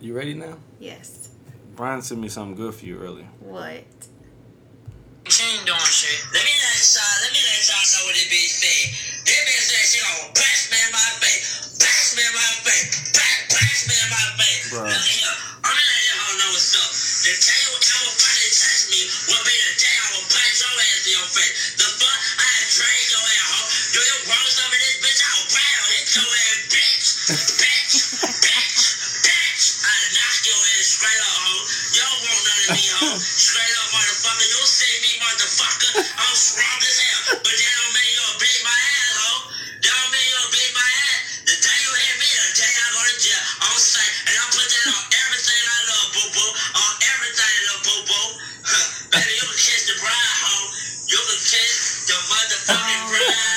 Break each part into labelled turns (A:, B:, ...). A: You ready now?
B: Yes.
A: Brian sent me something good for you earlier.
B: What?
C: She ain't doing shit. Let me let y'all, let me let y'all know what this bitch said. This bitch said she gonna bash me in my face, bash me in my face, bash, bash me in my face.
A: Bruh.
C: Look here, I'm gonna let y'all know what's up. The day you ever fucking touch me will be the day I will punch your ass in your face. The fuck I drain your ass, hoe. Do you want some of this bitch? I'll brown hit your ass, bitch, bitch, bitch, bitch. I knock your ass straight up, hoe. Y'all want none of me, hoe. Straight up, motherfucker. You see me, motherfucker. I'm strong as hell. But that don't mean you'll beat my ass, hoe. That don't mean you'll beat my ass. The day you hit me, the day I go to jail. I'm safe. And I put that on everything I love, boo boo. On everything I love, boo boo. Huh. Baby, you can kiss the bride, hoe. You can kiss the motherfucking bride.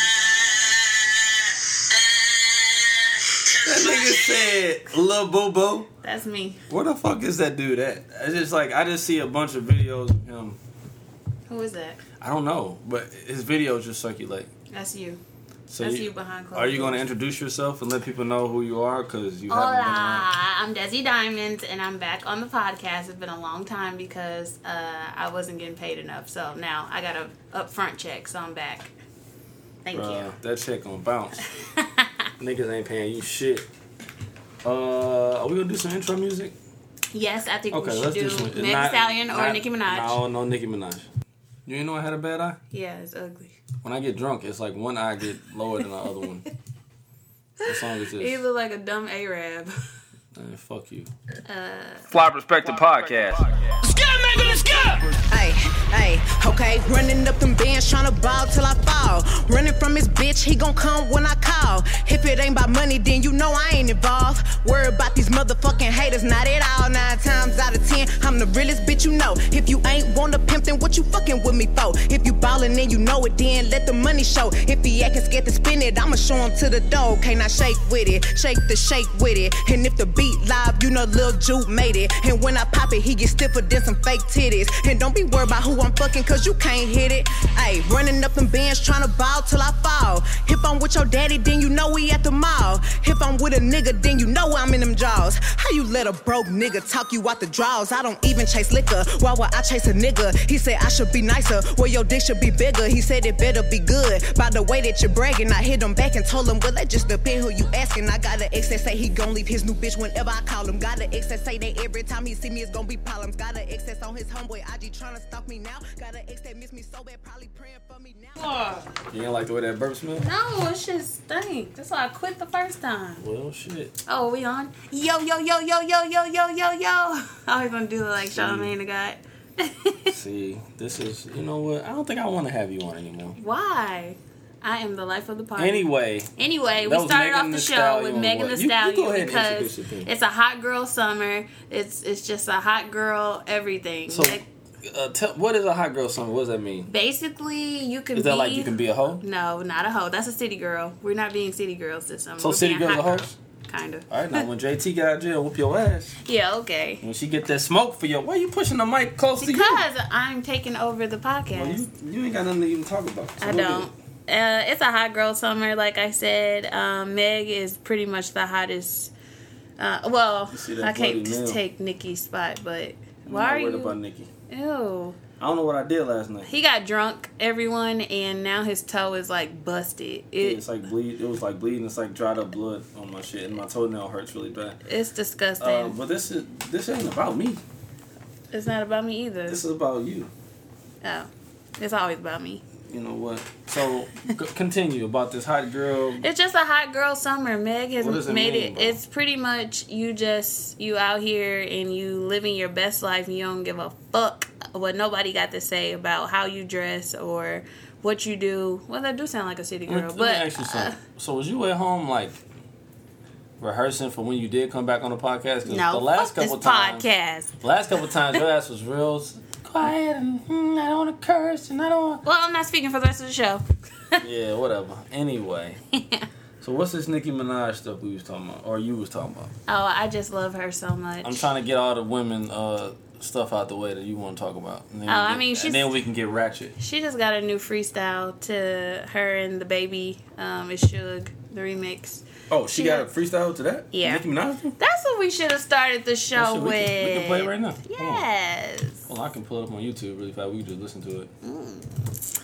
A: That nigga said, "Lil Boo Boo."
B: That's me.
A: Where the fuck is that dude at? It's just like I just see a bunch of videos of him.
B: Who is that?
A: I don't know, but his videos just circulate.
B: That's you.
A: So
B: That's you behind closed
A: Are you going to
B: doors.
A: introduce yourself and let people know who you are? Because you haven't been around.
B: Hola, I'm Desi Diamonds, and I'm back on the podcast. It's been a long time because uh, I wasn't getting paid enough, so now I got a upfront check, so I'm back. Thank
A: Bruh, that check gonna bounce.
B: you.
A: Niggas ain't paying you shit. Uh, are we gonna do some intro music?
B: yes, I think
A: Okay,
B: we should
A: let's do,
B: do
A: some.
B: Meg
A: not-
B: Stallion or
A: not-
B: Nicki Minaj.
A: No, no Nicki Minaj. You ain't know I had a bad eye.
B: Yeah, it's ugly.
A: When I get drunk, it's like one eye get lower than the other one. What song is this?
B: You look like a dumb Arab.
A: Man, fuck you.
B: Uh,
A: Fly Perspective Podcast.
D: Ay, ay, okay. Running up them bands, trying to ball till I fall. Running from his bitch, he gon' come when I call. If it ain't about money, then you know I ain't involved. Worry about these motherfucking haters, not at all. Nine times out of ten, I'm the realest bitch you know. If you ain't wanna pimp, then what you fucking with me for? If you ballin', then you know it, then let the money show. If he actin' scared to spend it, I'ma show him to the door. Can I shake with it? Shake the shake with it. And if the beat live, you know Lil Juke made it. And when I pop it, he get stiffer than some fake titties. And don't be worried about who I'm fucking, cause you can't hit it. Ayy, running up in bands, tryna ball till I fall. If I'm with your daddy, then you know we at the mall. If I'm with a nigga, then you know I'm in them jaws. How you let a broke nigga talk you out the draws? I don't even chase liquor. Why would I chase a nigga? He said I should be nicer. Well, your dick should be bigger. He said it better be good. By the way that you're bragging, I hit him back and told him, well, that just depend who you asking. I got an ex that say he gon' leave his new bitch whenever I call him. Got an ex that say that every time he see me, it's gon' be problems. Got an ex that's on his homeboy IG tryna stalk me now. Got an ex that miss me so bad, probably praying for me now.
A: You ain't like the way that burp smell?
B: no, it's just stink. That's why I quit the first time.
A: Well, shit.
B: Oh, we on? Yo, yo, yo, yo, yo, yo, yo, yo, yo. I always gonna do it like Charlamagne the God.
A: See, this is, you know what? I don't think I want to have you on anymore.
B: Why? I am the life of the party.
A: Anyway,
B: Anyway,
A: That
B: we
A: was
B: started
A: Megan
B: off the
A: Thee
B: show
A: Stallion
B: with Megan
A: what? You-
B: Thee
A: you go
B: Stallion
A: ahead and
B: because
A: introduce your thing.
B: it's a hot girl summer. It's it's just a hot girl everything.
A: so
B: Like,
A: uh, tell, what is a hot girl summer? What does that mean?
B: basically, you can
A: Is that like you can be a hoe?
B: no, not a hoe. That's a city girl. We're not being city girls this summer.
A: So
B: We're
A: city
B: being
A: girls
B: hot
A: are
B: girls.
A: hoes?
B: Kinda.
A: All right, now when JT get out of jail, whoop your ass.
B: Yeah. Okay.
A: When she get that smoke for your, why you pushing the mic close to you?
B: Because I'm taking over the podcast.
A: Well, you, you ain't got nothing to even talk about. So
B: I
A: we'll do
B: don't.
A: it.
B: Uh, it's a hot girl summer, like I said. Um, Meg is pretty much the hottest. Uh, well,
A: see that
B: I can't
A: bloody nail.
B: take Nikki's spot, but
A: I'm
B: why
A: not
B: are
A: worried
B: you?
A: about Nikki?
B: Ew.
A: I don't know what I did last night.
B: He got drunk, everyone, and now his toe is like busted. It,
A: it's like bleed. It was like bleeding. It's like dried up blood on my shit, and my toenail hurts really bad.
B: it's disgusting.
A: Uh, but this is this ain't about me.
B: it's not about me either.
A: This is about you.
B: oh, it's always about me.
A: You know what? So c- continue about this hot girl.
B: It's just a hot girl summer. Meg
A: What does
B: has
A: it
B: made
A: mean,
B: it.
A: bro?
B: It's pretty much you just you out here and you living your best life. And you don't give a fuck what nobody got to say about how you dress or what you do. Well, that do sound like a city
A: Let-
B: girl,
A: let me
B: but uh,
A: ask you something. so was you at home like rehearsing for when you did come back on the podcast? 'Cause
B: uh, no,
A: the last
B: fuck this
A: couple times,
B: podcast.
A: the last couple times your ass was real s- quiet and mm, I don't want to curse and I don't. want
B: Well, I'm not speaking for the rest of the show.
A: Yeah, whatever. Anyway, so what's this Nicki Minaj stuff we was talking about, or you was talking about?
B: oh, I just love her so much.
A: I'm trying to get all the women uh, stuff out the way that you want to talk about. And then
B: Oh,
A: we
B: I
A: get-
B: mean, she's-
A: and then we can get ratchet.
B: She just got a new freestyle to her and the baby. Um, it's Suge, the remix.
A: Oh, she, got a freestyle to that?
B: Yeah. Oh,
A: Nicki Minaj? do?
B: That's what we should have started the show
A: Shit, we,
B: with.
A: can, we can play it right now. Hold on.
B: Yes.
A: Well, I can pull it up on YouTube really fast. We can just listen to it.
B: Mm.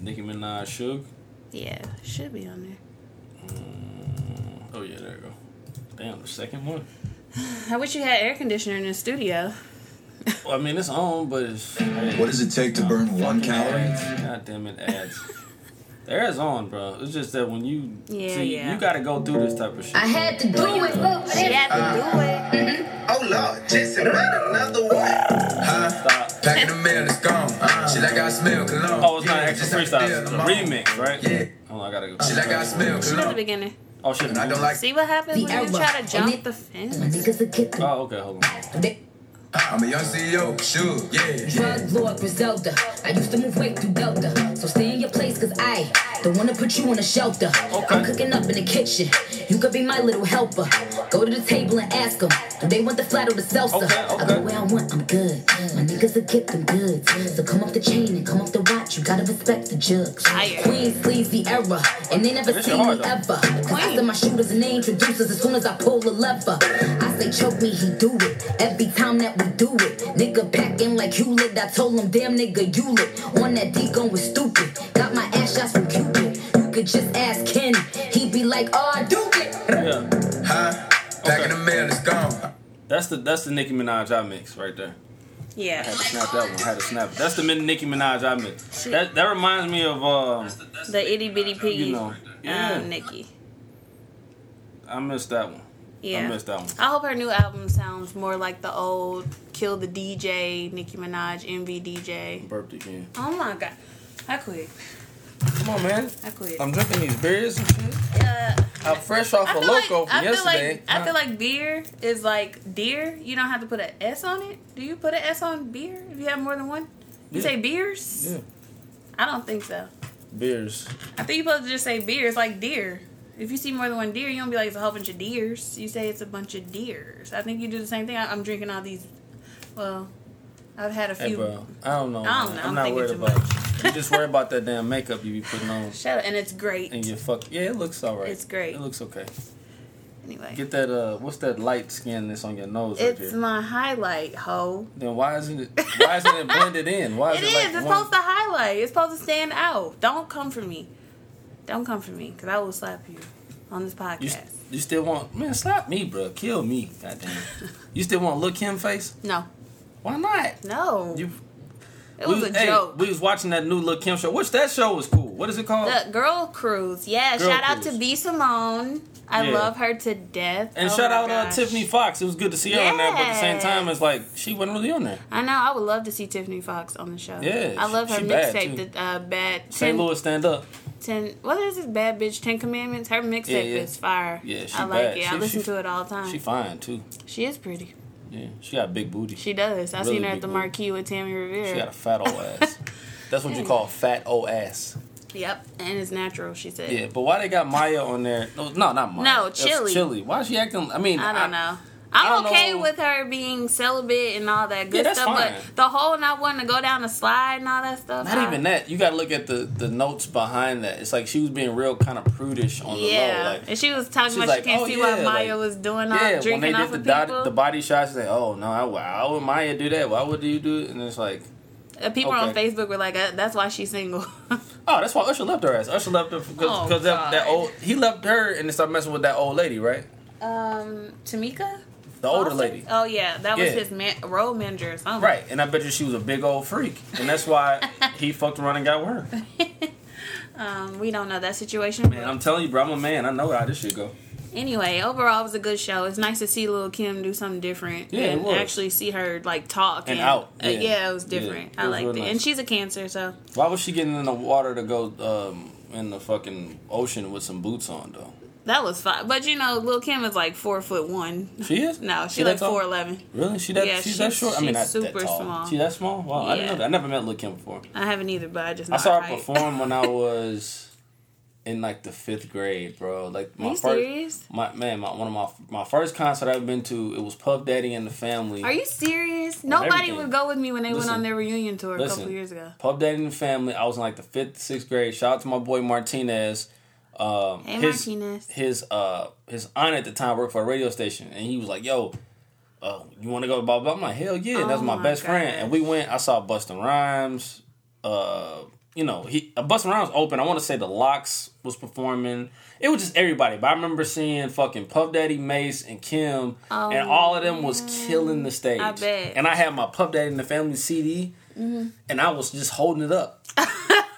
A: Nicki Minaj, Suge.
B: Yeah, should be on there.
A: Oh yeah, there you go. Damn, the second one.
B: I wish you had air conditioner in the studio.
A: Well, I mean, it's on, but it's. hey,
E: What does it take to burn
A: fucking
E: one calorie?
A: Ads. God damn it, ads. there is on, bro. It's just that when you
B: Yeah,
A: see,
B: yeah.
A: you gotta go through this type of shit.
F: I had to do it.
B: She had to do it.
E: Oh Lord, Jesse made another one. Uh. Huh?
A: Stop.
E: Back in the mail, it's gone. She like I smell cologne.
A: Oh, it's not
E: Yeah,
A: an actual
E: just how I
A: freestyle.
E: feel
A: It's a
E: in the morning.
A: remix, right?
E: Yeah.
A: Hold on, I gotta go.
E: She like I smell
B: At the
E: cologne.
B: beginning.
A: Oh shit.
E: And I don't like.
B: See what happens
F: The
B: when you
F: elbow.
B: try to
F: And
B: jump
F: it-
B: the fence.
F: My niggas will get the
A: Oh, okay, hold on.
F: dick.
E: I'm a young CEO, sure, yeah.
F: Drug lord Griselda. I used to move weight through Delta. So stay in your place, cause I don't wanna put you on a shelter. I'm cooking up in the kitchen. You could be my little helper. Go to the table and ask them. They want the flat or the seltzer.
A: Okay,
F: I
A: okay.
F: go where I want, I'm good. My niggas will get them goods. So come off the chain and come off the watch. You gotta respect the jugs.
B: Fire.
F: Queen sleeves the era. And they never
A: This shit
F: seen
A: hard,
F: me
A: though.
F: ever. Cause I
B: Queen.
F: send my shooters and they introducers as soon as I pull the lever. I say choke me, he do it. Every time that we do it. Nigga packing like Hewlett. I told him, damn nigga, you lit. On that D gon' was stupid. Got my ass shots from Cupid. You could just ask Kenny. He be like, oh, I do it.
A: Yeah.
E: Huh? Back
A: Okay.
E: in the mail, it's gone.
A: That's the that's the Nicki Minaj I mix right there.
B: Yeah,
A: Had to snap that one. Had to snap. it. That's the min- Nicki Minaj I mix. That that reminds me of um.
B: the itty bitty piggy.
A: You know. Yeah.
B: um, Nikki.
A: I missed that one.
B: Yeah.
A: I missed that one.
B: I hope her new album sounds more like the old Kill the DJ, Nicki Minaj, Envy DJ.
A: Burped again.
B: Oh my god. I quit.
G: Come on, man.
B: I quit.
A: Um,
G: I'm drinking these beers and shit.
B: Uh,
G: I'm fresh off
B: I
G: a
B: feel
G: loco
B: like,
G: from
B: I feel
G: yesterday.
B: like I feel like beer is like deer. You don't have to put an S on it. Do you put an S on beer if you have more than one? You
A: Yeah.
B: say beers?
A: Yeah.
B: I don't think so.
A: Beers.
B: I think you're supposed to just say beers like deer. If you see more than one deer, you don't be like it's a whole bunch of deers. You say it's a bunch of deers. I think you do the same thing. I, I'm drinking all these. Well, I've had a
A: Hey,
B: few.
A: bro. I don't know. man.
B: I don't know.
A: I'm
B: I'm
A: not
B: thinking
A: worried
B: too
A: about. it. You just worry about that damn makeup you be putting on.
B: Shut up. And it's great.
A: And your fuck. Yeah, it looks alright.
B: It's great.
A: It looks okay.
B: Anyway,
A: Get that uh, what's that light skin that's on your nose right
B: it's
A: there?
B: my highlight, ho.
A: Then why isn't it? Why isn't it blended in? Why is
B: It
A: it,
B: is.
A: like
B: it's
A: one-
B: supposed to highlight. It's supposed to stand out. Don't come for me. Don't come for me, because I will slap you on this podcast.
A: You, s- you still want man? Slap me, bro. Kill me. Goddamn. you still want look him face?
B: no,
A: Why not?
B: no.
A: You.
B: it was
A: we,
B: a
A: hey,
B: joke.
A: We was watching that new Lil Kim show. Which that show was cool. What is it called?
B: The Girl Cruise. Yeah,
A: Girl
B: shout out
A: Cruise.
B: to B Simone. I
A: Yeah.
B: love her to death.
A: and
B: Oh
A: shout
B: my
A: out uh,
B: gosh.
A: Tiffany Fox. It was good to see her on there, but at the same
B: Yes.
A: time, it's like she wasn't really on there.
B: I know. I would love to see Tiffany Fox on the show.
A: Yeah,
B: I love her
A: she bad, too.
B: mixtape. The uh, bad
A: St.
B: 10,
A: Louis stand up.
B: 10 What is this bad bitch? Ten Commandments. Her mixtape
A: Yeah, yeah.
B: is fire.
A: Yeah, she
B: I like
A: bad.
B: it.
A: She-
B: I listen
A: she-
B: to it all the time.
A: She
B: She,
A: fine too.
B: is pretty.
A: Yeah, she got a big booty.
B: She does. I
A: Really
B: seen her
A: big
B: at the
A: booty.
B: Marquee with Tammy Rivera.
A: She got a fat old ass. That's what you call fat old ass.
B: Yep, and it's natural. She said.
A: Yeah, but why they got Maya on there? No, no not Maya.
B: No,
A: That's
B: Chili.
A: Chili. Why is she acting? I mean,
B: I don't know.
A: I
B: I'm
A: don't
B: okay
A: know.
B: with her being celibate and all that good
A: Yeah, that's
B: stuff,
A: fine.
B: but the whole not wanting to go down the slide and all that stuff.
A: Not
B: I-
A: even that. You got to look at the the notes behind that. It's like she was being real kind of prudish on
B: Yeah,
A: the low. Like,
B: and she was talking
A: she's
B: about
A: like,
B: she can't
A: "Oh,
B: see
A: yeah,"
B: why Maya
A: like-
B: was doing all
A: yeah, when they
B: drinking
A: did
B: off
A: the,
B: of
A: dot,
B: people.
A: the body shots, they oh no, I, why would Maya do that? Why would you do it? And it's like,
B: Uh, people on
A: okay.
B: Facebook were like, uh, "That's why she's single."
A: oh, that's why Usher left her ass. Usher left her because
B: Oh,
A: that, that
B: God.
A: old he left her and they started messing with that old lady, right?
B: um, Tamika,
A: The older
B: Foster?
A: lady.
B: Oh yeah, that was
A: Yeah.
B: his man- road manager or something.
A: Right, and I bet you she was a big old freak, and that's why he fucked around and got with her.
B: Um, we don't know that situation.
A: Man,
B: but-
A: I'm telling you, bro, I'm a man. I know how this shit go.
B: anyway, overall, it was a good show. It's nice to see Lil Kim do something different
A: Yeah, it
B: and
A: was.
B: actually see her like talk
A: And out,
B: uh,
A: yeah.
B: yeah, it was
A: Yeah,
B: different.
A: it
B: I
A: was
B: liked
A: real
B: it,
A: nice.
B: and she's a cancer, so
A: Why was she getting in the water to go um, in the fucking ocean with some boots on though?
B: that was fine. But you know, Lil Kim is like four foot one.
A: She is?
B: No, she,
A: She that
B: like
A: tall?
B: four eleven.
A: Really? She that?
B: Yeah,
A: she's, that
B: she's-
A: short? I mean,
B: she's
A: not
B: super
A: that tall.
B: small.
A: She that small? Wow, I didn't
B: Yeah.
A: know that. I never met Lil Kim before.
B: I haven't either, but I just
A: I
B: know
A: saw her
B: height.
A: perform when I was in like the fifth grade, bro. Like my
B: you
A: first,
B: serious?
A: my man, my, one of my my first concert I've been to. It was Puff Daddy and the Family.
B: Are you serious? Nobody
A: everything.
B: would go with me when they
A: Listen.
B: went on their reunion tour a
A: Listen,
B: couple years ago.
A: Puff Daddy and the Family. I was in like the fifth, sixth grade. Shout out to my boy Martinez. Um,
B: Hey,
A: his
B: Martinez.
A: his uh his aunt at the time worked for a radio station, and he was like, "Yo, uh, you want to go?" Blah blah. I'm like, "Hell yeah!" And that's
B: Oh
A: my,
B: my
A: best friend,
B: gosh.
A: and we went. I saw Busta Rhymes. Uh, you know, he uh, Busta Rhymes open. I want to say the Locks was performing. It was just everybody, but I remember seeing fucking Puff Daddy, Mace, and Kim, and all of them was killing the stage.
B: Oh, I bet. Mm-hmm.
A: And I had my Puff Daddy and the Family CD, and I was just holding it up.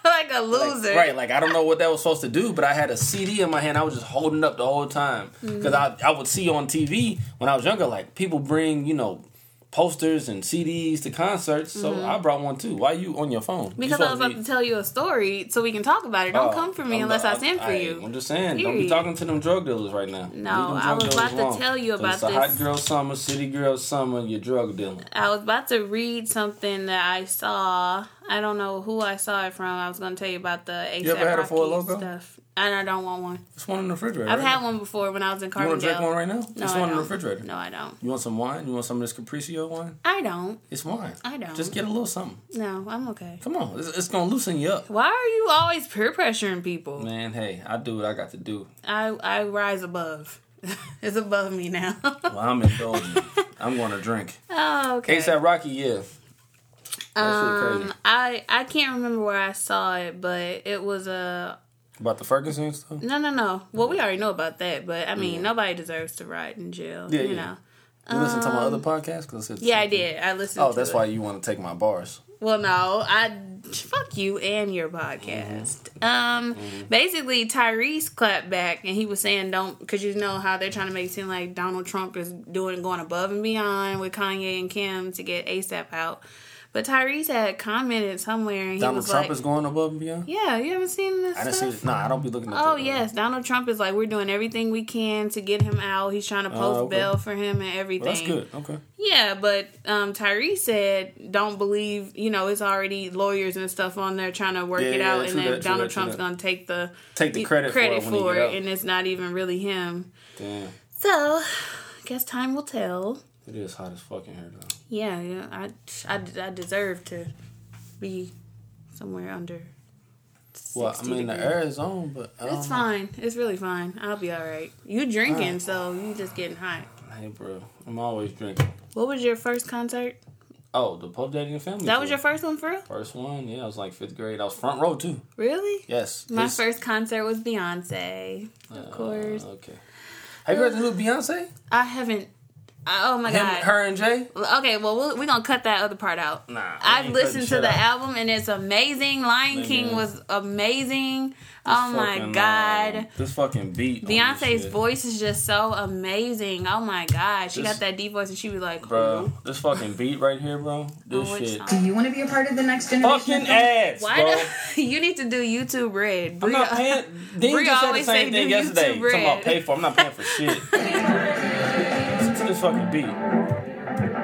B: like a loser.
A: Right, like I don't know what that was supposed to do, but I had a CD in my hand. I was just holding up the whole time
B: Mm-hmm.
A: because I I would see on TV when I was younger, like people bring you know posters and CDs to concerts. So I brought one too. Why you on your phone? You
B: Mm-hmm. Because I was
A: supposed
B: about to tell you a story so we can talk about it. Don't
A: Oh,
B: come for me
A: I'm
B: unless
A: not-
B: I send for
A: I-
B: you.
A: I'm just saying, don't be
B: Period.
A: talking to them drug dealers right now. Leave them
B: I
A: drug
B: was
A: dealers
B: about to tell you
A: 'Cause
B: about
A: it's a
B: this.
A: hot girl summer, city girl summer. You're drug dealing.
B: I was about to read something that I saw. I don't know who I saw it from. I was going to tell you about the ASAP
A: ever had a
B: Rocky
A: Four Loko?
B: stuff. And I don't want one.
A: It's one in the refrigerator.
B: I've
A: right
B: had
A: now.
B: one before when I was in
A: You
B: Carbondale.
A: want to drink one right now?
B: No,
A: it's
B: I
A: one in the
B: don't.
A: refrigerator.
B: No, I don't.
A: You want some wine? You want some of this Capriccio wine?
B: I don't.
A: It's wine.
B: I don't.
A: Just get a little something.
B: No, I'm okay.
A: Come on, it's, it's gonna loosen you up.
B: Why are you always peer pressuring people?
A: Man, hey, I do what I got to do.
B: I I rise above. it's above me now.
A: Well, I'm indulging. I'm gonna drink.
B: oh, okay.
A: ASAP Rocky, yeah. That shit
B: Um,
A: crazy.
B: I I can't remember where I saw it, but it was a
A: About the Ferguson stuff?
B: no, no, no. Well, we already know about that, but I mean, nobody deserves to rot in jail.
A: Yeah,
B: you
A: yeah.
B: know.
A: You listen to my other podcast? Cause it's
B: um, Yeah, I did. I listened.
A: Oh,
B: to
A: that's
B: it.
A: why you want to take my bars.
B: Well, no, I fuck you and your podcast. Um,
A: Mm-hmm.
B: basically, Tyrese clapped back and he was saying, "Don't," because you know how they're trying to make it seem like Donald Trump is doing going above and beyond with Kanye and Kim to get ASAP out. But Tyrese had commented somewhere and he
A: Donald
B: was
A: Trump
B: like,
A: is going above and beyond.
B: "Yeah, you haven't seen this
A: I didn't see.
B: stuff."
A: It. Nah, I don't be looking at.
B: Oh
A: the-
B: yes, Donald Trump is like we're doing everything we can to get him out. He's trying to post
A: Uh, okay.
B: bail for him and everything.
A: Well, that's good. Okay.
B: Yeah, but um, Tyrese said, "Don't believe you know it's already lawyers and stuff on there trying to work
A: Yeah,
B: it
A: yeah,
B: out,
A: true
B: and then
A: that, true
B: Donald
A: that, true
B: Trump's
A: that.
B: gonna take the
A: Take the credit, for it. When you
B: for it,
A: get
B: and
A: out.
B: it's not even really him."
A: Damn,
B: So, guess time will tell.
A: it is hot as fucking here though.
B: Yeah, yeah, I, I, I deserve to be somewhere under.
A: Well, I
B: 60
A: mean the
B: degrees.
A: air is on, but I
B: It's
A: don't know. Uh.
B: fine. It's really fine. I'll be all right. You drinking, so you just getting hot.
A: Hey, bro, I'm always drinking.
B: What was your first concert?
A: Oh, the Puff Daddy and Family.
B: That was
A: tour.
B: your first one for real?
A: First one, yeah, I was like fifth grade. I was front row too.
B: Really?
A: Yes.
B: My
A: his-
B: first concert was Beyonce,
A: Uh,
B: of course.
A: Okay. Have you heard the new Beyonce?
B: I haven't. Oh my
A: Him,
B: god.
A: her and Jay?
B: Okay, well we're, we're gonna cut that other part out.
A: Nah, we
B: I've
A: ain't
B: listened to
A: cutting
B: the
A: shit out.
B: album and it's amazing. Lion
A: Man,
B: King
A: yeah.
B: was amazing. oh my
A: Fucking,
B: god.
A: um, this fucking beat. on this
B: Beyonce's
A: shit.
B: voice is just so amazing. Oh my god, she
A: This-
B: got that deep voice and she was like,
A: Bro,
B: "Who?"
A: this fucking beat right here, bro. This
B: Oh, which
A: shit.
B: song?
F: you want to be a part of the next generation?
A: Fucking ads,
B: Why
A: bro.
B: do you need to do YouTube Red?
A: I'm not
B: Bria-
A: paying. Dean
B: Bria
A: just said the
B: always
A: same
B: say
A: thing
B: do
A: yesterday.
B: YouTube
A: Talking about
B: Red.
A: pay for. I'm not paying for shit. Listen to this fucking beat.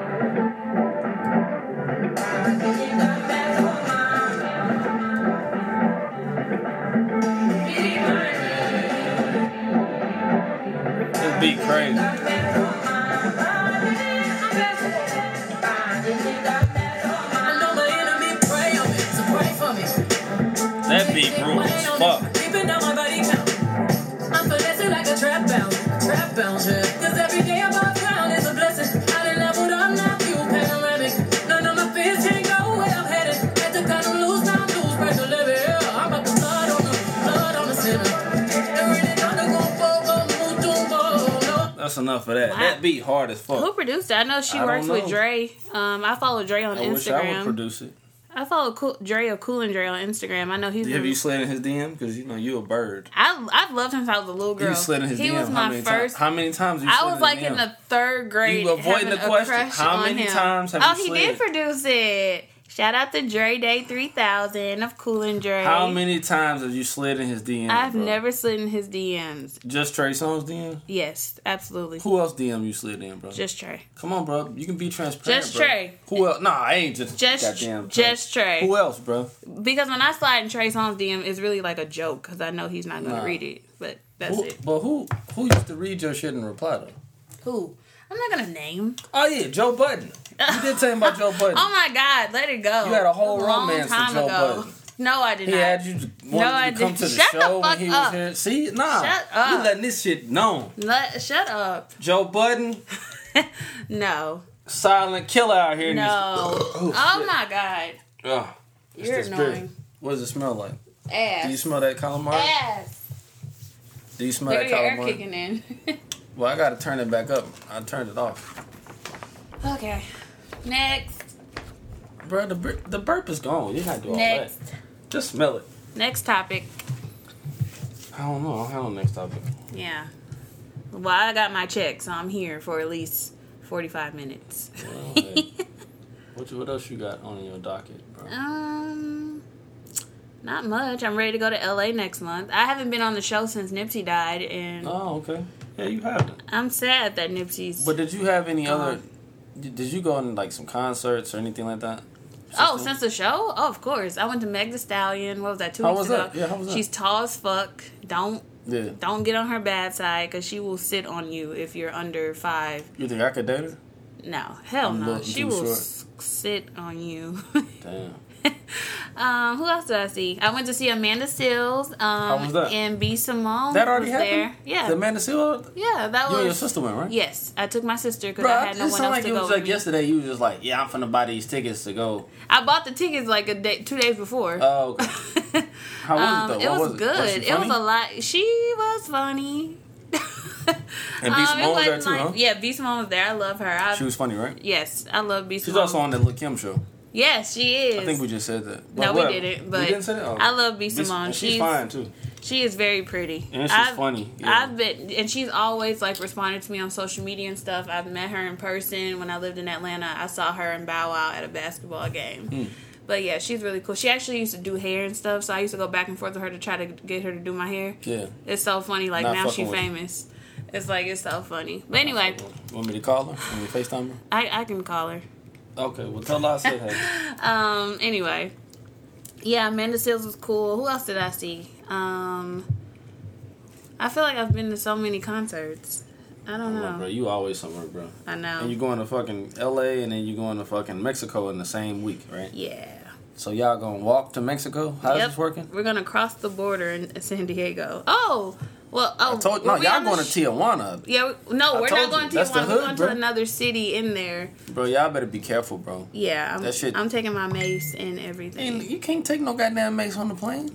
A: This beat crazy. That beat rules. Fuck. That's enough of that. That beat hard as fuck.
B: Who produced it? I know she
A: I don't
B: works with
A: know.
B: Dre. Um, I follow Dre on
A: I
B: Instagram.
A: wish I would produce it.
B: I follow cool, Dre of Cool and Dre on Instagram. I know he's.
A: Have
B: been-
A: you slid in his DM? Because you know you a bird.
B: I I've loved him since I was a little girl.
A: You slid in his
B: he
A: DM.
B: was
A: how
B: my
A: many
B: first.
A: times? How many times? You
B: I
A: slid
B: was
A: his
B: like
A: DM?
B: in the third grade.
A: You avoiding
B: having
A: the
B: a
A: question.
B: crush
A: How
B: on
A: many
B: him.
A: times have
B: oh,
A: you
B: he
A: slid?
B: did produce it. Shout out to Dre Day three thousand of Cool and Dre.
A: How many times have you slid in his DM?
B: I've
A: bro?
B: never slid in his DMs.
A: Just Trey Songz DM.
B: Yes, absolutely.
A: Who else DM you slid in, bro?
B: Just Trey.
A: Come on, bro. You can be transparent.
B: Just
A: bro.
B: Trey.
A: Who else? Nah, I ain't just
B: Just
A: goddamn.
B: just Trey.
A: Who else, bro?
B: Because when I slide in Trey Songz DM, it's really like a joke because I know he's not going to
A: Nah.
B: read it. But that's
A: Who,
B: it.
A: but who who used to read your shit and reply to?
B: Who? I'm not going to name.
A: Oh yeah, Joe Budden. You did tell him about Joe Budden.
B: Oh my God, let it go.
A: you had a whole
B: long
A: romance with
B: time
A: Joe
B: ago.
A: Budden.
B: No, I did
A: He
B: not.
A: had you wanted
B: No, I
A: you to come to the
B: didn't. Shut the
A: show when
B: fuck
A: he
B: up.
A: was here. See, nah,
B: Shut
A: you
B: up.
A: letting this shit known.
B: Let, shut up.
A: Joe Budden,
B: No.
A: silent killer out here. in
B: No.
A: these-
B: Oh, my god.
A: Ugh, it's
B: You're
A: this big.
B: annoying.
A: What does it smell like? Do you
B: Ass.
A: smell that calamari?
B: Ass.
A: Do you smell
B: Look
A: that
B: at your air
A: calamari?
B: kicking in.
A: Well, I gotta turn it back up. I turned it off.
B: okay. Next.
A: Bro, the, bur- the burp is gone. You gotta do all
B: Next.
A: that. Just smell it.
B: Next topic.
A: I don't know. I don't know next topic.
B: Yeah. Well, I got my check, so I'm here for at least 45 minutes.
A: Well, hey. what, you- what else you got on your docket, bro?
B: Um, not much. I'm ready to go to LA next month. I haven't been on the show since Nipsey died, and
A: Oh, okay. Yeah, you have it.
B: I'm sad that Nipsey's.
A: But did you have any
B: Gone.
A: other? Did did you go on like some concerts or anything like that?
B: oh, since the show? Oh, of course. I went to Meg The Stallion. What was that? Two
A: How was
B: weeks ago.
A: that? Yeah, how was that?
B: She's tall as fuck. Don't
A: Yeah.
B: don't get on her bad side because she will sit on you if you're under five.
A: You think I could date her?
B: No, hell
A: I'm
B: no.
A: looking
B: She
A: too
B: will
A: short.
B: s- sit on you.
A: Damn.
B: um, who else did I see? I went to see Amanda Seals. Um,
A: was that?
B: And B Simone.
A: That already
B: was
A: happened.
B: There. Yeah.
A: The Amanda Seal.
B: yeah,
A: You
B: that was
A: and your sister went right.
B: Yes, I took my sister because
A: Bro,
B: I had no
A: it
B: one
A: sounded
B: else
A: like
B: to
A: it
B: go
A: was
B: with
A: like
B: me.
A: yesterday. You was just like, yeah, I'm finna buy these tickets to go.
B: I bought the tickets like a day, two days before.
A: Oh, okay. how was
B: um,
A: it
B: it
A: though? What
B: was good.
A: she
B: it was
A: funny?
B: a lot. She was funny.
A: And
B: Um,
A: B
B: it
A: Simone was there
B: wasn't
A: too,
B: like-
A: huh?
B: Yeah, B Simone was there. I love her. I,
A: She was funny, right?
B: yes, I love B
A: She's
B: Simone.
A: also on the Lil Kim show.
B: Um, Yes, she is.
A: I think we just said that.
B: no,
A: But
B: we
A: whatever.
B: didn't. But
A: we didn't say that. Oh.
B: I love um, B
A: This- and
B: Simone.
A: she's fine too.
B: She is very pretty.
A: And she's funny, yeah.
B: I've been, and she's always like responded to me on social media and stuff. I've met her in person when I lived in Atlanta. I saw her in Bow Wow at a basketball game.
A: Hmm.
B: But yeah, she's really cool. She actually used to do hair and stuff, so I used to go back and forth with her to try to get her to do my hair.
A: Yeah.
B: It's so funny. Like
A: Not
B: now she
A: fucking with you.
B: famous. It's like it's so funny. But anyway,
A: You want me to call her? Want me to FaceTime her?
B: I I can call her.
A: Okay. Well, tell her I said hey.
B: Um. Anyway, yeah, Amanda Seals was cool. Who else did I see? Um. I feel like I've been to so many concerts. I don't
A: I'm like, bro,
B: know.
A: you always somewhere, bro.
B: I know.
A: And you going to fucking LA and then you going to fucking Mexico in the same week, right?
B: yeah.
A: So y'all gonna walk to Mexico? How's
B: Yep.
A: this working?
B: We're gonna cross the border in San Diego. Oh. Well. Oh.
A: I told
B: were
A: no,
B: we
A: y'all
B: on the
A: going to
B: sh-
A: Tijuana,
B: Yeah. We, no,
A: I
B: we're
A: told
B: not
A: you,
B: going to
A: that's the
B: Tijuana.
A: hood,
B: we're going
A: bro.
B: to another city in there.
A: bro. Y'all better be careful, bro.
B: Yeah. I'm,
A: That shit-
B: I'm taking my mace and everything.
A: And you can't take no goddamn mace on the plane,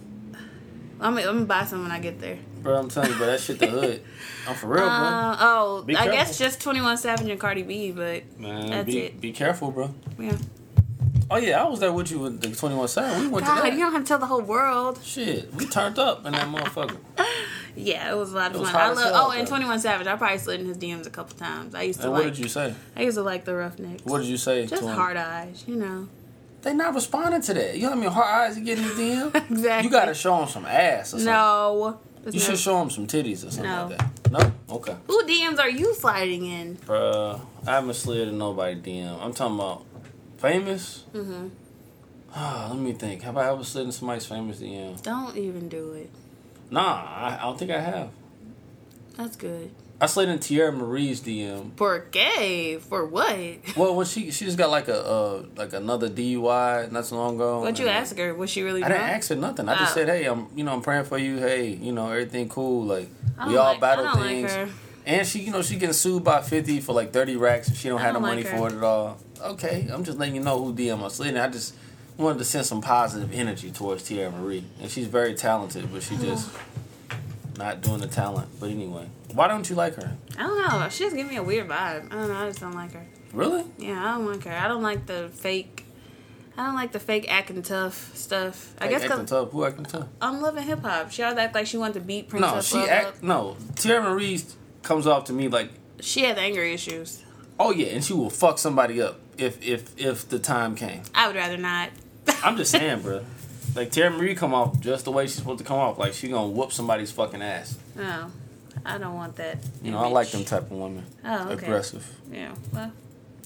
B: I'm, I'm gonna buy some when I get there.
A: bro. I'm telling you, bro. That shit the hood. I'm for real,
B: Uh, oh,
A: Be
B: I
A: careful.
B: guess just 21 Savage and Cardi B, but
A: bro. Man,
B: that's
A: be
B: it.
A: be careful, bro.
B: yeah.
A: Oh yeah, I was there with you with the 21 side. We went to
B: God,
A: that.
B: you don't have to tell the whole world.
A: Shit, we turned up in that motherfucker.
B: Yeah, it was a lot of
A: It was
B: fun.
A: hot
B: I
A: as hell
B: love. Oh, and
A: out there.
B: Twenty One Savage. I probably slid in his DMs a couple times. I used to
A: And what
B: like.
A: did you say?
B: I used to like the roughnecks.
A: What did you say?
B: Just
A: to him?
B: hard eyes, you know.
A: They not responding to that. You know what I mean? Hard eyes, you getting the DM.
B: Exactly.
A: You gotta show them some ass or something.
B: No.
A: You should show them some titties or something
B: No.
A: like that. No? Okay.
B: Who DMs are you sliding in?
A: Bruh, I haven't slid in nobody DM. I'm talking about famous? Mm-hmm. let me think. Have I ever slid in somebody's famous DM?
B: Don't even do it.
A: Nah, I, I don't think I have.
B: That's good.
A: I slid in Tierra Marie's DM.
B: For gay? For what?
A: Well, when she she just got like a uh, like another DUI not so long ago.
B: What'd you
A: and,
B: ask her? Was she really
A: I
B: drunk?
A: didn't ask her nothing. I just
B: Oh.
A: said, "Hey, I'm you know I'm praying for you. Hey, you know everything cool. Like
B: I
A: we
B: don't
A: all
B: like- I
A: battle
B: don't like
A: things."
B: her.
A: And she, you know, she getting sued by fifty for like thirty racks, and she don't
B: I
A: have no
B: don't
A: money
B: like
A: for
B: her.
A: it at all. Okay, I'm just letting you know who DM I slid. in. I just wanted to send some positive energy towards Tierra Marie, and she's very talented, but she just not doing the talent. But anyway, why don't you like her?
B: I don't know. She just giving me a weird vibe. I don't know. I just don't like her.
A: Really?
B: Yeah, I don't like her. I don't like the fake. I don't like the fake acting tough stuff. I
A: Like,
B: guess
A: acting
B: because
A: tough. Who acting tough?
B: I'm loving hip hop. She always act like she wanted to beat Princess
A: No, she
B: Love
A: act.
B: up.
A: No, Tierra Marie comes off to me like
B: She had anger issues.
A: Oh yeah, and she will fuck somebody up if if if the time came.
B: I would rather not.
A: I'm just saying, bro. Like Tara Marie come off just the way she's supposed to come off. Like she gonna whoop somebody's fucking ass.
B: No, I don't want that.
A: You know, I like them
B: image.
A: type of women.
B: Oh, okay.
A: Aggressive.
B: Yeah. Well,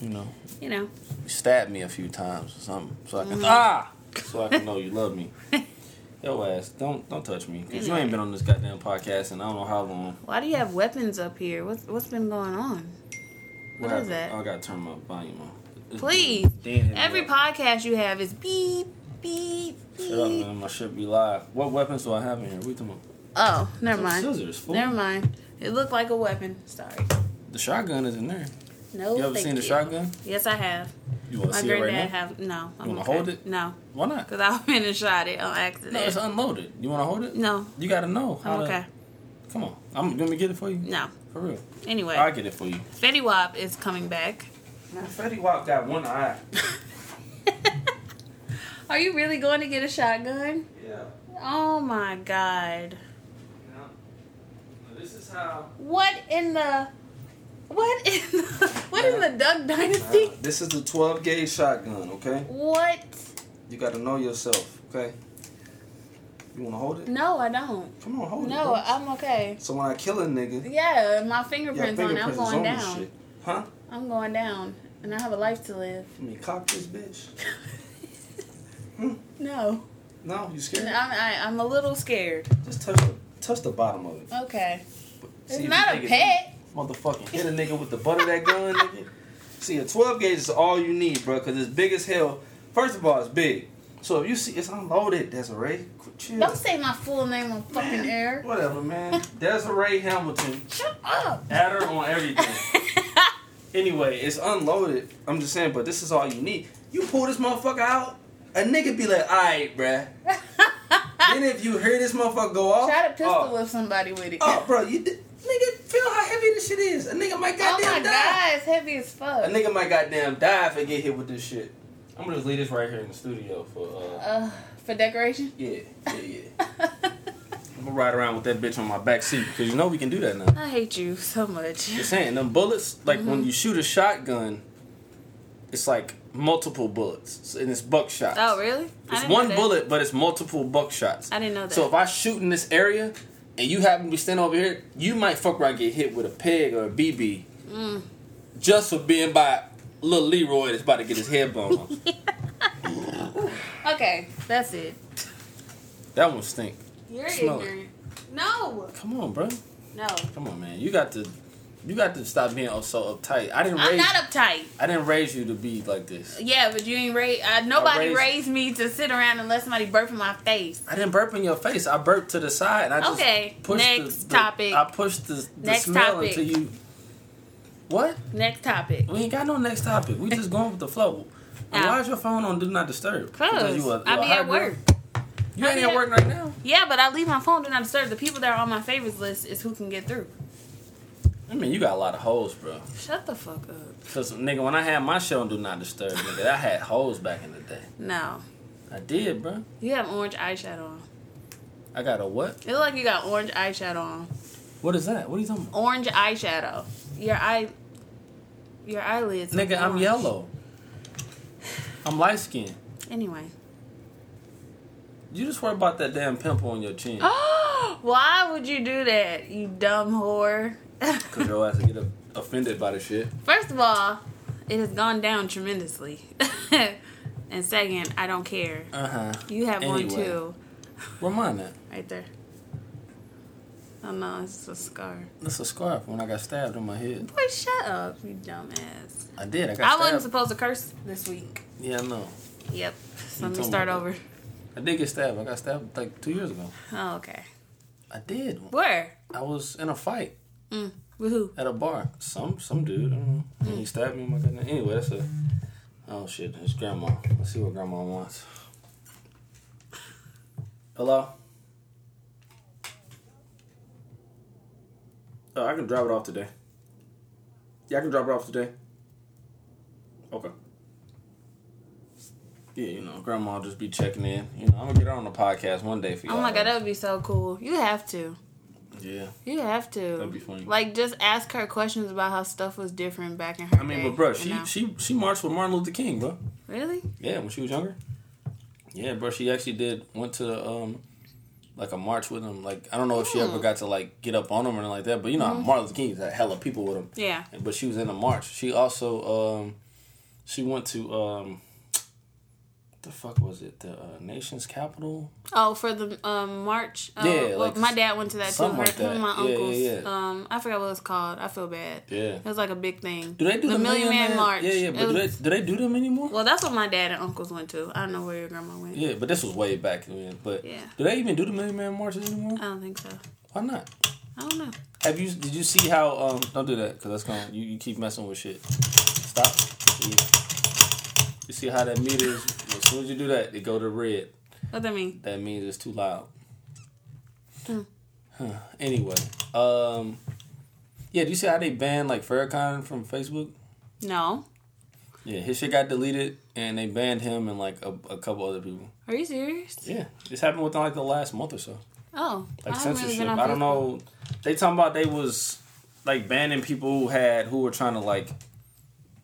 A: You know,
B: you know.
A: stab me a few times or something, so I
B: Mm.
A: can ah, so I can know you love me. Yo ass, don't don't touch me, cause you ain't been on this goddamn podcast and I don't know how long.
B: Why do you have weapons up here? What's what's been going on? What is
A: happened?
B: that?
A: Oh, I gotta turn my volume on. It's
B: Please.
A: Dan hit me
B: Every
A: up.
B: podcast you have is beep beep Beep,
A: Shut up,
B: beep.
A: man. My shit be live. What weapons do I have in here? We talking about
B: Oh, never mind.
A: Scissors, fool.
B: Never mind. It looked like a weapon. Sorry.
A: the shotgun is in there.
B: No,
A: You ever
B: thank
A: seen the
B: you.
A: shotgun?
B: Yes, I have.
A: You want to
B: My
A: see it right
B: granddad
A: now?
B: have no. I'm
A: wanna
B: okay.
A: hold it?
B: No,
A: Why not?
B: because I went and shot it on
A: No, it's
B: accident.
A: unloaded. You want to hold it?
B: No,
A: You gotta know how
B: I'm
A: to.
B: okay.
A: Come on. I'm gonna get it for you.
B: No.
A: For real.
B: Anyway,
A: I'll get it for you.
B: Fetty Wap is coming back.
A: Man, Fetty Wap got one eye.
B: Are you really going to get a shotgun?
A: Yeah.
B: Oh my god.
A: This is how.
B: What in the what in the what in the Duck Dynasty?
G: uh, This is the 12 gauge shotgun, okay?
B: What?
G: You gotta know yourself, okay? You wanna hold it?
B: No, I don't.
G: Come
A: Oh,
G: on, hold it.
B: No,
G: bro.
B: I'm okay.
G: So when I kill a nigga,
B: Yeah, my
G: your
B: fingerprints on it.
G: fingerprints
B: I'm
G: is
B: going
G: on this
B: down.
G: shit. Huh?
B: I'm going down. And I have a life to live.
G: I mean, cock this bitch.
B: No.
G: No, you
B: I'm,
G: scared?
B: I, I'm a little scared.
G: Just touch the, touch the bottom of it.
B: Okay.
G: See if
B: It's
G: you
B: not a
G: think
B: pet.
G: Motherfucking hit a nigga with the butt of that gun, nigga. See, a 12 gauge is all you need, bro, because it's big as hell. First of all, it's big. So if you see, it's unloaded, Desiree. Chill.
B: Don't say my full name on fucking air.
G: Whatever, man. Desiree Hamilton.
B: Shut up.
G: Add her on everything. anyway, it's unloaded. I'm just saying, but this is all you need. You pull this motherfucker out, a nigga be like, alright, bruh. then if you hear this motherfucker go off,
B: Try to pistol
G: oh,
B: whip somebody with it.
G: Oh, bro, you did, nigga, feel how heavy this shit is. A nigga might
B: Oh
G: goddamn
B: my
G: die.
B: god, it's heavy as
G: A
B: fuck.
G: nigga might goddamn die if I get hit with this shit. I'm gonna just leave this right here in the studio for uh,
B: Uh, for decoration?
G: yeah, yeah, yeah. I'm gonna ride around with that bitch on my back seat because you know we can do that now.
B: I hate you so much.
A: You're saying them bullets, like
B: Mm-hmm.
A: when you shoot a shotgun, it's like multiple bullets and it's buckshot.
B: Oh, really? I
A: It's
B: didn't know
A: one
B: that.
A: bullet, but it's multiple buckshots.
B: I didn't know that.
A: So if I shoot in this area and you happen to be standing over here, you might fuck around and get hit with a peg or a BB
B: Mm.
A: just for being by little Leroy that's about to get his head blown off.
B: Okay, that's it.
A: That one stink.
B: You're
A: Smell it.
B: ignorant. No,
A: Come on, bro.
B: no.
A: Come on, man. You got to, you got to stop being oh, so uptight. I didn't
B: I'm
A: raise,
B: not uptight.
A: I didn't raise you to be like this.
B: Yeah, but you ain't raised. Uh, nobody
A: raised-
B: raised, me to sit around and let somebody burp in my face.
A: I didn't burp in your face. I burped to the side. And I just
B: Okay,
A: pushed the-
B: next
A: the,
B: topic.
A: I pushed the, the
B: Next
A: smell
B: topic.
A: into you. What?
B: Next topic.
A: We ain't got no next topic. We just going with the flow. And
B: Ow.
A: why is your phone on do not disturb?
B: Cause
A: you a-
B: I
A: you a
B: be at
A: hot
B: work.
A: girl? You
B: I
A: ain't
B: be
A: at
B: at-
A: work right now.
B: Yeah, but I leave my phone do not disturb. The people that are on my favorites list is who can get through.
A: I mean, you got a lot of hoes, bro.
B: Shut the fuck up.
A: Cause nigga, when I had my show on Do Not Disturb, nigga, I had hoes back in the day.
B: No,
A: I did, bro.
B: you have orange eyeshadow on.
A: I got a what?
B: It look like you got orange eyeshadow on.
A: What is that? What are you talking about?
B: Orange eyeshadow. Your eye, your eyelids. are
A: Nigga, I'm
B: orange.
A: yellow. I'm light skinned.
B: Anyway.
A: You just worry about that damn pimple on your chin.
B: Why would you do that, you dumb whore?
A: Cause your ass will get offended by the shit.
B: First of all, it has gone down tremendously. and second, I don't care.
A: Uh huh.
B: You have one
A: Anyway.
B: too,
A: Remind that.
B: right there. Oh no, it's just a scar.
A: That's a scarf when I got stabbed in my head.
B: Boy, shut up, you dumbass.
A: I did. I got
B: I
A: stabbed.
B: wasn't supposed to curse this week.
A: yeah, I know.
B: Yep. So let me
A: told me
B: start
A: that.
B: over.
A: I did get stabbed. I got stabbed like two years ago.
B: Oh, okay.
A: I did.
B: Where?
A: I was in a fight
B: With who?
A: at a bar. Some some dude. I don't know. And he stabbed me. My goodness. Anyway, that's a. Oh shit! It's grandma. Let's see what grandma wants. Hello. Oh, I can drop it off today. Yeah, I can drop it off today. Okay. Yeah, you know, grandma will just be checking in. You know, I'm gonna get her on the podcast one day for you.
B: Oh my god, that would be so cool. You have to.
A: Yeah.
B: You have to.
A: That'd be funny.
B: Like, just ask her questions about how stuff was different back in her
A: I mean,
B: day
A: but bro,
B: and
A: she
B: now.
A: she she marched with Martin Luther King, bro.
B: really?
A: Yeah, when she was younger. Yeah, bro, she actually did went to um like a march with him. Like I don't know if she
B: Oh.
A: ever got to like get up on him or anything like that, but you know how Martin Luther King had hella people with him.
B: Mm-hmm. Yeah.
A: But she was in a march. She also um she went to um the fuck was it? The uh, nation's capital?
B: Oh, for the um, March. Uh,
A: Yeah,
B: well,
A: like
B: my dad went to that too.
A: something
B: Her,
A: like
B: him and my
A: that. Yeah, yeah,
B: uncles.
A: yeah.
B: Um, I forgot what it's called. I feel bad.
A: Yeah.
B: it was like a big thing.
A: Do they do the,
B: Million Man, March?
A: Yeah, yeah.
B: It
A: But do they,
B: was-
A: do they do them anymore?
B: well, that's what my dad and uncles went to. I don't know where your grandma went.
A: Yeah, but this was way back then. But
B: Yeah.
A: do they even do the Million Man marches anymore?
B: I don't think so.
A: Why not?
B: I don't know.
A: Have you? Did you see how? Um, don't do that because that's going. to You, you keep messing with shit. Stop. Yeah. You see how that meter is? As soon as you do that, it go to red.
B: What that mean?
A: That means it's too loud. Huh. Anyway, um, yeah. Do you see how they banned like Farrakhan from Facebook?
B: No.
A: Yeah, his shit got deleted, and they banned him and like a, a couple other people.
B: Are you serious?
A: Yeah, this happened within like the last month or so.
B: Oh,
A: Like
B: I haven't really
A: censorship.
B: been on
A: I don't
B: Facebook.
A: know. They talking about they was like banning people who had who were trying to like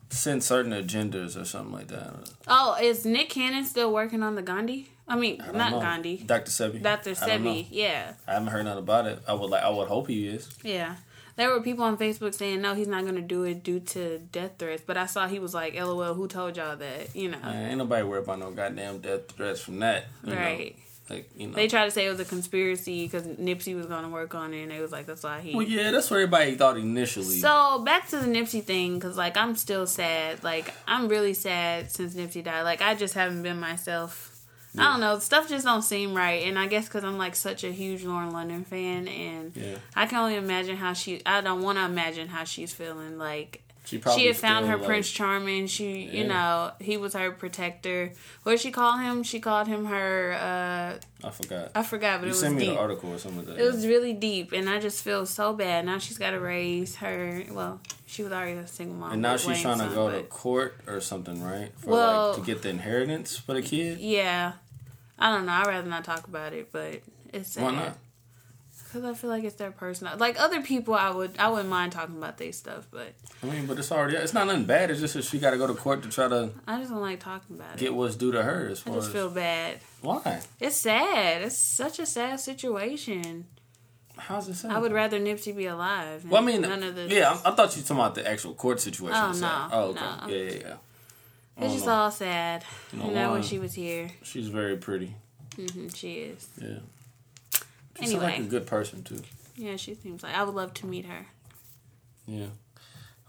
A: send certain agendas or something like that.
B: Oh, is Nick Cannon still working on the Gandhi? I mean,
A: I don't
B: not
A: know.
B: Gandhi.
A: Dr. Sebi.
B: Dr.
A: I don't know.
B: Sebi. Yeah.
A: I haven't heard nothing about it. I would like. I would hope he is.
B: Yeah. There were people on Facebook saying, no, he's not going to do it due to death threats. But I saw he was like, lol, who told y'all that? You know.
A: Man, ain't nobody worried about no goddamn death threats from that. you know?
B: right.
A: Like you know.
B: They tried to say it was a conspiracy because Nipsey was going to work on it. And they was like, that's why he.
A: well, yeah, that's what everybody thought initially.
B: So back to the Nipsey thing, because like I'm still sad. Like I'm really sad since Nipsey died. Like I just haven't been myself. I don't know. Stuff just don't seem right, and I guess because I'm like such a huge Lauren London fan, and
A: Yeah.
B: I can only imagine how she. I don't want to imagine how she's feeling. Like
A: she
B: she had found
A: still,
B: her
A: like-
B: Prince Charming. She,
A: Yeah.
B: you know, he was her protector. What did she call him? She called him her. uh
A: I forgot.
B: I forgot, but
A: you
B: it was
A: sent me
B: deep.
A: an article or something like that.
B: It was really deep, and I just feel so bad. Now she's got to raise her. Well, she was already a single mom.
A: And now
B: with
A: she's
B: Wayne's
A: trying to
B: son,
A: go to
B: but-
A: court or something, right? For
B: Well-
A: like to get the inheritance for the kid.
B: Yeah, I don't know. I'd rather not talk about it, but it's sad.
A: Why not?
B: Because I feel like it's their personal. Like other people, I would I wouldn't mind talking about their stuff, but
A: I mean, but it's already it's not nothing bad. It's just that she got to go to court to try to
B: I just don't like talking about
A: get
B: it.
A: what's due to her. As
B: I
A: far
B: just
A: as
B: feel bad.
A: why?
B: It's sad. It's such a sad situation.
A: How's it sound?
B: I would rather Nipsey be alive. and
A: Mm-hmm. Well, I mean,
B: none of this.
A: yeah, I, I thought you were talking about the actual court situation.
B: Oh,
A: so-
B: no,
A: oh, okay,
B: no.
A: yeah, yeah, yeah. I
B: it's
A: don't
B: just
A: know.
B: all sad. You
A: know
B: know, I
A: why?
B: wish she was here.
A: She's very pretty.
B: hmm she is.
A: Yeah, she
B: Anyway.
A: seems like a good person too.
B: Yeah, she seems like I would love to meet her.
A: Yeah,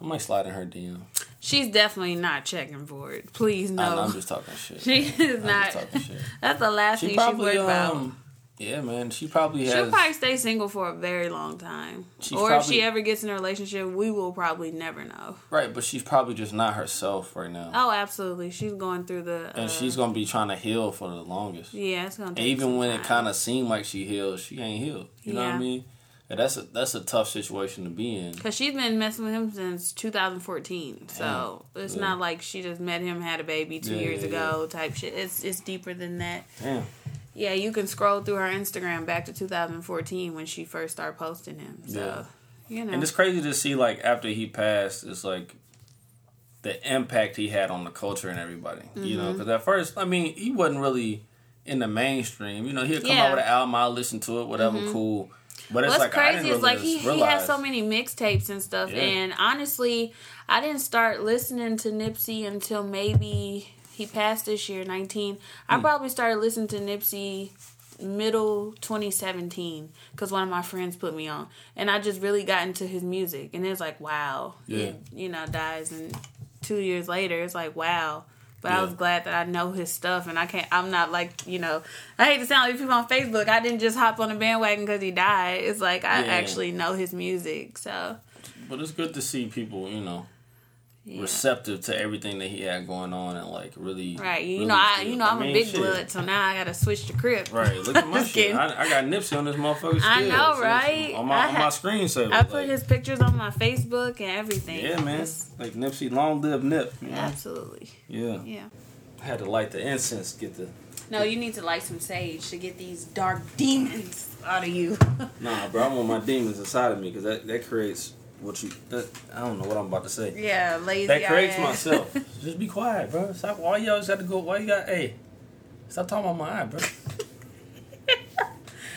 A: I might slide in her DM.
B: She's definitely not checking for it. Please
A: I know,
B: no.
A: I'm just talking shit.
B: she is
A: I'm
B: not.
A: just talking shit.
B: That's the last
A: She
B: thing
A: probably
B: she worried about.
A: um. Yeah, man. She probably has.
B: She'll probably stay single for a very long time.
A: She's
B: or if she
A: probably-
B: ever gets in a relationship, we will probably never know.
A: Right, but she's probably just not herself right now.
B: Oh, absolutely. She's going through the. Uh,
A: and she's gonna be trying to heal for the longest.
B: Yeah, it's gonna.
A: And
B: Take
A: even
B: some
A: when it
B: time.
A: kind of seemed like she healed, she ain't healed. You know what I
B: Yeah.
A: mean? And that's a that's a tough situation to be in.
B: Cause she's been messing with him since 2014, so it's
A: Yeah.
B: not like she just met him, had a baby two
A: Yeah,
B: years
A: yeah,
B: ago type shit. It's it's deeper than that.
A: Damn.
B: Yeah, you can scroll through her Instagram back to 2014 when she first started posting him. So, you know.
A: And it's crazy to see like after he passed, it's like the impact he had on the culture and everybody. You
B: Mm-hmm.
A: know, because at first, I mean, he wasn't really in the mainstream. You know, he'd come
B: Yeah. Mm-hmm.
A: out with an album, I'll listen to it, whatever, cool. But it's
B: What's
A: like I didn't
B: crazy
A: really
B: is like he, he
A: realize.
B: has so many mixtapes and stuff,
A: Yeah.
B: and honestly, I didn't start listening to Nipsey until maybe he passed this year, nineteen.
A: Hmm.
B: I probably started listening to Nipsey middle 2017 because one of my friends put me on, and I just really got into his music, and it's like wow,
A: Yeah.
B: he, you know, dies, and two years later, it's like wow. But
A: Yeah.
B: I was glad that I know his stuff, and I can't. I'm not like you know. I hate to sound like people on Facebook. I didn't just hop on the bandwagon because he died. It's like I
A: Yeah.
B: actually know his music. So
A: But it's good to see people, you know,
B: yeah.
A: receptive to everything that he had going on and like really
B: right, you
A: really
B: know, I
A: feel-
B: you know I'm
A: mean,
B: a big
A: shit.
B: blood, so now I gotta switch to crib.
A: Right, look at my
B: Just
A: shit.
B: kidding.
A: I, I got Nipsey on this motherfucker.
B: I
A: still.
B: know,
A: It's- it's
B: right?
A: On my
B: I
A: on
B: ha-
A: my screensaver.
B: I put
A: like,
B: his pictures on my Facebook and everything.
A: yeah, man.
B: It's-
A: Like Nipsey, long live Nip. You know?
B: absolutely.
A: Yeah.
B: Yeah.
A: I had to light the incense, get the
B: No, you need to light some sage to get these dark demons out of you.
A: nah, bro. I want my demons inside of me because that that creates what you. That, I don't know what I'm about to say.
B: yeah, lazy.
A: That creates
B: ass.
A: myself. Just be quiet, bro. Stop. Why y'all just have to go? Why you got? Hey, stop talking about my eye, bro.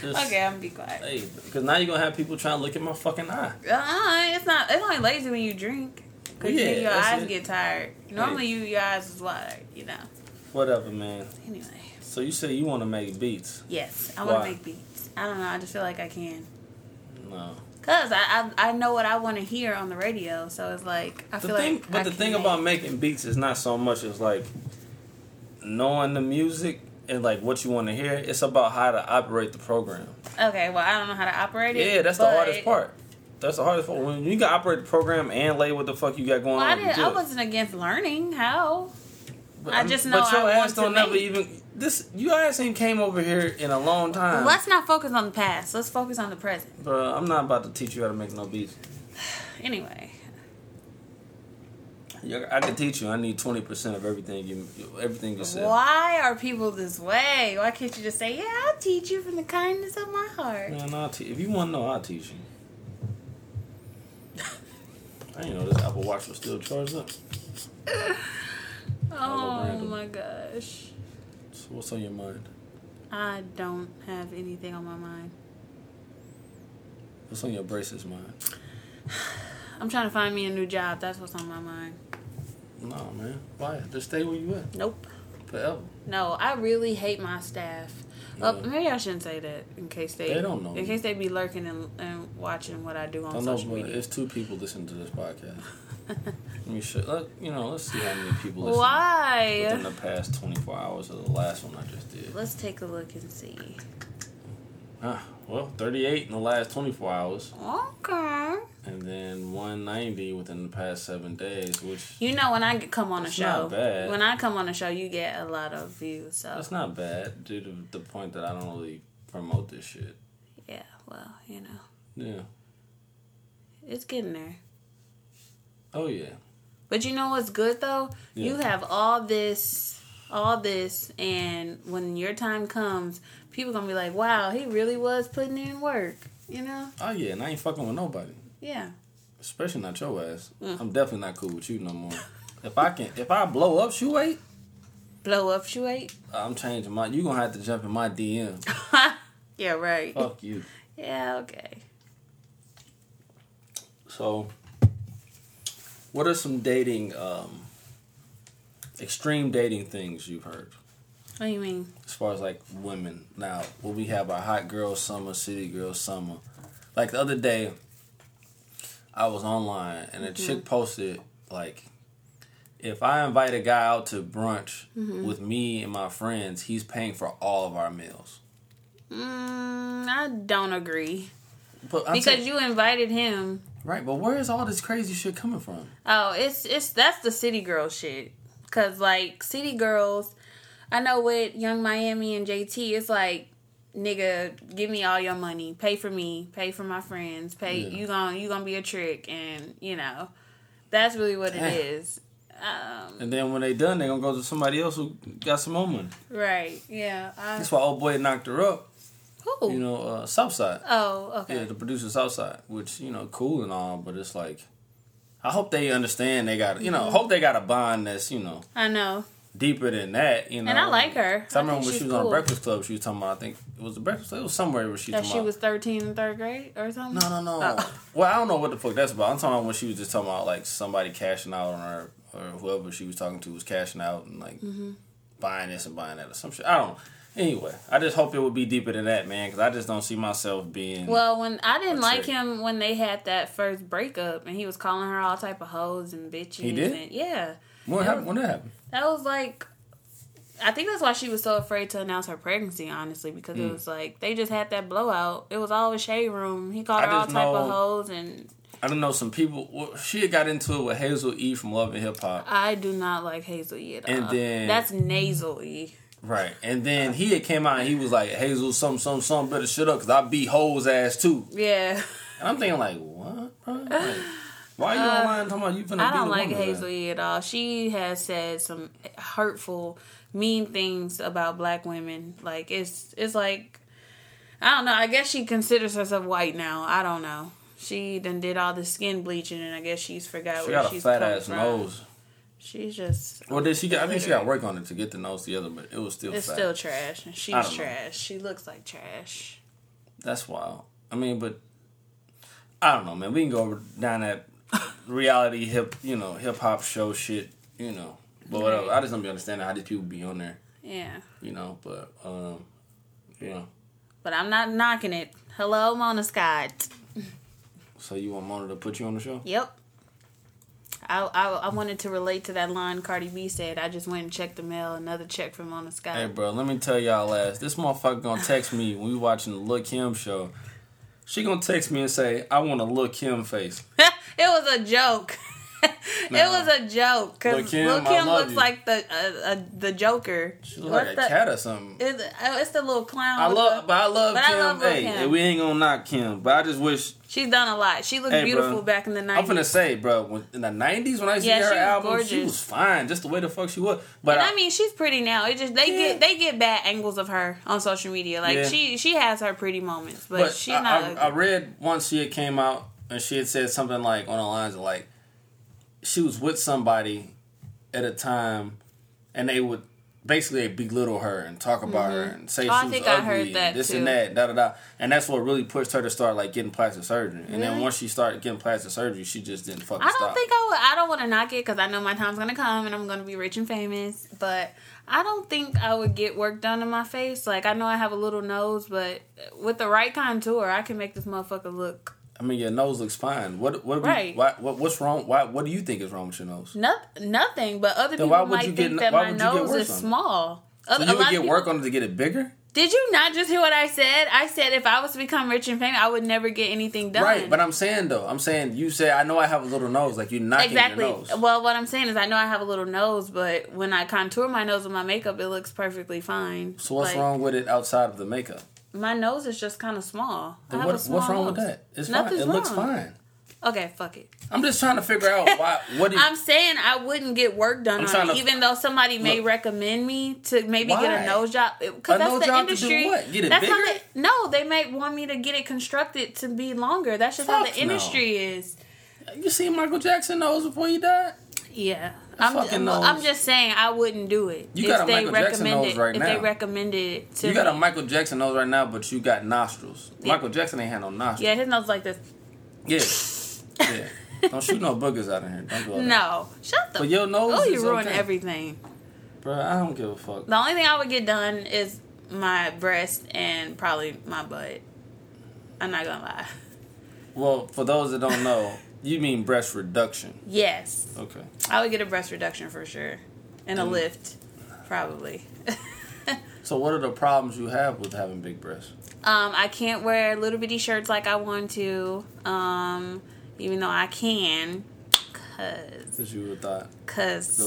A: Just-
B: okay, I'm gonna be quiet.
A: Hey, because now you're gonna have people trying to look at my fucking eye.
B: Uh, it's not. It's only lazy when you drink. Cause
A: Yeah,
B: you, your
A: that's
B: eyes
A: it.
B: get tired. Normally, you your eyes is wide. You know.
A: Whatever, man.
B: Anyway,
A: So you say you want to make beats?
B: yes, I want
A: Why?
B: to make beats. I don't know. I just feel like I can.
A: No.
B: Cause I I, I know what I want to hear on the radio, so it's like I
A: The
B: feel
A: thing,
B: like.
A: but
B: I
A: the
B: can
A: thing
B: make-
A: about making beats is not so much as like knowing the music and like what you want to hear. It's about how to operate the program.
B: okay, well I don't know how to operate it.
A: Yeah, that's
B: but-
A: the hardest part. That's the hardest part. When you can operate the program and lay what the fuck you got going
B: Well, I
A: on. you
B: didn't.
A: do
B: I
A: it.
B: wasn't against learning how.
A: But
B: I
A: I'm-
B: just know
A: But your
B: I
A: ass don't
B: want to
A: never
B: make-
A: even this. You ass ain't came over here in a long time.
B: Let's not focus on the past. Let's focus on the present.
A: Bruh, I'm not about to teach you how to make no beats.
B: Anyway,
A: You- I can teach you. I need twenty percent of everything you everything you said.
B: why are people this way? Why can't you just say, "Yeah, I'll teach you from the kindness of my heart"?
A: Man, I'll te- if you want to know, I'll teach you. I didn't know this Apple Watch was still charged up. love
B: Oh
A: random.
B: my gosh,
A: So what's on your mind?
B: I don't have anything on my mind.
A: What's on your braces mind?
B: I'm trying to find me a new job. That's what's on my mind.
A: No, man. Why? Just stay where you at
B: Nope.
A: forever.
B: No, I really hate my staff. Well,
A: Yeah.
B: maybe I shouldn't say that in case they,
A: They don't know
B: in
A: me.
B: case they be lurking and, and watching what I do on
A: I know,
B: social
A: but
B: media.
A: it's two people listening to this podcast. Let me show, let, you know, let's see how many people listen within
B: Why?
A: the past 24 hours of the last one I just did.
B: Let's take a look and see.
A: Ah, well, 38 in the last 24 hours,
B: Okay.
A: and then 190 within the past seven days, which
B: You know when I get- come on a
A: It's
B: show,
A: not bad.
B: when I come on a show, you get a lot of views. So
A: that's not bad due to the point that I don't really promote this shit.
B: yeah, well, you know,
A: Yeah.
B: it's getting there.
A: Oh, yeah.
B: But you know what's good though? You
A: Yeah.
B: have all this, all this, and when your time comes, people gonna be like, "Wow, he really was putting in work." You know?
A: Oh, yeah, and I ain't fucking with nobody.
B: Yeah.
A: Especially not your ass. I'm definitely not cool with you no more. if I can, if I blow up, shoe weight,
B: Blow up, shoe eight.
A: I'm changing my. You gonna have to jump in my DM.
B: Yeah, right.
A: Fuck you.
B: Yeah, okay.
A: So, what are some dating, um, extreme dating things you've heard?
B: What do you mean?
A: As far as like women. Now, when we have our hot girl summer, city girl summer. Like the other day, I was online and a chick
B: Mm-hmm.
A: posted, like, if I invite a guy out to brunch
B: Mm-hmm.
A: with me and my friends, he's paying for all of our meals.
B: Mm, I don't agree
A: But I'm
B: because
A: saying-
B: you invited him.
A: right, but where is all this crazy shit coming from?
B: Oh, it's it's that's the city girl shit. Cause like city girls, I know with Young Miami and JT, it's like, nigga, give me all your money, pay for me, pay for my friends, pay
A: Yeah.
B: you gon' you gonna be a trick, and you know, that's really what it
A: Damn.
B: is. Um,
A: And then when they done, they gonna go to somebody else who got some more money.
B: right? Yeah. I,
A: That's why old boy knocked her up.
B: who?
A: You know, uh, Southside.
B: oh, okay.
A: Yeah, the producer Southside, which you know, cool and all, but it's like, I hope they understand. They got you
B: Mm-hmm.
A: know, hope they got a bond that's you know
B: I know.
A: deeper than that. You know,
B: I like her.
A: 'Cause I,
B: I think
A: remember when
B: she's
A: she was on
B: cool.
A: the Breakfast Club. She was talking about. I think it was the Breakfast. Club. It was somewhere where she.
B: That
A: talking
B: she
A: about-
B: was thirteen in third grade or something.
A: No, no, no.
B: Oh.
A: Well, I don't know what the fuck that's about. I'm talking about when she was just talking about like somebody cashing out on her or whoever she was talking to was cashing out and like
B: Mm-hmm.
A: buying this and buying that or some shit. I don't. know. Anyway, I just hope it would be deeper than that, man, because I just don't see myself being.
B: Well, when I didn't
A: Or
B: like
A: trick.
B: him when they had that first breakup, and he was calling her all type of hoes and bitches.
A: He did?
B: And, yeah,
A: when happened? When that happened?
B: that was like, I think that's why she was so afraid to announce her pregnancy. Honestly, because
A: Hmm.
B: it was like they just had that blowout. It was all a shade room. He called
A: I
B: her all
A: just
B: type of
A: know-
B: hoes, and
A: I don't know. Some people. Well, she had got into it with Hazel E from Love and Hip Hop,
B: I do not like Hazel E at
A: And
B: all.
A: then-
B: that's nasally.
A: right? And then he had came out and he was like, "Hazel, some, some, some, better shut up, cause I beat hoes ass too."
B: Yeah,
A: And I'm thinking like, what, bro? Like, why you online talking about you finna
B: Uh, I
A: beat
B: don't
A: a
B: like
A: woman,
B: Hazel
A: man?
B: E at all. She has said some hurtful, mean things about black women. Like it's it's like I don't know. I guess she considers herself white now. I don't know. She done did all the skin bleaching, and I guess she's forgot
A: She
B: where
A: got a
B: she's
A: fat
B: come
A: ass
B: from.
A: nose.
B: She's just
A: Well, did she? Get, I think she got work on it to get the nose together, but it was still.
B: it's
A: fat.
B: still trash, and she's
A: don't know.
B: trash. She looks like trash.
A: That's wild. I mean, but I don't know, man. We can go down that reality hip, you know, hip hop show shit. You know, But whatever. I just don't be understanding how these people be on there,
B: Yeah.
A: you know. But um, you know.
B: But I'm not knocking it. Hello, Mona Scott.
A: So you want Mona to put you on the show?
B: Yep. I, I, I wanted to relate to that line Cardi B said. I just went and checked the mail. Another check from Mona Scott.
A: Hey, bro, let me tell y'all last. This motherfucker gonna text me when we watching the Look Him show. She gonna text me and say, "I want a Look Him face."
B: it was a joke.
A: Nah.
B: It was a joke
A: Lil'
B: because
A: Kim,
B: Lil
A: I
B: Kim
A: love
B: looks
A: you.
B: like the uh, uh, the Joker.
A: She look like
B: What's
A: a
B: the-
A: cat or something.
B: It's, oh, it's the little clown.
A: I
B: with
A: love,
B: the-
A: but I love
B: but I
A: Kim.
B: love Lil'
A: hey,
B: Kim.
A: we ain't gonna knock Kim, but I just wish
B: She's done a lot. She looked
A: Hey,
B: beautiful
A: bruh.
B: back in the 90s.
A: I'm finna say, bro, when, in the '90s when I see
B: Yeah,
A: her
B: she was
A: album, she
B: gorgeous.
A: was fine, just the way the fuck she was. But
B: And I mean, she's pretty now. It just they
A: Yeah.
B: get they get bad angles of her on social media. Like
A: Yeah.
B: she she has her pretty moments, but,
A: but
B: she's
A: I,
B: not.
A: I,
B: ugly.
A: I read once she had came out and she had said something like on the lines of like she was with somebody at a time and they would basically belittle her and talk about her and say
B: Oh, I
A: she was
B: think I
A: ugly
B: heard that
A: and this
B: too.
A: and that da da da and that's what really pushed her to start like getting plastic surgery and then once she started getting plastic surgery she just didn't fucking
B: I don't
A: stop
B: think I would. I don't want to knock it because I know my time's gonna come and I'm gonna be rich and famous. But I don't think I would get work done in my face. Like I know I have a little nose, but with the right contour, I can make this motherfucker look
A: I mean your nose looks fine what what, we-
B: Right.
A: why, what what's wrong why what do you think is wrong with your nose
B: noth- nothing. But other
A: Then
B: people
A: why would
B: might
A: you
B: think
A: get-
B: that
A: why
B: my
A: would you get
B: nose
A: work
B: is
A: on it?
B: small. Other-
A: you
B: a
A: would
B: lot of
A: get
B: people-
A: work on it to get it bigger
B: Did you not just hear what I said? I said if I was to become rich and famous, I would never get anything done.
A: Right, but I'm saying though, I'm saying you say I know I have a little nose, like you're knocking
B: exactly.
A: your nose.
B: Well, what I'm saying is I know I have a little nose, but when I contour my nose with my makeup, it looks perfectly fine.
A: so what's
B: Like,
A: wrong with it outside of the makeup?
B: My nose is just kind of small. I
A: Then
B: have
A: what,
B: a small
A: what's wrong with
B: nose.
A: that? It's
B: Nothing's
A: fine. It looks
B: wrong.
A: fine.
B: Okay, fuck it.
A: I'm just trying to figure out why. What? It,
B: I'm saying I wouldn't get work done
A: I'm
B: on
A: trying
B: it,
A: to-
B: even though somebody may
A: Look.
B: recommend me to maybe get
A: Why?
B: a nose job.
A: A
B: Because that's
A: nose
B: the
A: job to do
B: industry.
A: what? Get it
B: that's How
A: bigger?
B: they, no, they may want me to get it constructed to be longer. That's just how
A: Fuck
B: the
A: no.
B: industry is.
A: you seen Michael Jackson nose before he died?
B: Yeah, I'm,
A: fucking
B: well,
A: nose.
B: I'm just saying I wouldn't do it
A: You got a Michael Jackson nose
B: it.
A: right
B: if
A: now.
B: they recommended it to
A: You got a
B: me.
A: Michael Jackson nose right now, but you got nostrils. Michael Jackson ain't had no nostrils.
B: Yeah, his nose like this.
A: Yeah. Yeah. Don't shoot no boogers out of here. Don't do all that.
B: No, shut the.
A: But your nose
B: Oh, you
A: is
B: ruined
A: okay.
B: everything.
A: Bro, I don't give a fuck.
B: The only thing I would get done is my breast and probably my butt. I'm not gonna lie.
A: Well, for those that don't know, you mean breast reduction.
B: Yes,
A: Okay.
B: I would get a breast reduction for sure, and a
A: Mm.
B: lift, probably.
A: So what are the problems you have with having big breasts?
B: Um, I can't wear little bitty shirts like I want to. Um, even though I can, cause.
A: As you would thought.
B: cause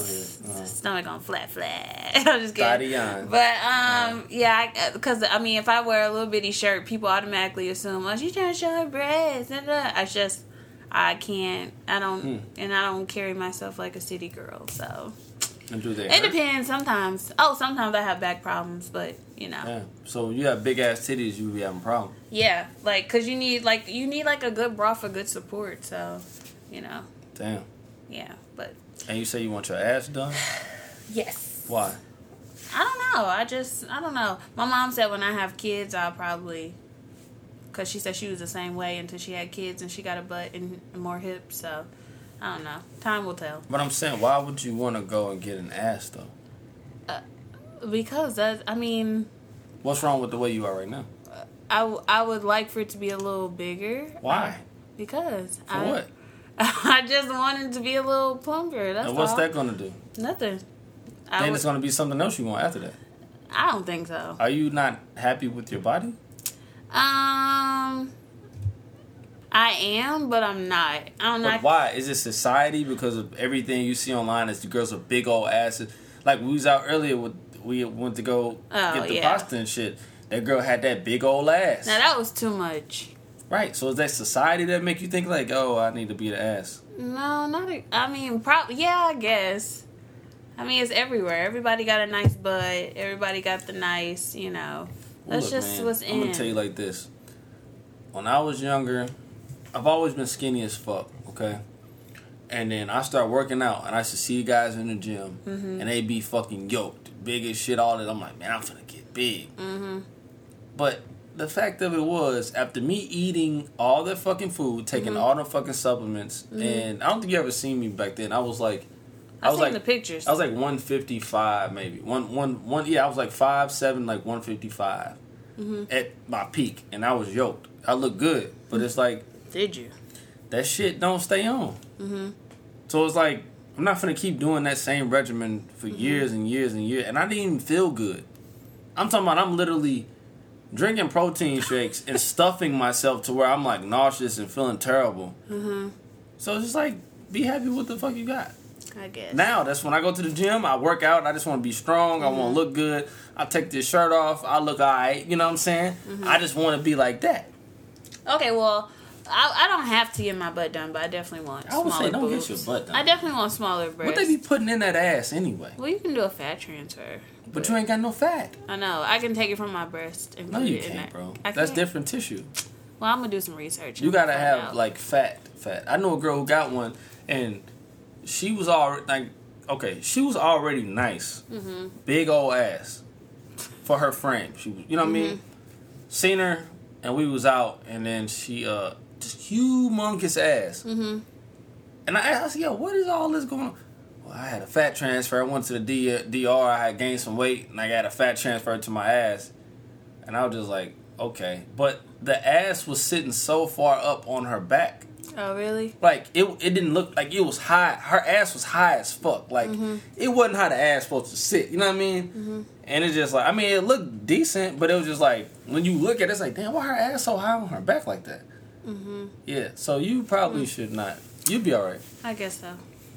A: Go ahead. Uh.
B: stomach on flat flat. I'm just kidding.
A: Daddy-yan.
B: But um, yeah, because I, mean, if I wear a little bitty shirt, people automatically assume, oh, she's trying to show her breasts. And uh, I just, I can't. I don't, and I don't carry myself like a city girl. So
A: And do they?
B: it
A: hurt?
B: depends. Sometimes, oh, sometimes I have back problems, but you know, yeah,
A: Yeah. So you have big ass titties, you be having problems.
B: like cause you need like you need like a good bra for good support. So you know,
A: Damn.
B: yeah, but
A: And you say you want your ass done?
B: yes.
A: Why?
B: I don't know. I just I don't know. My mom said when I have kids, I'll probably because she said she was the same way until she had kids and she got a butt and more hips. So I don't know. Time will tell.
A: But I'm saying, why would you want to go and get an ass though?
B: Because that's I mean
A: What's wrong with the way you are right now?
B: I, w- I would like for it to be a little bigger
A: Why?
B: because
A: For
B: I
A: what?
B: I just wanted to be a little plumper. That's
A: And what's
B: all.
A: that gonna do?
B: Nothing. I,
A: Then
B: would,
A: it's gonna be something else you want after that.
B: I don't think so.
A: Are you not happy with your body?
B: Um, I am, but I'm not. I'm
A: But
B: not.
A: why? Is it society because of everything you see online? Is the girls with big old asses? Like we was out earlier with we went to go
B: Oh,
A: get the
B: yeah.
A: pasta and shit. That girl had that big old ass.
B: Now that was too much.
A: right. So is that society that make you think like, oh, I need to be the ass?
B: No, not. A, I mean, probably. Yeah, I guess. I mean, it's everywhere. Everybody got a nice butt. Everybody got the nice. You know. That's
A: Look,
B: just
A: man,
B: what's
A: I'm
B: in.
A: gonna tell you like this. When I was younger, I've always been skinny as fuck. Okay. And then I start working out, and I used to see guys in the gym,
B: Mm-hmm.
A: and they be fucking yoked, big as shit, all that. I'm like, man, I'm gonna get big.
B: Mm-hmm.
A: But the fact of it was, after me eating all that
B: Mm-hmm.
A: fucking food, taking all the fucking supplements, and I don't think you ever seen me back then. I was like I
B: I've
A: was like
B: seen the pictures.
A: I was like one fifty five maybe one one one. Yeah, I was like five seven, like one
B: Mm-hmm.
A: at my peak, and I was yoked. I look good, but it's like
B: Did you?
A: that shit don't stay on. Mm-hmm. So it's like I'm not gonna keep doing that same regimen for years and years and years, and I didn't even feel good. I'm talking about I'm literally drinking protein shakes and stuffing myself to where I'm like nauseous and feeling terrible. Mm-hmm. So it's just like be happy with the fuck you got.
B: I guess.
A: Now that's when I go to the gym. I work out. I just want to be strong. I want to look good. I take this shirt off. I look alright. You know what I'm saying? I just want to be like that.
B: Okay, well, I, I don't have to get my butt done, but I definitely want
A: I would
B: smaller
A: say don't
B: boobs.
A: get your butt done.
B: I definitely want smaller breasts.
A: what they be putting in that ass anyway?
B: well, you can do a fat transfer.
A: But you ain't got no fat.
B: I know. I can take it from my breast and
A: No,
B: put
A: you
B: it in
A: can't,
B: there.
A: bro.
B: I
A: That's
B: can't.
A: different tissue.
B: Well, I'm gonna do some research.
A: You
B: and
A: gotta
B: find
A: have
B: out.
A: like fat, fat. I know a girl who got one, and she was already like, okay, she was already nice,
B: Mm-hmm.
A: big old ass for her frame. She, was, you know what I mean?
B: Mm-hmm.
A: Seen her, and we was out, and then she, uh, just humongous ass.
B: Mm-hmm.
A: And I asked, yo, what is all this going on? Well, I had a fat transfer. I went to the D- DR. I had gained some weight, and I got a fat transfer to my ass. And I was just like, okay. But the ass was sitting so far up on her back.
B: Oh, really?
A: Like, it, it didn't look like it was high. Her ass was high as fuck. Like, it wasn't how the ass supposed to sit. You know what I mean? And it's just like, I mean, it looked decent, but it was just like, when you look at it, it's like, damn, why her ass so high on her back like that? Yeah, so you probably should not. You'd be all right.
B: I guess so.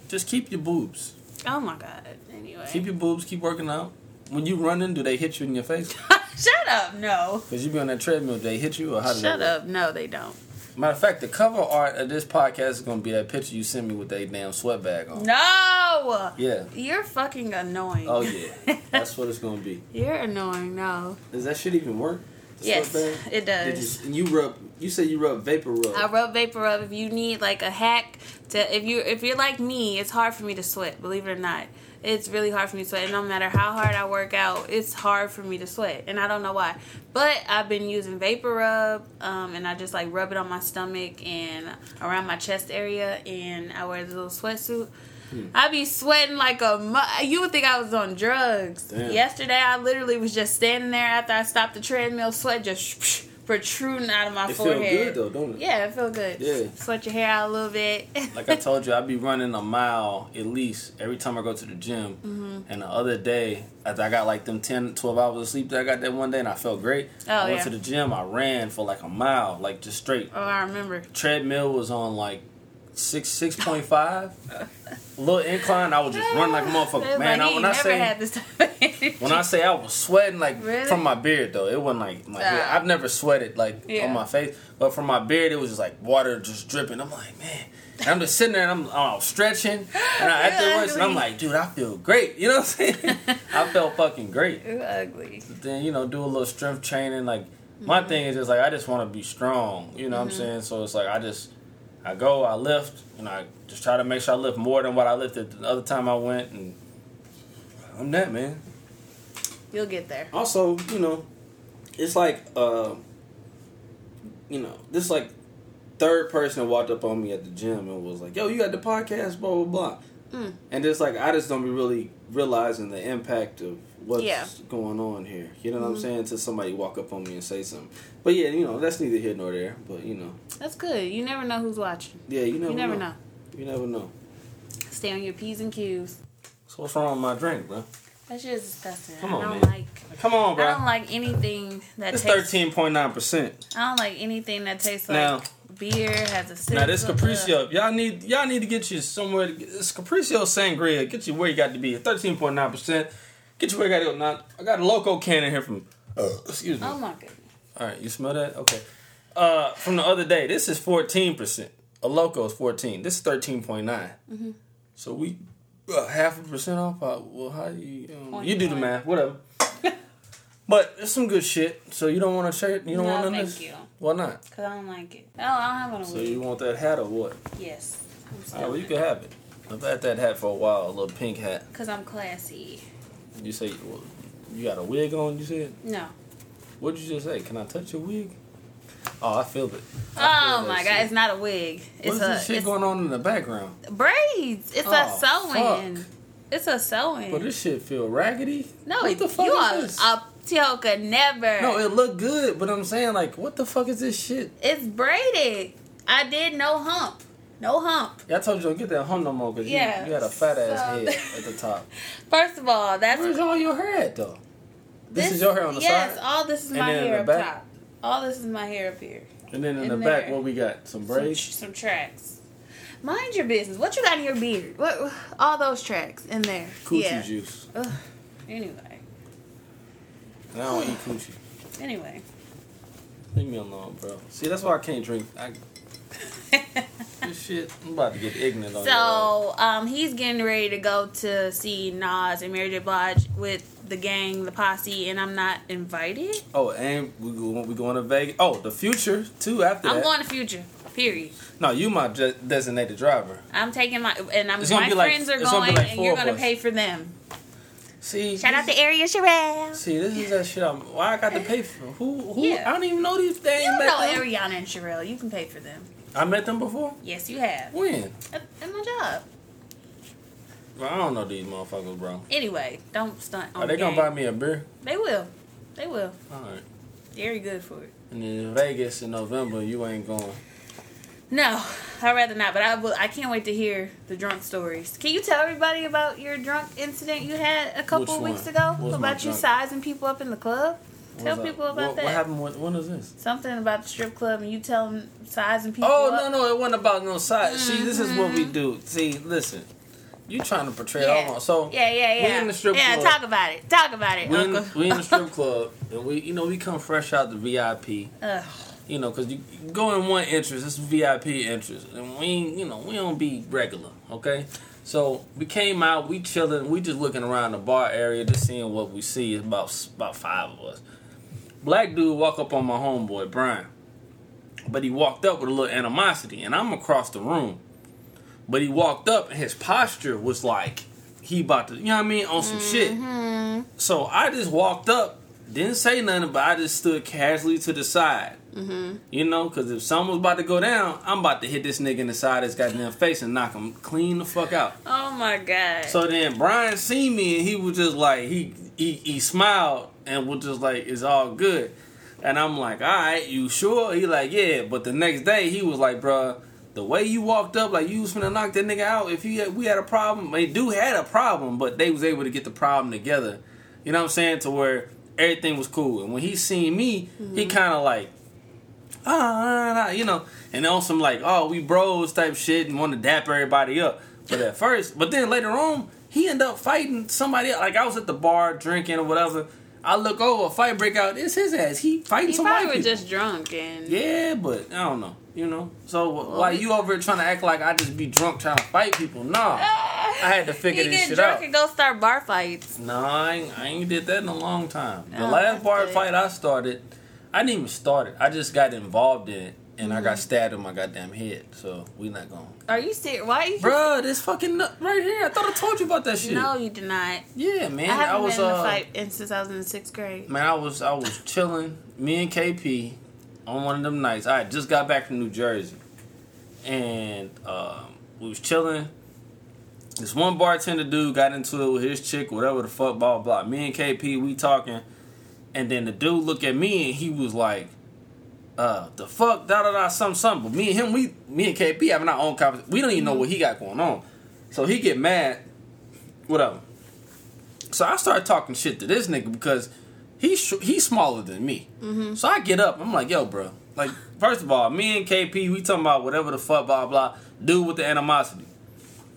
A: Just keep your boobs.
B: Oh my god. Anyway.
A: Keep your boobs. Keep working out. When you running, do they hit you in your face?
B: Shut up. No.
A: Because you be on that treadmill. Do they hit you or how? does that
B: Shut
A: work?
B: up. No, they don't.
A: Matter of fact, the cover art of this podcast is gonna be that picture you sent me with that damn sweat bag on.
B: No.
A: Yeah.
B: You're fucking annoying.
A: Oh yeah. That's what it's gonna be.
B: You're annoying. No.
A: Does that shit even work? The
B: Yes,
A: sweat bag?
B: it does.
A: Did you, and you rub. You say you rub vapor rub.
B: I rub vapor rub. If you need like a hack to, if you if you're like me, it's hard for me to sweat. Believe it or not, it's really hard for me to sweat. And no matter how hard I work out, it's hard for me to sweat, and I don't know why. But I've been using vapor rub, um, and I just like rub it on my stomach and around my chest area, and I wear this little sweatsuit.
A: Hmm.
B: I be sweating like a. Mu- you would think I was on drugs.
A: Damn.
B: Yesterday, I literally was just standing there after I stopped the treadmill, sweat just protruding out of my
A: it feel
B: forehead.
A: good though, don't it?
B: Yeah, it feel good.
A: Yeah.
B: Sweat your hair out a little bit.
A: Like I told you, I be running a mile at least every time I go to the gym.
B: Mm-hmm.
A: And the other day, after I got like them 10, 12 hours of sleep that I got that one day, and I felt great.
B: Oh,
A: I went
B: yeah.
A: to the gym. I ran for like a mile, like just straight.
B: oh, I remember.
A: Treadmill was on like six six point five, a little incline. I was just running like a motherfucker,
B: It's
A: man.
B: like,
A: I,
B: he
A: when I
B: never
A: say
B: had this type of energy.
A: when I say I was sweating like
B: Really?
A: from my beard though, it wasn't like my
B: Ah.
A: hair. I've never sweated like
B: Yeah.
A: on my face, but from my beard it was just like water just dripping. I'm like, man. And I'm just sitting there and I'm, I'm stretching, and I,
B: You're
A: afterwards and I'm
B: ugly.
A: like, dude, I feel great. You know what I'm saying? I felt fucking great.
B: Ooh, ugly.
A: Then you know, do a little strength training. Like my thing is just like I just want to be strong. You know what I'm saying? So it's like I just I go, I lift, and I just try to make sure I lift more than what I lifted the other time I went, and I'm that man
B: You'll get there.
A: also you know it's like uh you know this like third person that walked up on me at the gym and was like yo you got the podcast blah blah blah
B: Mm.
A: and it's like i just don't be really realizing the impact of what's
B: Yeah. Mm-hmm.
A: going on here you know what i'm saying until somebody walk up on me and say something but yeah you know that's neither here nor there but you know
B: That's good. You never know who's watching.
A: yeah you never,
B: You never know.
A: you never know
B: Stay on your P's and Q's.
A: so what's wrong with my drink bro
B: That shit is disgusting.
A: Come on,
B: I don't
A: man.
B: like.
A: come on
B: I don't
A: bro
B: like anything that
A: it's
B: tastes.
A: 13.9%
B: I don't like anything that tastes like
A: Now-
B: beer has a.
A: Now this
B: sizzle.
A: Capriccio, y'all need y'all need to get you somewhere. To get, this Capriccio Sangria, get you where you got to be. Thirteen point nine percent. Get you where you got to go. Now I got a loco can in here from. excuse me.
B: Oh my goodness.
A: All right, you smell that? Okay. Uh, from the other day, this is fourteen percent. A loco is fourteen. This is thirteen
B: Mm-hmm.
A: So we uh, half a percent off. Uh, well, how do you um, you do the
B: 0.1.
A: math? Whatever. but it's some good shit. So you don't want to check. You don't
B: No,
A: want to
B: thank
A: miss.
B: you.
A: Why not?
B: Cause I don't like it. Oh, I don't have
A: So
B: one.
A: you want that hat or what?
B: yes. I'm
A: Oh, well,
B: still.
A: you can have it. I've had that hat for a while, a little pink hat.
B: Cause I'm classy.
A: You say well, you got a wig on. You said,
B: No.
A: "What'd you just say? Can I touch your wig?" Oh, I feel it.
B: Oh my god, it's not a wig. It's
A: What's
B: a
A: this shit
B: it's
A: going on in the background?
B: braids. It's
A: Oh,
B: a sewing. It's a sewing.
A: But this shit feel raggedy.
B: no,
A: what the fuck
B: you
A: is
B: are
A: this?
B: a toka never.
A: no, it looked good, but I'm saying like, what the fuck is this shit?
B: it's braided. I did no hump. No hump.
A: Yeah, I told you don't get that hump no more because
B: Yeah,
A: you, you had a fat ass
B: so-
A: head at the top.
B: First of all, that's
A: Where's all your hair at though? This, is your hair on the
B: yes,
A: side,
B: all this is
A: And
B: my
A: then in
B: hair
A: the
B: up
A: back?
B: top. All this is my hair up here.
A: and then in,
B: in
A: the back,
B: there.
A: what we got? Some
B: Some,
A: braids.
B: some tracks. Mind your business. What you got in your beard? What all those tracks in there?
A: Coochie
B: yeah.
A: juice.
B: Ugh. Anyway,
A: And I don't eat coochie.
B: anyway.
A: Leave me alone, bro. See, that's why I can't drink. I, this shit, I'm about to get ignorant on your ass.
B: So um, he's getting ready to go to see Nas and Mary J. Blige with the gang, the posse, and I'm not invited.
A: Oh, and we go, we going to Vegas. Oh, the future too. After
B: I'm
A: that,
B: going to Future. Period.
A: no, you my de- designated driver.
B: I'm taking my and I'm,
A: It's gonna
B: my
A: be like-
B: friends are
A: it's gonna be
B: going,
A: like
B: and
A: four
B: you're
A: of
B: gonna
A: us.
B: pay for them.
A: See,
B: Shout out to Area Sherelle.
A: See, this is that shit. I'm, why I got to pay for? Who? Who?
B: Yeah.
A: I don't even know these things.
B: You
A: met
B: know
A: them.
B: Ariana and Sherelle. You can pay for them.
A: I met them before.
B: Yes, you have.
A: When?
B: At, at my job.
A: I don't know these motherfuckers, bro.
B: Anyway, don't stunt on
A: Are they
B: the
A: gonna buy
B: gang.
A: me a beer?
B: They will. They will.
A: All right.
B: Very good for it.
A: And then Vegas in November, you ain't going.
B: No, I'd rather not. But I will. I can't wait to hear the drunk stories. Can you tell everybody about your drunk incident you had a couple
A: Which
B: weeks
A: one?
B: ago
A: What was my
B: about you
A: drunk?
B: sizing people up in the club? Tell
A: What's up?
B: people about
A: What-
B: that.
A: What happened? When, when is this?
B: Something about the strip club and you tell them sizing people.
A: Oh
B: up.
A: no no, it wasn't about no side. See, this is what we do. See, listen, you trying to portray it all
B: Mm-hmm. Yeah.
A: on. So
B: yeah, yeah, yeah.
A: we in the strip
B: yeah,
A: club.
B: talk about it. Talk about it,
A: we in,
B: Uncle.
A: we in the strip club, and we you know we come fresh out the VIP.
B: Ugh.
A: You know, cause you you go in one entrance, it's VIP entrance, and we ain't- you know we don't be regular, okay? So we came out, we chilling, we just looking around the bar area, just seeing what we see. It's About about five of us. Black dude walk up on my homeboy Brian, but he walked up with a little animosity, and I'm across the room. But he walked up, and his posture was like he about to, you know what I mean, on some shit. So I just walked up, didn't say nothing, but I just stood casually to the side. You know, because if someone was about to go down, I'm about to hit this nigga in the side of his goddamn face and knock him clean the fuck out.
B: Oh my god.
A: So then Brian seen me and he was just like he he, he smiled and was just like it's all good, and I'm like all right you sure? He like yeah, but the next day he was like bruh, the way you walked up like you was finna knock that nigga out. If you had, we had a problem, they do had a problem, but they was able to get the problem together. You know what I'm saying? To where everything was cool, and when he seen me, he kind of like ah, ah, ah, you know, and on some like, oh, we bros type shit and want to dap everybody up. But at first, but then later on, he ended up fighting somebody. else. Like I was at the bar drinking or whatever. I look over, a fight break out. It's his ass. He fighting
B: you
A: somebody.
B: probably were just drunk and
A: yeah, but I don't know. You know, so like you over here trying to act like I just be drunk trying to fight people. Nah, I had to figure
B: you
A: this
B: get
A: shit
B: drunk
A: out.
B: and go start bar fights.
A: No, I ain't, I ain't did that in a long time. The
B: Oh,
A: last
B: that's
A: bar
B: good.
A: fight I started, I didn't even start it. I just got involved in it, and I got stabbed in my goddamn head. So we not going.
B: Are you serious? Why? Are you
A: Bruh, this fucking nut right here. I thought I told you about that shit.
B: No, you did not.
A: Yeah, man.
B: I
A: I,
B: haven't
A: was
B: been in
A: uh,
B: a fight in- since I was in sixth grade.
A: man. I was I was chilling. Me and KP on one of them nights. I had just got back from New Jersey, and um, we was chilling. This one bartender dude got into it with his chick, whatever the fuck, blah blah. blah. Me and KP, we talking, and then the dude looked at me and he was like, "Uh, the fuck, da da da, something something." But me and him, we, me and KP having our own conversation. We don't even know what he got going on, so he get mad, whatever. So I started talking shit to this nigga because he's sh- he's smaller than me. So I get up. I'm like, yo, bro. Like, first of all, me and KP, we talking about whatever the fuck, blah blah. Dude with the animosity.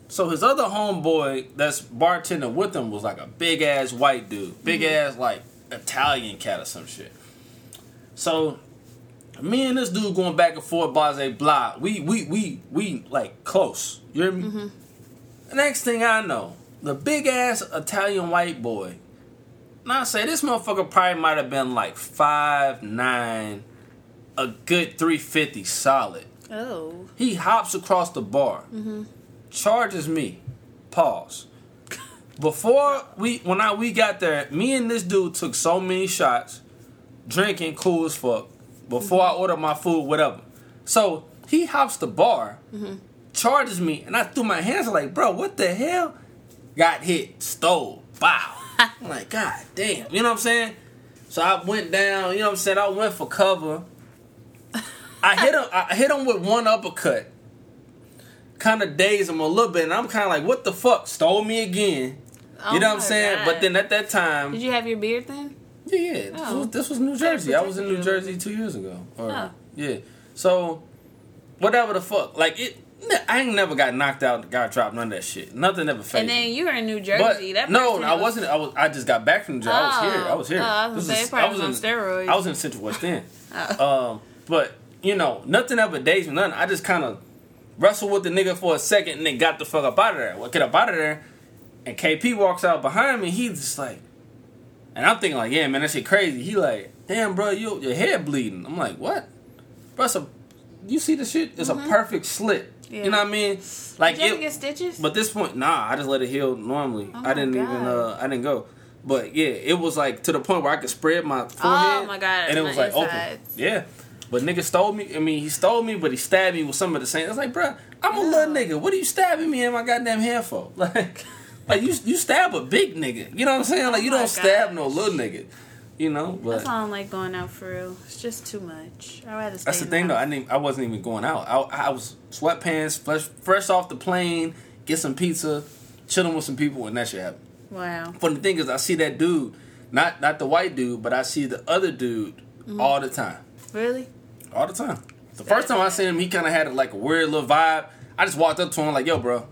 A: So his other homeboy that's bartending with him was like a big ass white dude, big ass like Italian cat or some shit. So me and this dude going back and forth, blah blah. blah. We we we we like close. You hear me? Next thing I know, the big ass Italian white boy. Now I say this motherfucker probably might have been like five nine, a good three fifty solid.
B: Oh,
A: He hops across the bar, charges me. Pause. Before we when I we got there, me and this dude took so many shots, drinking cool as fuck. before I order my food, whatever. So he hops the bar, charges me, and I threw my hands up like, bro, what the hell? Got hit, stole, bow. I'm like, God damn. You know what I'm saying? So I went down, you know what I'm saying? I went for cover. I hit him I hit him with one uppercut. Kind of dazed him a little bit, and I'm kinda like, what the fuck? Stole me again.
B: Oh
A: you know what I'm
B: my
A: saying?
B: God.
A: But then at that time
B: Did you have your beard then?
A: yeah, yeah. This,
B: Oh.
A: was, this was New Jersey. I was in New
B: protected you.
A: Jersey two years ago. Or,
B: Oh.
A: Yeah. So, whatever the fuck, like it. n- I ain't never got knocked out, got dropped, none of that shit. Nothing ever
B: And
A: fazed
B: then
A: me.
B: you were in New
A: But
B: Jersey. that
A: no,
B: person
A: I
B: was-
A: wasn't. I was. I just got back from New Jersey. I was here. I was here.
B: Oh, oh, I was gonna say, it probably was on steroids. Oh.
A: I was in Central West End. Um, but you know, nothing ever dazed me. Nothing. I just kind of wrestled with the nigga for a second and then got the fuck up out of there. Well, get up out of there. And KP walks out behind me. He's just like, and I'm thinking like, yeah, man, that shit crazy. He like, damn, bro, you, your head bleeding. I'm like, what? Bro, it's a, you see the shit? It's a perfect slit.
B: Mm-hmm. Yeah.
A: You know what I mean? Like
B: Did you ever
A: it-
B: get stitches?
A: but this point, nah, I just let it heal normally.
B: Oh
A: I didn't
B: my
A: even
B: God.
A: uh I didn't go. But yeah, it was like to the point where I could spread my forehead.
B: Oh my God,
A: And it
B: my
A: was like
B: insides.
A: open. Yeah. But nigga stole me. I mean, he stole me, but he stabbed me with some of the same. It's like, bruh, I'm a little nigga. What are you stabbing me in my goddamn hair for? Like, like you you stab a big nigga. You know what I'm saying? Like you
B: Oh my
A: don't stab no little nigga. You know, but
B: That's why I don't like going out for real. It's just too much. I rather. Stay
A: that's the
B: in
A: thing though. I
B: house.
A: didn't. I wasn't even going out. I, I was sweatpants, fresh, fresh off the plane, get some pizza, chilling with some people, and that shit happened.
B: Wow.
A: Funny thing is, I see that dude, not not the white dude, but I see the other dude all the time,
B: Really?
A: all the time. The first time I seen him, he kind of had like a weird little vibe. I just walked up to him like, "Yo, bro,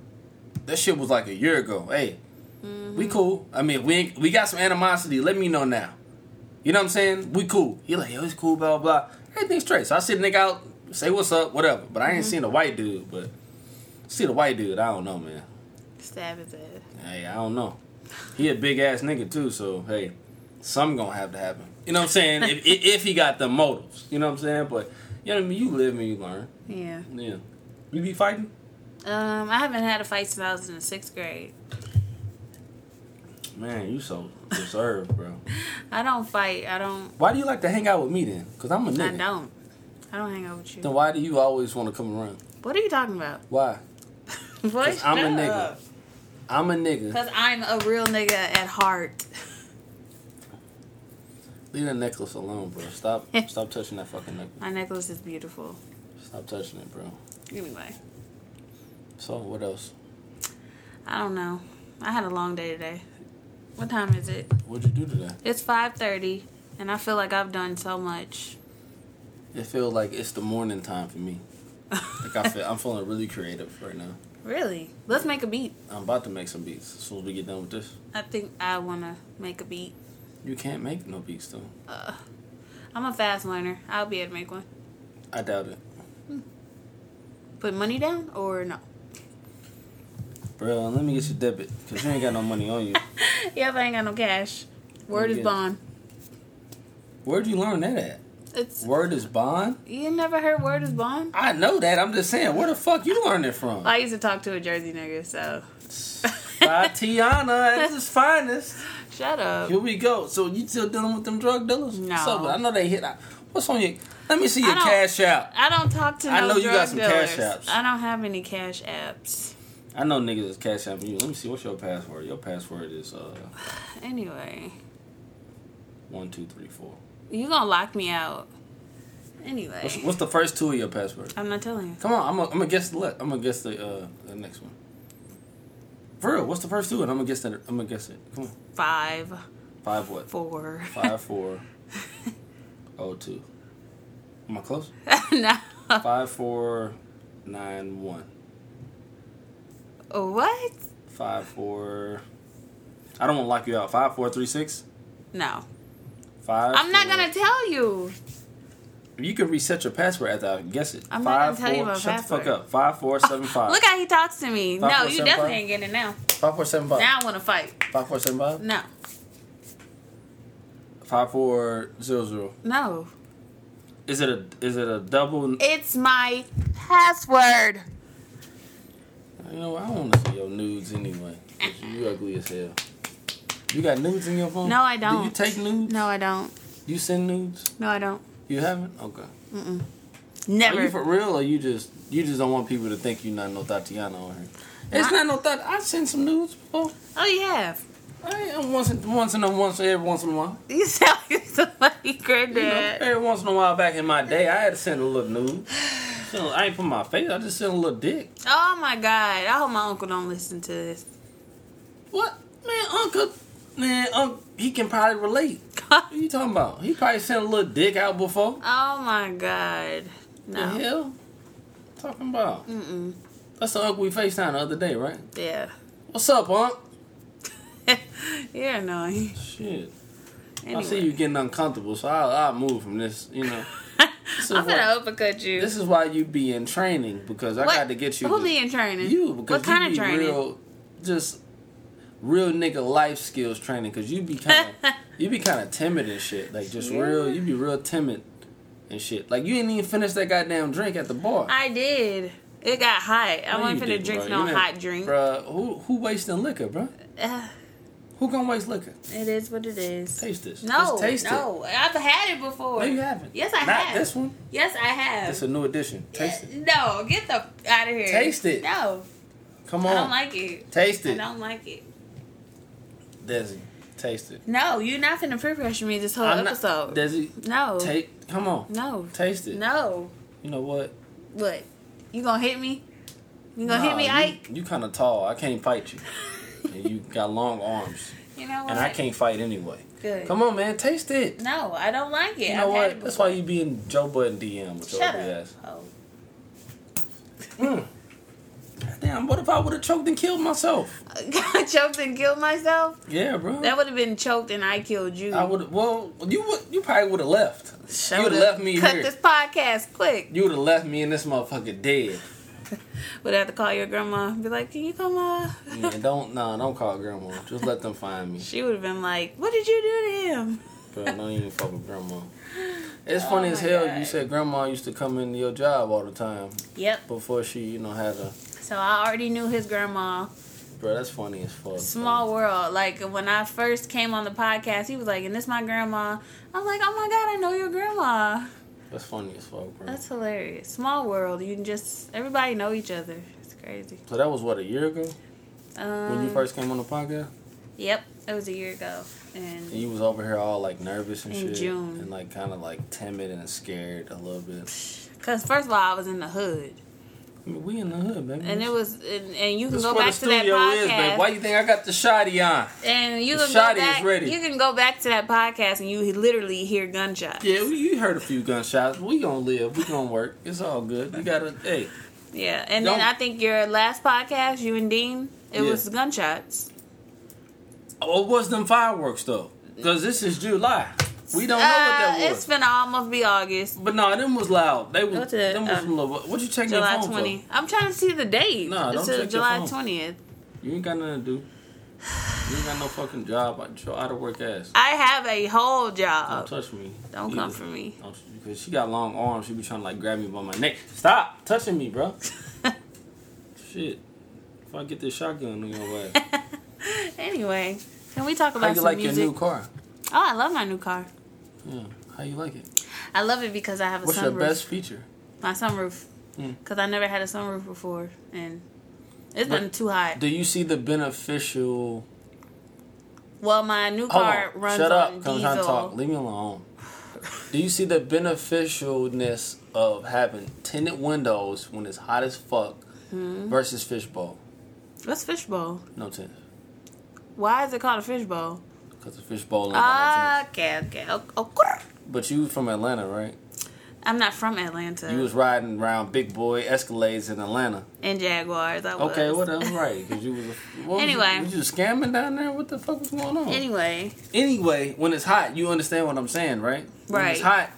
A: that shit was like a year ago. Hey, we cool. I mean, we ain't, we got some animosity. Let me know now. You know what I'm saying? We cool. He like, yo, it's cool, blah blah. blah. Everything's straight. So I see the nigga out, say what's up, whatever. But I ain't seen the white dude. But see the white dude, I don't know, man.
B: Stab his ass.
A: Hey, I don't know. He a big ass nigga too, so hey, some gonna have to happen. You know what I'm saying? if, if if he got the motives, you know what I'm saying. But you know what I mean. You live and you learn.
B: Yeah.
A: Yeah. You be fighting?
B: Um, I haven't had a fight since I was in the sixth grade.
A: Man, you so reserved, bro.
B: I don't fight. I don't.
A: Why do you like to hang out with me then? Cause I'm a nigga.
B: I don't. I don't hang out with you.
A: Then why do you always want to come around?
B: What are you talking about?
A: Why?
B: What?
A: I'm a nigga. I'm a nigga.
B: Because I'm a real nigga at heart.
A: Leave that necklace alone, bro. Stop. stop touching that fucking necklace.
B: My necklace is beautiful.
A: Stop touching it, bro.
B: Anyway,
A: So what else?
B: I don't know. I had a long day today. What time is it?
A: What'd you do today?
B: It's five thirty, and I feel like I've done so much.
A: It feels like it's the morning time for me. like I feel, I'm feeling really creative right now.
B: Really? Let's make a beat.
A: I'm about to make some beats as soon as we get done with this.
B: I think I wanna make a beat.
A: You can't make no beats though.
B: I'm a fast learner. I'll be able to make one.
A: I doubt it,
B: Put money down or no?
A: bro. Let me get your debit because you ain't got no money on you.
B: Yeah, but I ain't got no cash. Word is
A: Yeah.
B: bond.
A: Where'd you learn that at?
B: It's
A: Word is bond.
B: you never heard word is bond?
A: I know that. I'm just saying, where the fuck you learned it from?
B: I used to talk to a Jersey nigga, so
A: By Tiana at its finest.
B: shut up.
A: Here we go. So you still dealing with them drug dealers?
B: No.
A: What's up? I know they hit. What's on your? Let me see your
B: don't-
A: cash out.
B: I don't talk to no
A: I know
B: drug
A: you got some
B: dealers.
A: cash apps.
B: I don't have any cash apps.
A: I know niggas is cash out for you. Let me see. What's your password? Your password is uh.
B: Anyway,
A: One, two, three, four.
B: you gonna lock me out. Anyway,
A: What's, what's the first two of your passwords?
B: I'm not telling you.
A: Come on, I'm gonna I'm gonna guess the le- I'm gonna guess the uh the next one. For real, what's the first two? And I'm gonna guess that. I'm gonna guess it. Come on,
B: Five,
A: five what?
B: four.
A: Five four. oh two. Am I close?
B: no.
A: Five four nine one.
B: What?
A: Five four. I don't want to lock you out. Five four three six.
B: No.
A: Five.
B: I'm not
A: four-
B: gonna tell you.
A: You can reset your password after I guess it.
B: I'm not gonna tell you
A: four-
B: my
A: Shut the
B: password.
A: fuck up. Five four seven five.
B: Look how he talks to me.
A: Five,
B: no,
A: four,
B: you
A: seven,
B: definitely
A: five.
B: ain't getting it now.
A: Five four seven five.
B: Now I wanna fight.
A: Five four seven five.
B: No.
A: Five four zero zero.
B: No.
A: Is it a is it a double? You
B: It's my password.
A: know I don't want to see your nudes anyway. 'cause You ugly as hell. You got nudes in your phone?
B: No, I
A: Do you
B: don't.
A: take nudes?
B: No, I don't.
A: You send nudes?
B: No, I don't.
A: You haven't? Okay. Are you
B: Never.
A: for real, or you just you just don't want people to think you not no Tatiana on here? It's not no Tatiana. I've seen some nudes before.
B: oh, you have.
A: I ain't- once in, once in a once every once in a while.
B: You sound like somebody
A: You know,
B: granddad.
A: every once in a while back in my day, I had to send a little nude. You know, I ain't put my face. I just sent a little dick.
B: Oh my god. I hope my uncle don't listen to this.
A: What man, Uncle? Man, Uncle, he can probably relate. What are you talking about? He probably sent a little dick out before.
B: Oh my god.
A: The
B: No.
A: hell? Talking about? Mm-mm. That's the Uncle we Facetime the other day, right?
B: Yeah.
A: What's up, Unc?
B: You're annoying.
A: Shit. I see you
B: Anyway.
A: getting uncomfortable, so I'll, I'll move from this. You know, this is,
B: I'm
A: why,
B: gonna uppercut you.
A: this is why you be in training because I
B: What-
A: got to get you.
B: Who
A: to-
B: be in training?
A: You because
B: what kind
A: you
B: of
A: be
B: training?
A: real, just real nigga life skills training because you be kind of you be kind of timid and shit. Like just real, you be real timid and shit. Like you didn't even finish that goddamn drink at the bar.
B: I did. It got hot. I wasn't
A: you
B: finna
A: didn't,
B: drink
A: bruh.
B: no
A: You didn't-
B: hot drink.
A: bruh. Who who wasting liquor, bruh?
B: Ugh,
A: Who gonna waste liquor?
B: it is what it is.
A: Taste this.
B: no,
A: Just taste
B: no, I've had it before.
A: it. No, you haven't.
B: Yes, I
A: Not
B: have.
A: this one.
B: Yes, I have.
A: It's a new addition. Taste it.
B: No, get the f- out of here.
A: Taste it.
B: No,
A: Come
B: I
A: on.
B: don't like it.
A: Taste
B: I
A: it.
B: don't like it.
A: Desi, taste it.
B: No, you're not finna peer pressure me this whole
A: I'm not-
B: episode.
A: Desi,
B: no,
A: take. Come on.
B: no,
A: Taste it.
B: no.
A: You know what?
B: What? You gonna hit me? You gonna hit
A: Nah,
B: me,
A: you,
B: Ike?
A: You kind of tall. I can't fight you. and you got long arms,
B: You know what?
A: and I can't fight anyway.
B: Good.
A: Come on, man. Taste it.
B: No, I don't like it.
A: You know
B: I've Had
A: what?
B: it
A: That's
B: before.
A: why you be in Joe Budden DM with your
B: Shut
A: ugly
B: up.
A: ass. Hmm.
B: Oh.
A: Damn. What if I would have choked and killed myself?
B: got choked and killed myself?
A: Yeah, bro.
B: That would have been choked and I killed you.
A: I would. Well, you would. You probably would have left.
B: Shoulda
A: you would have left me
B: Cut
A: here.
B: this podcast quick.
A: You would have left me in this motherfucker dead.
B: Would have to call your grandma. and Be like, can you come up?
A: Man, don't nah, don't call grandma. Just let them find me.
B: She would have been like, what did you do to him?
A: Bro, don't even fuck with grandma. It's funny
B: Oh
A: as
B: my
A: hell. You
B: God.
A: said grandma used to come into your job all the time
B: Yep.
A: before she, you know, had a.
B: So I already knew his grandma.
A: Bro, that's funny as fuck.
B: Small world. Like when I first came on the podcast, he was like, and this my grandma. I'm like, oh my God, I know your grandma.
A: That's funny as fuck, bro.
B: That's hilarious. Small world. You can just, everybody know each other. It's crazy.
A: so that was what a year ago when
B: Um,
A: you first came on the podcast.
B: Yep. It was a year ago. And
A: And you was over here all like nervous and
B: In
A: shit,
B: June.
A: and like kind of like timid and scared a little bit.
B: Cause first of all, I was in the hood,
A: I mean, we in the hood, baby.
B: and it was, and, and you can
A: That's
B: go
A: where
B: back to that
A: man.
B: podcast,
A: Why you think I got the shoddy on?
B: and you
A: The
B: can go
A: shoddy is
B: back.
A: ready.
B: You can go back to that podcast, and you literally hear gunshots.
A: Yeah, we- you heard a few gunshots. We gonna live. We gonna work. It's all good. You gotta. Hey,
B: Yeah, and
A: Don't-
B: then I think your last podcast, you and Dean, it
A: Yeah.
B: was gunshots.
A: oh, it was them fireworks though? Because this is July. We don't know what
B: Uh,
A: that
B: It's
A: was.
B: gonna almost be August,
A: But no, them was loud. They was.
B: What's it?
A: Them was
B: Uh,
A: some little. What you checking
B: July
A: your phone
B: twenty. I'm trying to see the date.
A: Nah, don't
B: it's
A: check
B: uh,
A: your
B: July
A: phone.
B: twentieth.
A: for? You ain't got nothing to do. You ain't got no fucking job. I your out of work ass.
B: I have a whole
A: Don't
B: job.
A: touch me.
B: Uh, Don't come for me.
A: Because she got long arms. She be trying to like grab me by my neck. Stop touching me, bro. Shit. If I get this shotgun on your ass.
B: anyway, can we talk
A: How
B: about
A: you
B: some
A: like
B: music?
A: your new car?
B: oh, I love my new car.
A: Yeah. How you like it?
B: I love it because I have a
A: What's
B: sunroof.
A: your best feature?
B: my sunroof
A: Mm.
B: because I never had a sunroof before, and it's
A: But
B: been too hot.
A: Do you see the beneficial?
B: well, my new
A: Hold
B: car
A: on.
B: runs
A: Shut
B: on
A: up. Come trying to talk.
B: diesel.
A: Leave me alone. Do you see the beneficialness of having tinted windows when it's hot as fuck
B: Hmm?
A: versus fishbowl?
B: What's fishbowl?
A: No tint.
B: Why is it called a fishbowl?
A: Because the fishbowl ain't got no tint.
B: Okay, okay, okay. okay.
A: But you from Atlanta, right?
B: I'm not from Atlanta.
A: You was riding around big boy Escalades in Atlanta.
B: and Jaguars. I was.
A: Okay, whatever, right? Because you was. A, what was
B: Anyway.
A: you, was you scamming down there? What the fuck was going on?
B: Anyway,
A: anyway, when it's hot, you understand what I'm saying, right? When it's
B: Right.
A: hot,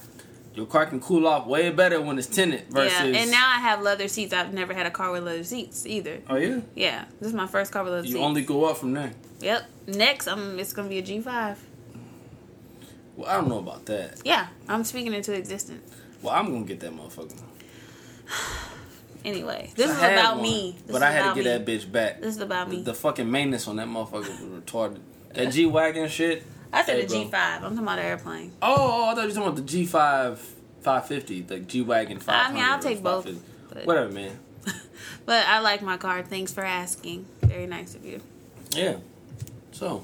A: your car can cool off way better when it's tinted versus.
B: yeah, and now I have leather seats. I've never had a car with leather seats either.
A: Oh yeah.
B: Yeah, this is my first car with leather
A: You
B: seats.
A: only go up from there.
B: yep. Next, um, it's gonna be a G5.
A: Well, I don't know about that.
B: Yeah, I'm speaking into existence.
A: Well, I'm gonna get that motherfucker.
B: Anyway, this
A: I
B: is
A: had
B: about
A: one,
B: me. This
A: but
B: is
A: I had
B: about
A: to
B: me.
A: get that bitch back.
B: This is about me.
A: The fucking maintenance on that motherfucker was retarded. That G wagon shit. Oh,
B: I said
A: Hey,
B: a
A: bro.
B: G5. I'm talking about an airplane.
A: Oh, oh, I thought you were talking about the G5 five fifty, the G wagon five.
B: I mean, I'll take both, but-
A: Whatever, man.
B: But I like my car. Thanks for asking. Very nice of you.
A: Yeah. So,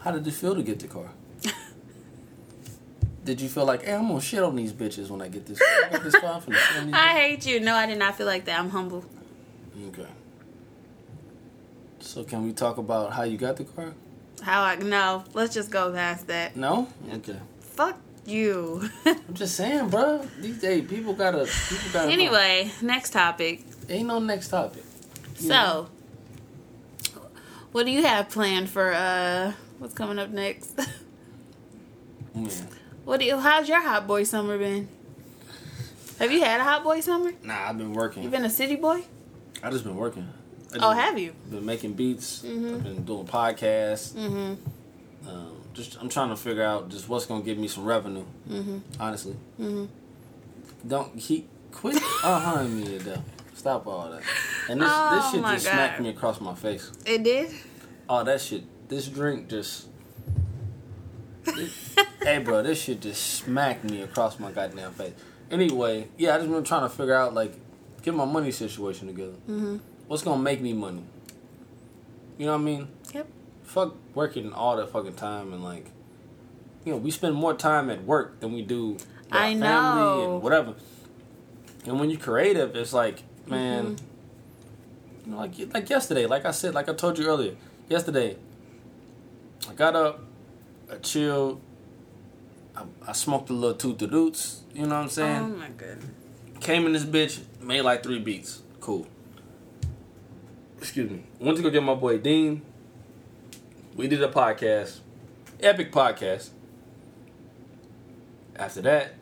A: how did it feel to get the car? did you feel like, hey, I'm gonna shit on these bitches when I get this? I got this car. I'm finna shit on these
B: I hate you. No, I did not feel like that. I'm humble.
A: bitches." Okay. So, can we talk about how you got the car?
B: How I no. Let's just go past that.
A: No. Okay.
B: Fuck you.
A: I'm just saying, bro. These days, people gotta. People gotta. know.
B: anyway, next topic.
A: ain't no next topic.
B: So, what do you have planned for uh what's coming up next?
A: Oh, Man.
B: what do you how's your hot boy summer been? Have you had a hot boy summer?
A: Nah, I've been working.
B: You been a city boy?
A: I just been working. I
B: Oh,
A: just
B: have you? Mm-hmm.
A: Been making beats. I've been doing podcasts. Mm-hmm. Um, just I'm trying to figure out just what's gonna give me some revenue. Mm-hmm. Honestly. Mm-hmm. Don't keep quit uh huh me though. Stop all that. And this
B: Oh,
A: this shit
B: my
A: just smacked
B: God.
A: me across my face.
B: It did.
A: Oh that shit. This drink just. it- hey bro, this shit just smacked me across my goddamn face. Anyway, yeah, I just been trying to figure out like get my money situation together. Mm-hmm. What's gonna make me money? You know what I mean?
B: Yep.
A: fuck working all that fucking time and like you know we spend more time at work than we do with our
B: I know.
A: and whatever and when you're creative it's like man
B: Mm-hmm.
A: you know, like like yesterday like i said like i told you earlier yesterday i got up i chilled i, I smoked a little toot the doots you know what i'm saying
B: Oh my goodness.
A: Came in this bitch, made like three beats. Cool. Excuse me. Went to go get my boy Dean. We did a podcast, epic podcast. After that,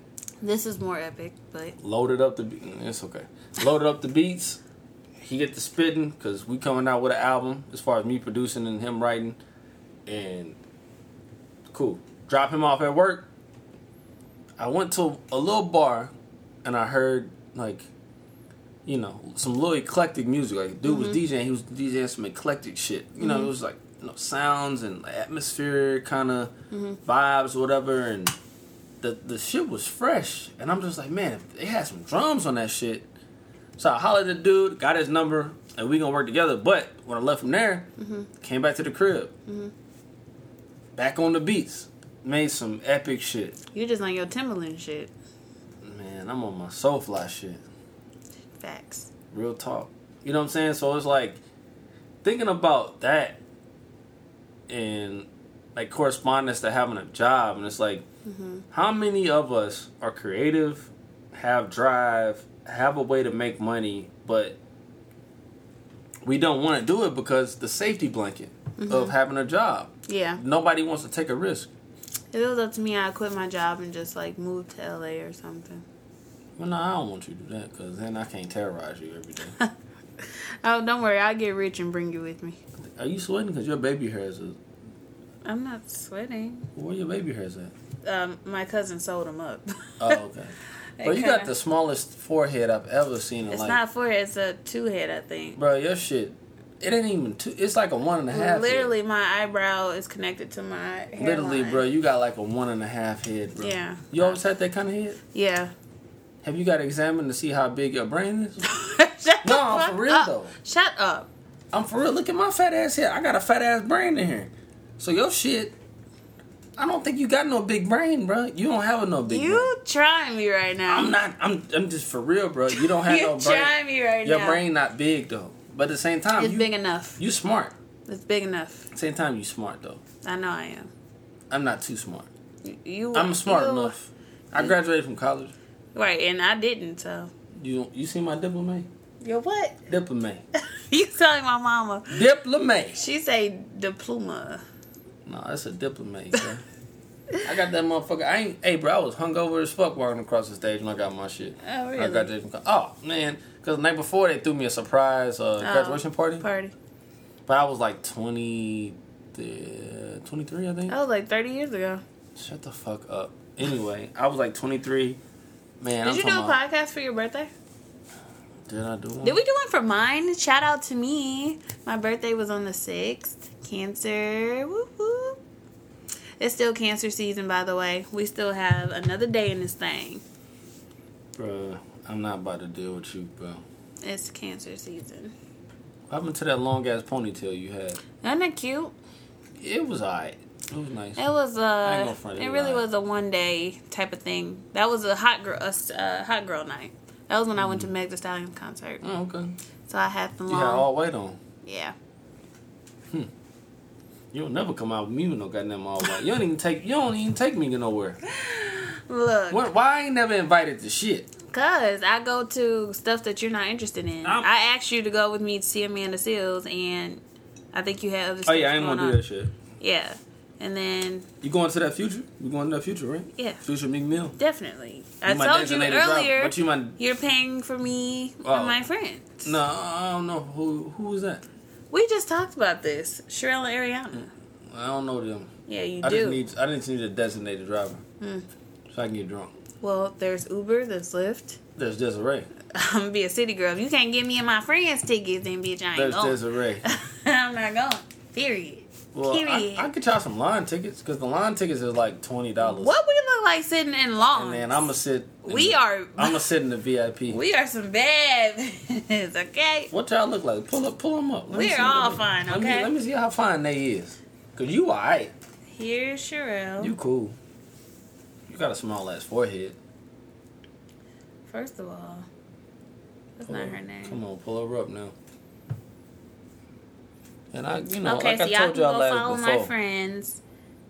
B: This is more epic, but
A: loaded up the be- mm, it's okay. Loaded up the beats. He get the spitting because we coming out with an album as far as me producing and him writing, and cool. Drop him off at work. I went to a little bar, and I heard like, you know, some little eclectic music. Like dude was DJing, he was DJing some eclectic shit. You know, it was like you know sounds and atmosphere kind of vibes, whatever, and the the shit was fresh, and I'm just like, man, if they had some drums on that shit. So I hollered at the dude, got his number, and we gonna work together. But when I left from there, came back to the crib, back on the beats, made some epic shit.
B: you're just on your Timberland shit.
A: Man, I'm on my soulfly shit.
B: Facts.
A: Real talk. You know what I'm saying? So it's like thinking about that and like correspondence to having a job and it's like how many of us are creative, have drive, have a way to make money, but we don't want to do it because the safety blanket of having a job.
B: Yeah.
A: Nobody wants to take a risk.
B: If it was up to me, I'd quit my job and just like move to LA or something.
A: Well, no, I don't want you to do that because then I can't terrorize you every day.
B: Oh, don't worry, I'll get rich and bring you with me.
A: are you sweating? Because your baby hairs is.
B: I'm not sweating.
A: Where your baby hairs at?
B: Um, my cousin sold them up.
A: Oh, okay. Bro, you got
B: kinda-
A: the smallest forehead I've ever seen in
B: It's
A: life.
B: not four. It's a two head, I think.
A: Bro, your shit, it ain't even two. It's like a one and a half.
B: Literally, my eyebrow is connected to my
A: head.
B: hairline.
A: literally, bro, you got like a one and a half head, bro.
B: Yeah.
A: You always had that kind of head.
B: Yeah.
A: Have you got examined to see how big your brain is?
B: Shut
A: No,
B: the
A: I'm for
B: fuck
A: real,
B: up.
A: though.
B: Shut up.
A: I'm for real. Look at my fat ass head. I got a fat ass brain in here. So your shit, I don't think you got no big brain, bro. You don't have no big. brain.
B: You trying me right now?
A: I'm not. I'm. I'm just for real, bro. You don't have
B: You
A: no brain.
B: trying me right
A: your
B: now?
A: brain not big though. But at the same time,
B: It's
A: you,
B: big enough.
A: you smart.
B: It's big enough.
A: Same time, you smart though.
B: I know I am.
A: I'm not too smart.
B: You- You.
A: I'm smart
B: you-
A: enough. I graduated from college.
B: Right, and I didn't. So.
A: You you see my diploma?
B: You're what?
A: Diploma.
B: you telling my mama?
A: Diploma.
B: She say diploma.
A: No, that's a diploma. Bro. I got that motherfucker. I ain't. Hey, bro, I was hungover as fuck walking across the stage when I got my shit.
B: Oh,
A: I
B: really?
A: graduated from college. Oh man, because the night before they threw me a surprise
B: Oh,
A: uh, graduation party,
B: Party.
A: but I was like 20, uh, 23, I think.
B: That was like 30 years ago.
A: Shut the fuck up. Anyway, I was like 23. Man,
B: Did
A: I'm
B: you do
A: talking
B: a
A: about- Mm.
B: podcast for your birthday?
A: Did I do one?
B: Did we do one for mine? Shout out to me. My birthday was on the 6th. Cancer. Woo woo. It's still cancer season, by the way. We still have another day in this thing.
A: Bruh, I'm not about to deal with you, bro.
B: It's cancer season.
A: What happened to that long ass ponytail you had?
B: Isn't that cute?
A: It was alright. It was nice.
B: It was
A: ain't
B: uh
A: gonna front,
B: it
A: it
B: really
A: was
B: was a one day type of thing. That was a hot girl us uh, hot girl night. That was when I went to Meg Thee Stallion's concert.
A: Oh, okay.
B: So I had some
A: You had
B: long
A: Mm-hmm. all white on.
B: yeah.
A: You'll never come out with me with no goddamn all white. You don't even take. You don't even take me to nowhere.
B: Look,
A: What, why I ain't never invited to shit?
B: cause I go to stuff that you're not interested in.
A: I'm-
B: i asked you to go with me to see Amanda Seals, and I think you had other.
A: Oh
B: stuff
A: yeah, I ain't
B: going
A: gonna do
B: on.
A: that shit.
B: Yeah, and then
A: You going to that future? You going to that future, right?
B: Yeah.
A: Future McMill.
B: definitely,
A: You
B: I
A: my
B: told you
A: designated driver,
B: earlier.
A: but you my
B: You're paying for me
A: Oh.
B: and my friends.
A: no. I don't know who who was that.
B: We just talked about this, Sherelle and Ariana.
A: I don't know them.
B: Yeah, you
A: I
B: do. Hmm.
A: just need. I just need a designated driver, so I can get drunk.
B: well, there's Uber, there's Lyft.
A: There's Desiree.
B: I'm gonna be a city girl. If you can't give me and my friends tickets, then bitch, I ain't
A: There's
B: going.
A: Desiree.
B: I'm not going. Period.
A: Well, I,
B: Period.
A: I could try some line tickets because the line tickets is like twenty dollars.
B: What we look like sitting in lawns?
A: And then I'm gonna sit. in
B: We
A: the-
B: are-
A: I'm gonna sit in the VIP.
B: We are some bad bitches, okay?
A: What y'all look like? Pull up, pull them up. Let me
B: We're
A: see what
B: all
A: they-
B: fine,
A: let me-
B: okay?
A: Let me see how fine they is. Cause you alright.
B: Here's Sherelle.
A: You cool. You got a small ass forehead.
B: First of all, that's
A: Pull
B: not
A: up.
B: her name.
A: Oh, Come on, pull her up now. And I, you know,
B: okay,
A: like
B: so
A: I
B: y'all can
A: told y'all
B: go follow
A: last
B: my
A: before.
B: friends.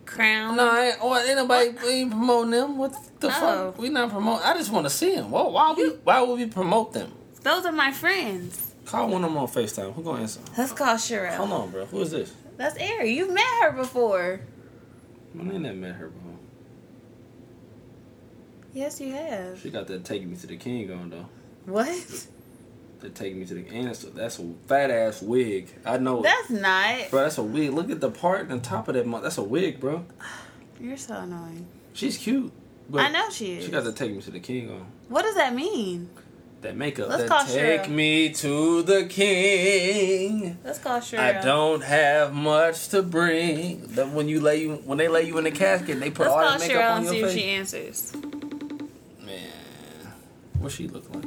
B: Crown.
A: No, I ain't, oh, ain't nobody we ain't promoting them. What the
B: Oh.
A: fuck? We not promoting. I just want to see them. Well, why we? Why would we promote them?
B: Those are my friends.
A: Call one of them on Facetime. Who gonna answer?
B: Let's call Sherelle.
A: Hold on, bro. Who is this?
B: That's Ari. You've met her before.
A: I ain't never met her before.
B: Yes, you have.
A: She Oh. got that "Take Me to the King" on though.
B: What?
A: They take me to the answer. That's a fat ass wig. I know. it.
B: That's not.
A: bro, that's a wig. Look at the part and the top of that. Mo- that's a wig, bro.
B: You're so annoying.
A: She's cute. But
B: I know she is.
A: She got to take me to the king on.
B: What does that mean?
A: That makeup.
B: Let's
A: that
B: call
A: take
B: Cheryl.
A: me to the king.
B: Let's call Sherelle.
A: I don't have much to bring. That when you lay you when they lay you in the casket, they put
B: Let's
A: all
B: call
A: that makeup
B: Sherelle
A: on
B: and see
A: your
B: if she
A: face.
B: answers.
A: Man, what she look like?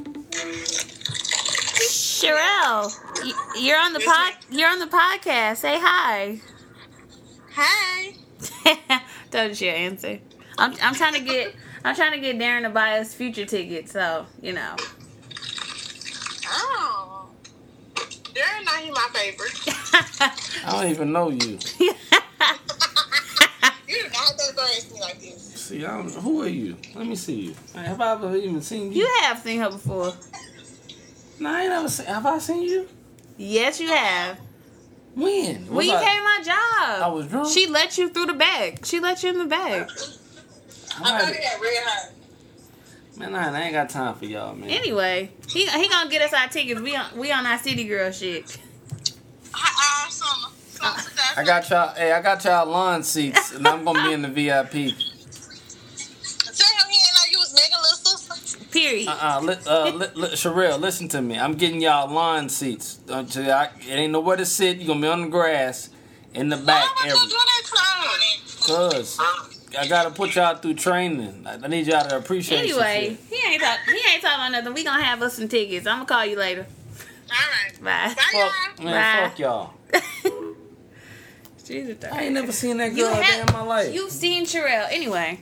B: Sherelle, y- you're on the pod. You're on the podcast. Say hi.
H: Hi.
B: Told you she'll answer. I'm, I'm trying to get. I'm trying to get Darren to buy us future tickets. So you know.
H: Oh. Darren not he my favorite.
A: I don't even know you.
H: You do not go embarrass me like this.
A: See, I don't. Who are you? Let me see you. Have I ever even seen you?
B: you have seen her before.
A: No, I ain't ever seen. Have I seen you?
B: Yes, you have.
A: When? Was
B: When you
A: I-
B: came to my job,
A: I was drunk.
B: She let you through the bag. She let you in the bag.
A: I
H: I thought
A: might-
H: he had red hair.
A: man, I ain't- I ain't got time for y'all, man.
B: Anyway, he he gonna get us our tickets. We on we on our city girl shit.
H: Uh uh, summer. Summer
A: I
H: success.
A: got y'all. Hey, I got y'all lawn seats, and I'm gonna be in the
H: Tell
A: VIP.
H: him he ain't know you was mega little sister.
B: Period.
A: Uh, li- uh, li- li- Sherelle, listen to me. I'm getting y'all lawn seats. Don't you- I- It ain't nowhere to sit. You gonna be on the grass, in the
H: Why
A: back,
H: would you
A: every.
H: do that to him?
A: Cause I gotta put y'all through training. I I need y'all to appreciate. some
B: Anyway,
A: shit.
B: he ain't talk, he ain't talking about nothing. We gonna have us some tickets. I'm gonna call you later.
H: Alright. Bye
B: Bye.
A: fuck,
H: y'all.
A: man,
B: Bye.
A: fuck y'all.
B: She's a
A: I
B: third.
A: ain't never seen that
B: You
A: girl a day
B: have
A: in my life.
B: you've seen Sherelle anyway.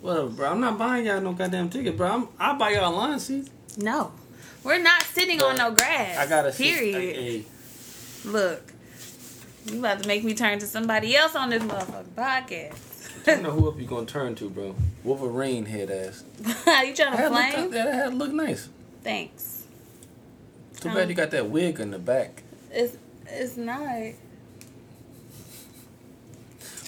A: Whatever, bro. I'm not buying y'all no goddamn ticket, bro. I'm, I buy y'all lawn seats.
B: No, we're not sitting on no grass.
A: I gotta see.
B: period.
A: Hey,
B: Look, you about to make me turn to somebody else on this motherfucking
A: I don't
B: podcast.
A: know who up you gonna turn to, bro. Wolverine head ass.
B: you trying to
A: That had
B: flame?
A: looked, that had looked nice.
B: Thanks.
A: Too
B: Um,
A: bad you got that wig in the back.
B: It's it's not.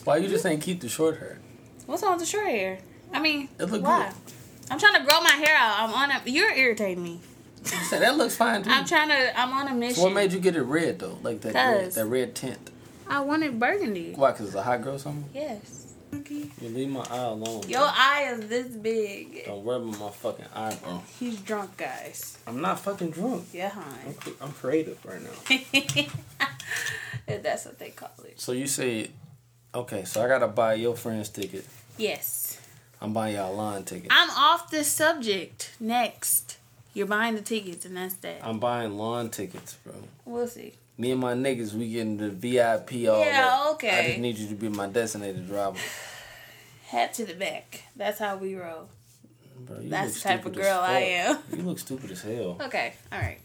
A: Why you
B: Mm-hmm.
A: just ain't keep the short hair?
B: What's on with the short hair? I mean,
A: It look
B: why?
A: good.
B: I'm trying to grow my hair out. I'm on a. You're irritating me.
A: You said that looks fine too.
B: I'm trying to. I'm on a mission.
A: Mm. so what made you get it red though? Like that red,
B: Cause-
A: that red tint.
B: I wanted burgundy.
A: Why? Cause it's a hot girl or something.
B: Yes.
A: You leave my eye alone.
B: Your eye is this big.
A: Don't rub my fucking eye, bro.
B: He's drunk, guys.
A: I'm not fucking drunk.
B: Yeah,
A: I'm,
B: hon.
A: cre- I'm creative right now.
B: If That's what they call it.
A: So you say Okay, so I gotta buy your friend's ticket.
B: Yes.
A: I'm buying y'all a line ticket.
B: I'm off this subject. Next. You're buying the tickets, and that's that.
A: I'm buying lawn tickets, bro.
B: We'll see.
A: Me and my niggas, we getting the VIP all
B: Yeah,
A: up. I
B: okay.
A: just need you to be my designated driver.
B: Hat to the back. That's how we roll.
A: Bro, you look
B: That's the type of
A: stupid as
B: girl I
A: fuck.
B: am.
A: You look stupid as hell.
B: Okay, all right.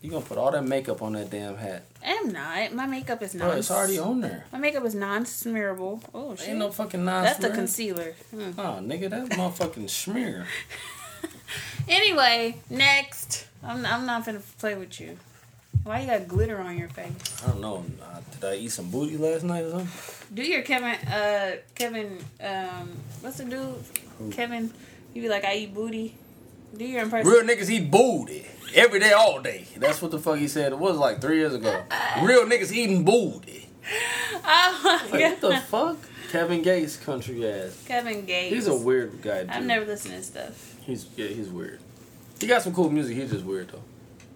A: You gonna put all that makeup on that damn hat.
B: I'm not. My makeup is non.
A: Bro, it's already on there.
B: My makeup is non-smearable. Oh shit.
A: Ain't no fucking non
B: That's the
A: smear.
B: concealer. Hmm.
A: Nah, nigga, that's motherfucking smear.
B: Anyway, next. I'm I'm not gonna play with you. Why you got glitter on your face?
A: I don't know. uh, Did I eat some booty last night or something?
B: Do your Kevin uh Kevin um what's the dude Kevin? You be like I eat booty. Do your impression.
A: Real niggas eat booty every day, all day. That's what the fuck he said. It was like three years ago. Real niggas eating booty.
B: Oh my
A: Like, what
B: God.
A: the fuck? Kevin Gates, country ass.
B: Kevin Gates.
A: He's a weird guy. Dude.
B: I've never listened to his stuff.
A: He's yeah, he's weird. He got some cool music. He's just weird though.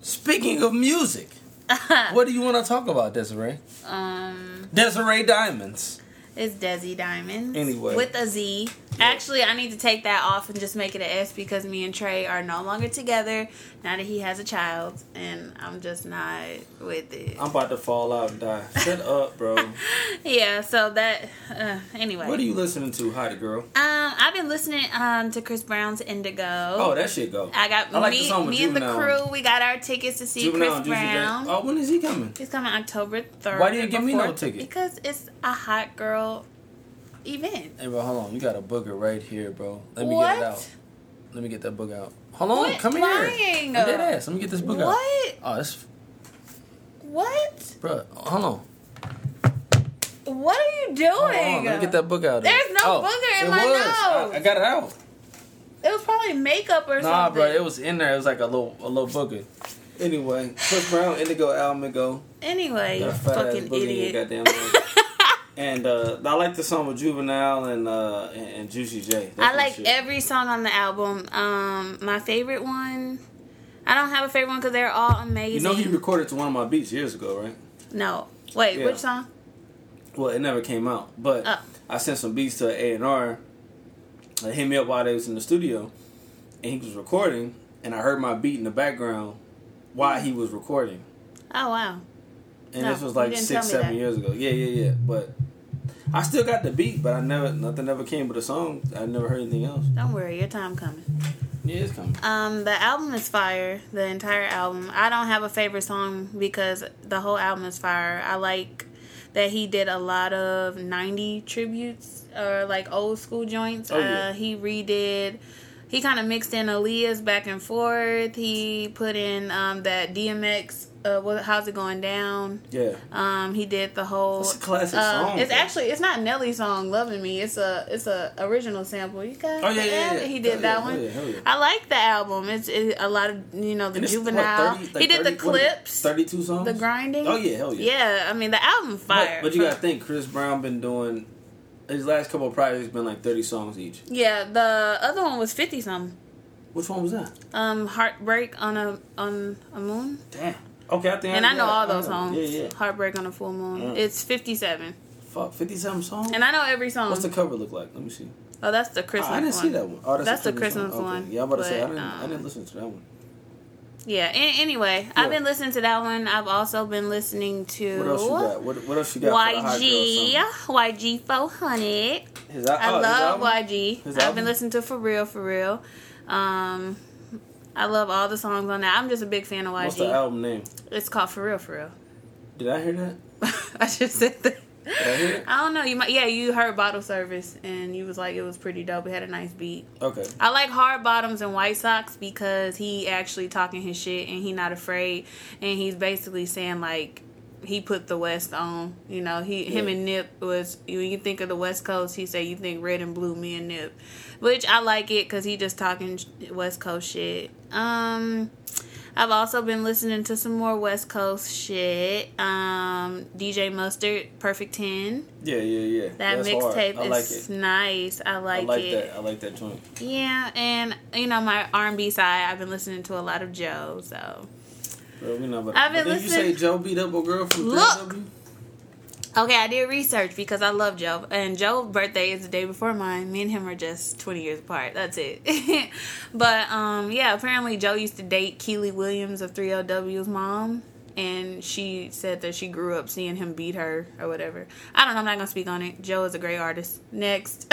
A: Speaking of music, what do you want to talk about, Desiree?
B: Um,
A: Desiree Diamonds.
B: it's Desi Diamonds.
A: Anyway.
B: with a Z. Actually, I need to take that off and just make it an S because me and Trey are no longer together now that he has a child, and I'm just not with it.
A: I'm about to fall out and die. Shut up, bro.
B: yeah. So that. Uh, anyway.
A: What are you listening to, Hottie Girl?
B: Um, I've been listening um to Chris Brown's Indigo.
A: Oh, that shit go.
B: I got
A: I like the
B: me,
A: song with
B: me and the
A: Juvenile.
B: crew. We got our tickets to see
A: Juvenile and
B: Chris
A: Juicy J.
B: Brown.
A: Oh, when is he coming?
B: He's coming October third.
A: Why didn't you give me no
B: Before-
A: ticket?
B: Because it's a hot girl event.
A: Hey, bro, hold on. You got a booger right here, bro. Let me get it
B: What?
A: out. Let me get that book out. Hold on,
B: Quit
A: come here.
B: lying.
A: I'm dead ass. Let me get this book out.
B: What?
A: Oh, that's
B: What?
A: bro. Hold on.
B: What are you
A: Hold
B: doing?
A: on. Let me get that book out.
B: There's no booger in my
A: I,
B: nose.
A: I got it out.
B: It was probably makeup or something.
A: Nah, bro, it was in there. It was like a little, a little booger. Anyway, Chris Brown, Indigo, Al go.
B: Anyway, you
A: Got a fat ass
B: fucking
A: booger in your
B: idiot.
A: goddamn nose. and uh, I like the song with Juvenile and uh, and, and Juicy J. That's
B: I
A: my
B: like
A: shit.
B: every song on the album. Um, my favorite one. I don't have a favorite one because they're all amazing.
A: You know he recorded to one of my beats years ago, right?
B: no, wait,
A: Yeah.
B: which song?
A: Well, it never came out, but
B: Oh.
A: I sent some beats to A and R. They hit me up while they was in the studio, and he was recording, and I heard my beat in the background while he was recording,
B: Oh wow,
A: and
B: No,
A: this was
B: Oh, you
A: like
B: didn't
A: six,
B: tell me
A: seven
B: that.
A: years ago. Yeah, yeah, yeah. But I still got the beat, but I never nothing ever came but a song. I never heard anything else.
B: don't worry, your time coming.
A: Yeah, it's coming.
B: Um, the album is fire. The entire album. I don't have a favorite song because the whole album is fire. I like that he did a lot of '90 tributes or like old school joints.
A: Oh, yeah.
B: uh, he redid. He kind of mixed in Aaliyah's back and forth. He put in um, that DMX. Uh, what, how's it going down?
A: Yeah,
B: Um, he did the whole.
A: That's a classic
B: uh,
A: song,
B: It's
A: though.
B: actually it's not Nelly's song "Loving Me." It's a it's a original sample. You got.
A: Oh, yeah, yeah, yeah.
B: He
A: Hell
B: did
A: yeah,
B: that
A: hell
B: one.
A: yeah, hell yeah.
B: I like the album. It's it, a lot of you know the
A: And it's, what,
B: juvenile.
A: 30 like
B: he did the
A: 30 what is it,
B: clips,
A: Thirty-two songs.
B: the grinding.
A: Oh yeah, hell yeah.
B: Yeah, I mean the album fire.
A: But, but you gotta think, Chris Brown been doing his last couple of projects been like thirty songs each.
B: Yeah, the other one was fifty something.
A: Which one was that?
B: Um, heartbreak on a on a moon,
A: Damn. Okay, I think.
B: and I
A: got
B: know
A: it.
B: all those
A: know.
B: songs.
A: Oh, Yeah, yeah.
B: Heartbreak on a full moon.
A: Mm.
B: It's fifty seven,
A: Fuck, fifty-seven songs.
B: and I know every song.
A: What's the cover look like? Let me see.
B: oh, that's the
A: Oh,
B: Christmas.
A: I didn't
B: one.
A: see that one. Oh,
B: That's
A: a
B: the
A: Christmas
B: Christmas one,
A: Yeah, I'm about to say I
B: but,
A: didn't. I
B: um,
A: didn't listen to that one.
B: Yeah. an- anyway, I've been listening to that one. I've also been listening to
A: What else you got? What, what else you got? for the hot
B: YG,
A: girl song?
B: YG 400.
A: His al-
B: I
A: oh, his
B: love
A: album?
B: YG.
A: His
B: I've
A: album?
B: been listening to for real, for real. Um, I love all the songs on that. I'm just a big fan of
A: What's the
B: YG.
A: album name?
B: It's called for real, for real.
A: Did I hear that?
B: I just said that.
A: Did I hear it?
B: I don't know. You might, yeah, you heard Bottle Service, and you was like, it was pretty dope. It had a nice beat.
A: Okay.
B: I like hard bottoms and white socks because he actually talking his shit and he not afraid and he's basically saying like he put the West on. You know, he him
A: Yeah.
B: and Nip was when you think of the West Coast, he say you think red and blue, me and Nip, which I like it because he just talking sh- West Coast shit. Um. I've also been listening to some more West Coast shit. Um, DJ Mustard, Perfect Ten.
A: Yeah, yeah, yeah.
B: That
A: That's hard. I
B: mixtape
A: like
B: is
A: it.
B: nice. I like,
A: I like
B: it.
A: that. I like that joint.
B: Yeah, and you know my R and B side, I've been listening to a lot of Joe. So
A: Bro, we not about
B: I've been
A: But did you say
B: listening-
A: Joe beat up a girl from
B: Look!
A: 3W?
B: Okay, I did research because I love Joe, and Joe's birthday is the day before mine. Me and him are just twenty years apart. That's it. but um, yeah, apparently Joe used to date Keely Williams of 3LW's mom, and she said that she grew up seeing him beat her or whatever. I don't know. I'm not gonna speak on it. Joe is a great artist. Next.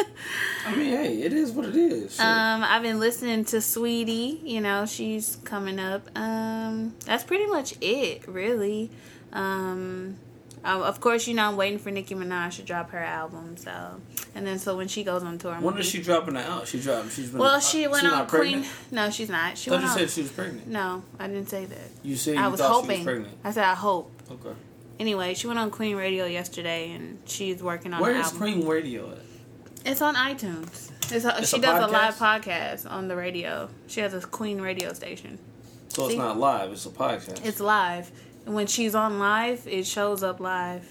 A: I mean, hey, it is what it is. Shit.
B: Um, I've been listening to Sweetie. You know, she's coming up. Um, that's pretty much it, really. Um, um, of course, you know I'm waiting for Nicki Minaj to drop her album. So, and then so when she goes on tour, I'm
A: when
B: gonna
A: is
B: be-
A: she dropping it out? She dropped. She's been.
B: Well, she
A: uh,
B: went
A: she's
B: on
A: not
B: Queen.
A: pregnant?
B: No, she's not. She
A: I thought
B: went
A: you
B: on.
A: said she was pregnant.
B: no, I didn't say that.
A: You said you
B: I was
A: thought
B: hoping.
A: she was pregnant.
B: I said I hope.
A: Okay.
B: Anyway, she went on Queen Radio yesterday, and she's working on
A: Where
B: an
A: is
B: album.
A: Queen Radio at?
B: It's on iTunes. It's a,
A: It's
B: she
A: a
B: does a live podcast on the radio. She has a Queen radio station.
A: So
B: See?
A: it's not live. It's a podcast.
B: It's live. And when she's on live, it shows up live.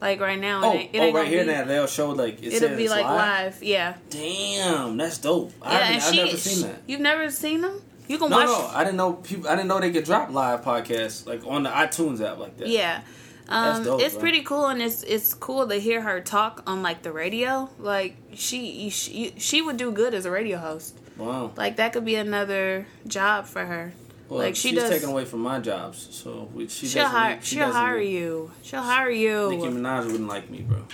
B: Like right now,
A: oh,
B: it ain't, it
A: oh,
B: ain't
A: right
B: gonna
A: here
B: be,
A: now they'll show like it
B: It'll
A: says
B: be
A: it's
B: like
A: live.
B: live. Yeah.
A: Damn, that's dope. I
B: yeah,
A: haven't, I've
B: she-
A: never seen that.
B: You've never seen them? You can
A: No,
B: watch
A: no, I didn't know people. I didn't know they could drop live podcasts like on the iTunes app like that.
B: Yeah.
A: That's
B: Um,
A: dope,
B: it's
A: bro.
B: pretty cool, and it's it's cool to hear her talk on like the radio. Like she she she would do good as a radio host.
A: Wow.
B: Like that could be another job for her.
A: Well,
B: like she
A: she's
B: does.
A: taken away from my jobs, so we- she
B: she'll
A: doesn't.
B: hire
A: she
B: she'll
A: doesn't-
B: hire you. She'll hire
A: Nicki
B: you.
A: Minaj wouldn't like me, bro.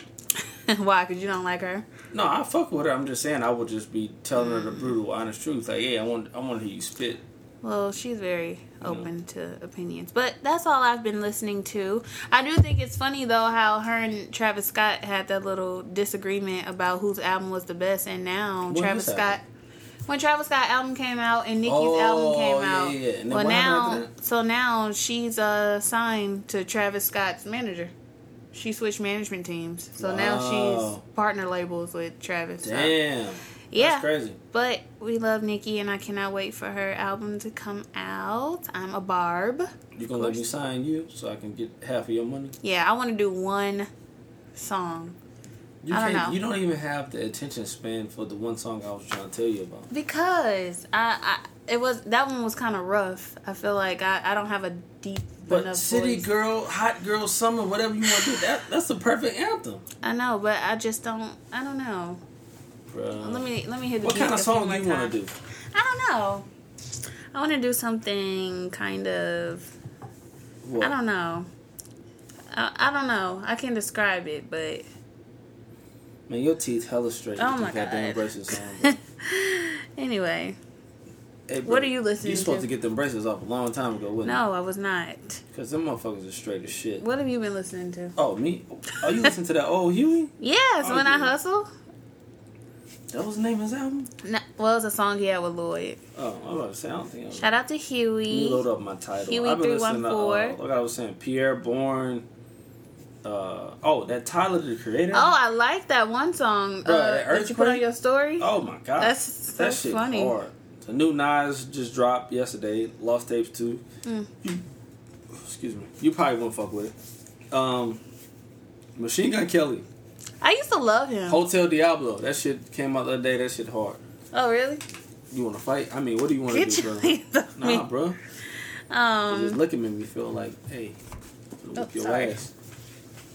B: Why? Cause you don't like her.
A: No, I fuck with her. I'm just saying I would just be telling her the
B: Mm.
A: brutal, honest truth. Like, yeah, I want, I want to hear you spit.
B: Well, she's very open to opinions. But that's all I've been listening to. I do think it's funny though how her and Travis Scott had that little disagreement about whose album was the best and now
A: this
B: Travis Scott
A: happened?
B: when Travis Scott album came out and Nicki's
A: Oh,
B: album came
A: yeah,
B: out.
A: yeah, yeah. And then
B: Well
A: what happened
B: now
A: after that?
B: so now she's uh signed to Travis Scott's manager. She switched management teams. So now
A: Wow.
B: she's partner labels with Travis. So-
A: Damn,
B: yeah.
A: that's crazy.
B: But we love Nikki, and I cannot wait for her album to come out. I'm a barb.
A: You gonna let me sign you so I can get half of your money?
B: Yeah, I want to do one song
A: You
B: I don't
A: can't-
B: know.
A: You don't even have the attention span for the one song I was trying to tell you about.
B: because I, I it was that one was kind of rough. I feel like I, I don't have a deep
A: But
B: enough
A: City
B: voice.
A: Girl, Hot Girl Summer, whatever you want to do, that that's the perfect anthem.
B: I know, but I just don't. I don't know.
A: Bruh.
B: Let me let me hear the
A: what
B: beat
A: kind of
B: a few
A: song
B: more
A: you want
B: times.
A: to do?
B: I don't know. I want to do something kind of.
A: What?
B: I don't know. I, I don't know. I can describe it, but
A: Man, your teeth hella straight.
B: Oh
A: with
B: my
A: the goddamn
B: God.
A: braces on. bro.
B: anyway,
A: Hey,
B: What
A: bro,
B: are you listening
A: You supposed to
B: to?
A: get them braces off a long time ago, wasn't
B: no, I was not.
A: Because them motherfuckers are straight as shit.
B: What have you been listening to?
A: Oh, me? Oh, you listen to that old Huey?
B: Yes,
A: Oh,
B: when I
A: yeah.
B: hustle.
A: That was the name of his album?
B: No, well, it's a song he had with Lloyd.
A: Oh, I was about to say, I don't think I was.
B: Shout out to
A: Let me load
B: Huey.
A: up my title.
B: Huey
A: I've been listening to, uh,
B: 314.
A: like I was saying, Pierre Bourne. Uh, oh, that Tyler, the Creator?
B: Oh, I like that one song
A: Bruh,
B: uh,
A: that
B: that you put on
A: Earthquake?
B: your story.
A: Oh my god,
B: That's so
A: that shit
B: funny.
A: hard. The new Nas just dropped yesterday. Lost tapes too.
B: Mm.
A: You- excuse me. You probably won't fuck with it. Um, Machine Gun Kelly,
B: I used to love him.
A: Hotel Diablo. That shit came out the other day. That shit hard.
B: oh, really?
A: You want to fight? I mean, what do you want to
B: Get
A: do,
B: your
A: bro?
B: hands off me.
A: Nah, bro.
B: Um,
A: just looking at me, feel like, hey, I'm gonna
B: Oh,
A: whoop your
B: sorry. Um.
A: ass.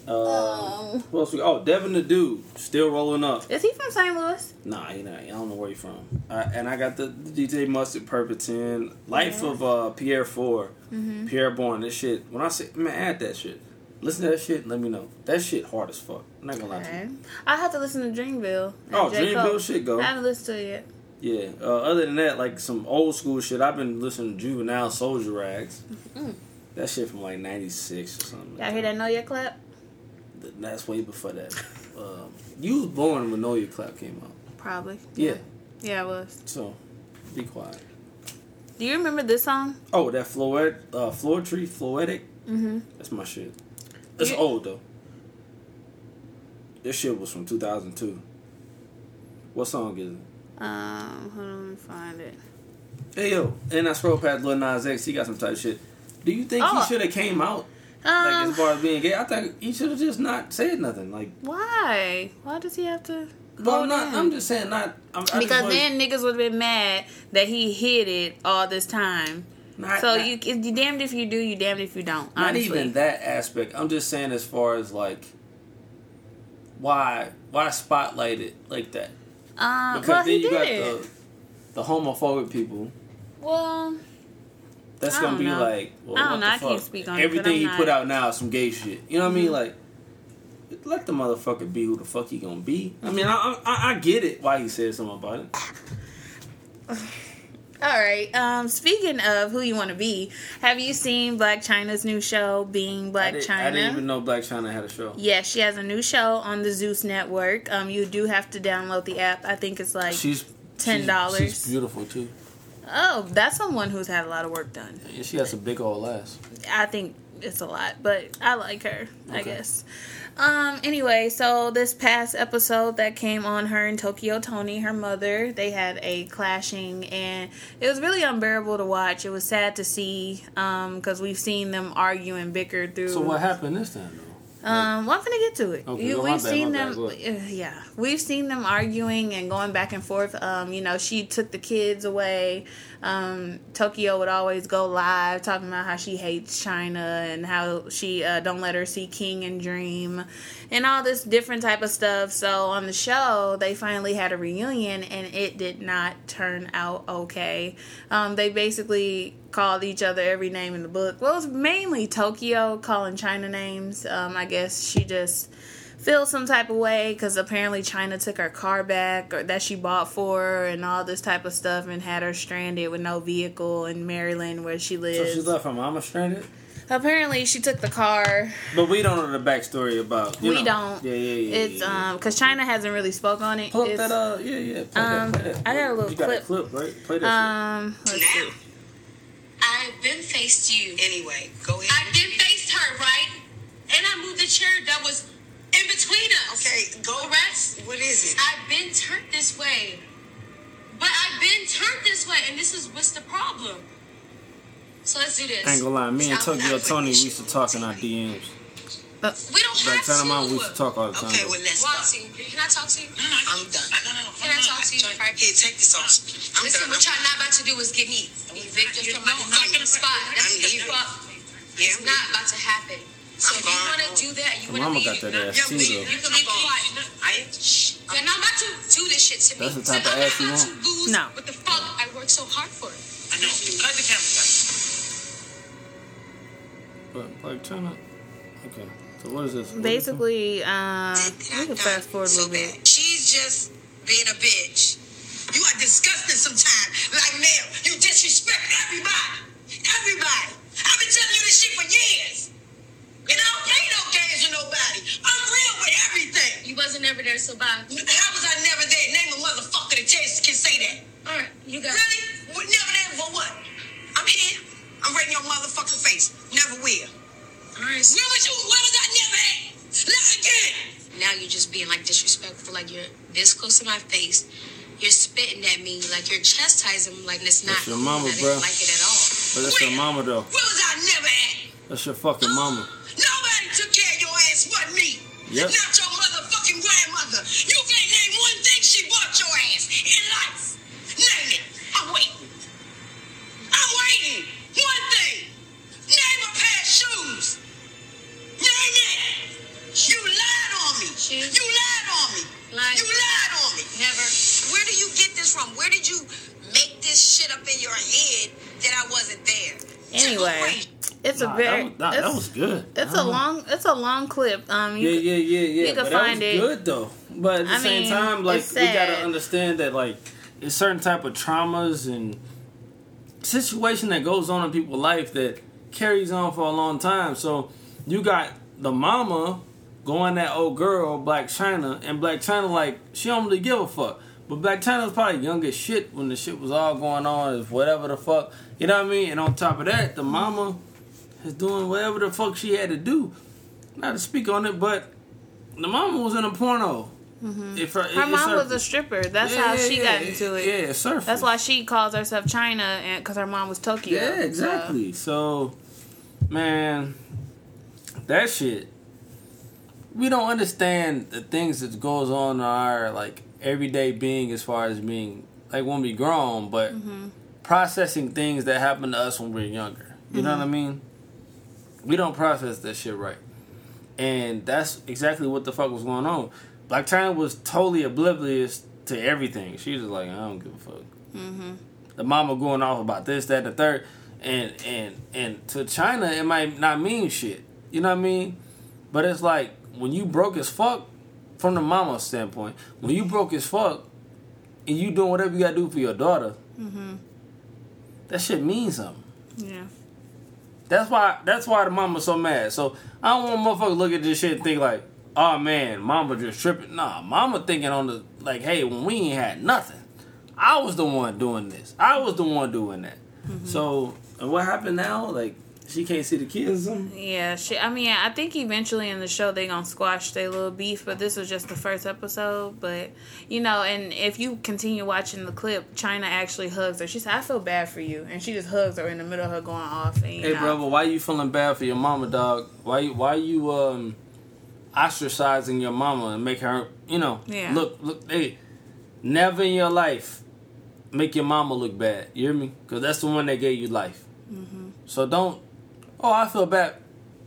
A: Uh, what else we? Oh, Devin the Dude, still rolling up.
B: is he from St. Louis?
A: Nah, you know, I don't know where you from. I, and I got the, the DJ Mustard Perpetin, Life of uh, Pierre 4
B: Mm-hmm.
A: Pierre Bourne. This shit. When I say, man, add that shit. Listen to that shit. and Let me know. That shit hard as fuck. I'm not gonna lie to
B: Okay.
A: you.
B: I have to listen to Dreamville. and
A: Oh,
B: J. Cole.
A: Dreamville shit go.
B: I haven't listened to it yet.
A: Yeah. Uh, other than that, like some old school shit. I've been listening to Juvenile Soldier Rags. That shit from like '96 or something.
B: Y'all Mm. hear that Know Your Clap?
A: Th- That's way before that. um, you was born when Know Your Clap came out.
B: Probably.
A: Yeah.
B: Yeah, I was.
A: So, be quiet.
B: Do you remember this song?
A: Oh, that floret, uh, floor tree, floetic. Mm-hmm. That's my shit. It's
B: You-
A: old though. This shit was from 2002. What song is it?
B: Um, hold on, let me find it.
A: Hey yo, and I scroll past Lil Nas X. He got some type shit. Do you think
B: Oh.
A: he should have came out like
B: Um,
A: as far as being gay? I think he should have just not said nothing. Like,
B: Why? Why does he have to?
A: well,
B: hold
A: not.
B: in?
A: I'm just saying not. I'm, I just
B: because
A: wanna-
B: then niggas would have been mad that he hid it all this time.
G: Not,
B: So
G: not-
B: you you damned if you do, you damned if you don't.
A: Not
B: Honestly,
A: even that aspect. I'm just saying as far as like why why spotlight it like that?
B: Um,
A: Because
B: well,
A: then
B: he
A: you
B: did.
A: got the the homophobic people.
B: well,
A: That's
B: I
A: gonna
B: don't
A: be
B: know.
A: like well,
B: I don't
A: what
B: know.
A: the
B: I can't
A: fuck?
B: speak on it, 'cause
A: everything
B: I'm
A: he
B: not- Mm-hmm.
A: put out now is some gay shit. You know what I mean? Like let the motherfucker be who the fuck he gonna be. I mean, I I, I get it why he said something about it.
B: all right. Um, speaking of who you want to be, have you seen Black China's new show, Being
A: I,
B: Black
A: did,
B: China?
A: I didn't even know Black China had a show.
B: Yeah, she has a new show on the Zeus Network. Um, you do have to download the app. I think it's like
A: She's She's,
B: $10.
A: she's beautiful too.
B: oh, that's someone who's had a lot of work done.
A: And she has a big old ass.
B: I think it's a lot, but I like her, I
A: Okay.
B: guess. Um, anyway, so this past episode that came on her and Tokyo Tony, her mother, they had a clashing and it was really unbearable to watch. It was sad to see, um, because we've seen them argue and bicker through
A: So what happened this time though?
B: um, well, I'm gonna get to it.
A: Okay,
B: you,
A: no, my
B: we've
A: bad,
B: seen
A: my
B: them,
A: bad, go
B: uh, yeah, we've seen them arguing and going back and forth. Um, you know, she took the kids away. Um, Tokyo would always go live talking about how she hates China and how she uh, don't let her see King and Dream and all this different type of stuff. So on the show, they finally had a reunion and it did not turn out okay. Um, they basically called each other every name in the book. Well, it was mainly Tokyo calling China names. Um, I guess she just feels some type of way because apparently China took her car back or that she bought for her and all this type of stuff and had her stranded with no vehicle in Maryland where she
A: So
B: lives.
A: she left her mama stranded.
B: apparently, she took the car.
A: But we don't know the backstory about. You
B: we
A: know.
B: don't.
A: Yeah, yeah, yeah.
B: It's
A: yeah,
B: um because China hasn't really spoke on it.
A: Pull up
B: It's-
A: that uh, yeah, yeah. Play
B: um,
A: that, play that.
B: I got a little
A: you got A
B: clip.
A: clip, right? Play that.
B: um, let's see.
C: Now.
I: I've been faced you.
C: Anyway, go ahead.
I: I did face her, right? And I moved the chair that was in between us.
C: Okay, go.
I: Correct?
C: What is it?
I: I've been turned this way. But I've been turned this way, and this is what's the problem. So let's do this.
A: shit. I ain't gonna lie, me
C: I'm
A: and
C: not
A: Tokyo
C: putting
A: Tony, we
C: this shit
A: used to
C: on
A: talk
C: the
A: in our DMs.
I: We don't
A: Like,
I: have
A: China mom, we
I: to.
A: used to talk all the time.
C: Okay, well let's go.
I: Walter, can I talk to you?
C: No, no, I'm done. No, no, no.
I: Can I talk to you
C: Here,
I: privately?
C: take this off. I'm
I: Listen,
C: done.
I: what y'all not about to do is get me evicted
C: You
I: from my
C: know I'm
I: fucking
C: gonna-
I: spot. That's
C: I'm
I: the
C: leaving.
I: fuck.
C: Yeah,
I: It's
C: I'm
I: not about to happen. So
C: I'm
I: if you
C: gone.
I: wanna do that, you
A: Her
I: wanna
A: mama
I: leave.
A: got that
I: you-
A: ass
I: you
A: too,
I: leave.
A: though.
I: You can leave quiet.
C: I shh.
I: You're not about to do this shit to me.
A: That's the type of
I: I'm
A: ass
I: not
A: you
I: about
A: want.
I: to lose
B: No.
I: what the fuck I worked so hard for.
C: I know. Cut the camera down.
A: But like China, okay. So what is this? What is this?
B: Basically, uh, we can fast forward a little bit.
C: She's just being a bitch. You are disgusting sometimes. Like now, you disrespect everybody. Everybody. I've been telling you this shit for years. And I don't play no games with nobody. I'm real with everything.
I: You wasn't ever there, so bye.
C: How was I never there? Name a motherfucker that just can say that.
I: All right, you got.
C: Really? Well, never there for what? I'm here. I'm right in your motherfucking face. Never will.
I: All right.
C: Where was you? Where was I never at? Lie again.
I: Now you're just being like disrespectful, like you're this close to my face. You're spitting at me, like you're chastising me, like it's not.
A: That's your mama,
I: I didn't
A: bruh.
I: like it at all.
A: But Oh, that's your mama though.
C: Where was I never at?
A: That's your fucking mama.
C: Nobody took care of your ass but me.
A: Yep.
C: Not your motherfucking grandmother. You can't name one thing she bought your ass in life. Name it. I'm waiting. I'm waiting. One thing. Name a pair of shoes. Name it. You lied on me.
I: Shoes?
C: You lied on me.
I: Lied.
C: You lied on me.
I: Never.
C: Where do you get this from? Where did you make this shit up in your head that I wasn't there?
B: Anyway, it's a
A: Nah, that,
B: very
A: was, nah, that
B: it's-
A: was good.
B: It's
A: I
B: a
A: don't know.
B: long it's a long clip. Um, you
A: Yeah,
B: c-
A: yeah, yeah, yeah.
B: you can
A: but
B: find
A: that
B: it.
A: was good though. But at the
B: I
A: same
B: mean,
A: time, like
B: it's
A: we gotta
B: sad.
A: understand that like it's certain type of traumas and situation that goes on in people's life that carries on for a long time. So you got the mama going that old girl, Black China, and Black China like she don't really give a fuck. But Black China was probably young as shit when the shit was all going on, is whatever the fuck. You know what I mean? And on top of that, the mama is doing whatever the fuck she had to do. Not to speak on it, but the mama was in a porno. If her,
B: Mm-hmm. her mom was a stripper. That's how she got into it.
A: Yeah, surfing.
B: That's why she calls herself China, and because her mom was Tokyo.
A: Yeah,
B: So,
A: exactly. So, man, that shit. We don't understand the things that goes on in our like everyday being as far as being like when we grown, but processing things that happened to us when we were younger. You know what I mean? We don't process that shit right. And that's exactly what the fuck was going on. Black China was totally oblivious to everything. She was just like, I don't give a fuck. The mama going off about this, that, and the third. And, and, and to China, it might not mean shit. You know what I mean? But it's like, when you broke as fuck, from the mama's standpoint, when you broke as fuck, and you doing whatever you gotta do for your daughter, that shit means something.
B: Yeah.
A: That's why that's why the mama's so mad. So I don't want motherfuckers look at this shit and think like, oh man, mama just tripping. Nah, mama thinking on the like, hey, when we ain't had nothing, I was the one doing this. I was the one doing that. So and what happened now? Like she can't see the kids. Or something?
B: Yeah, she, I mean, I think eventually in the show they gonna squash their little beef, but this was just the first episode. But you know, and if you continue watching the clip, China actually hugs her. She said, "I feel bad for you," and she just hugs her in the middle of her going off. And, you
A: Hey,
B: know,
A: brother, why you feeling bad for your mama, dog? Why you why you um ostracizing your mama and make her, you know,
B: Yeah.
A: look look hey, never in your life make your mama look bad. You hear me? Cuz that's the one that gave you life.
B: Mm-hmm.
A: So don't oh, I feel bad.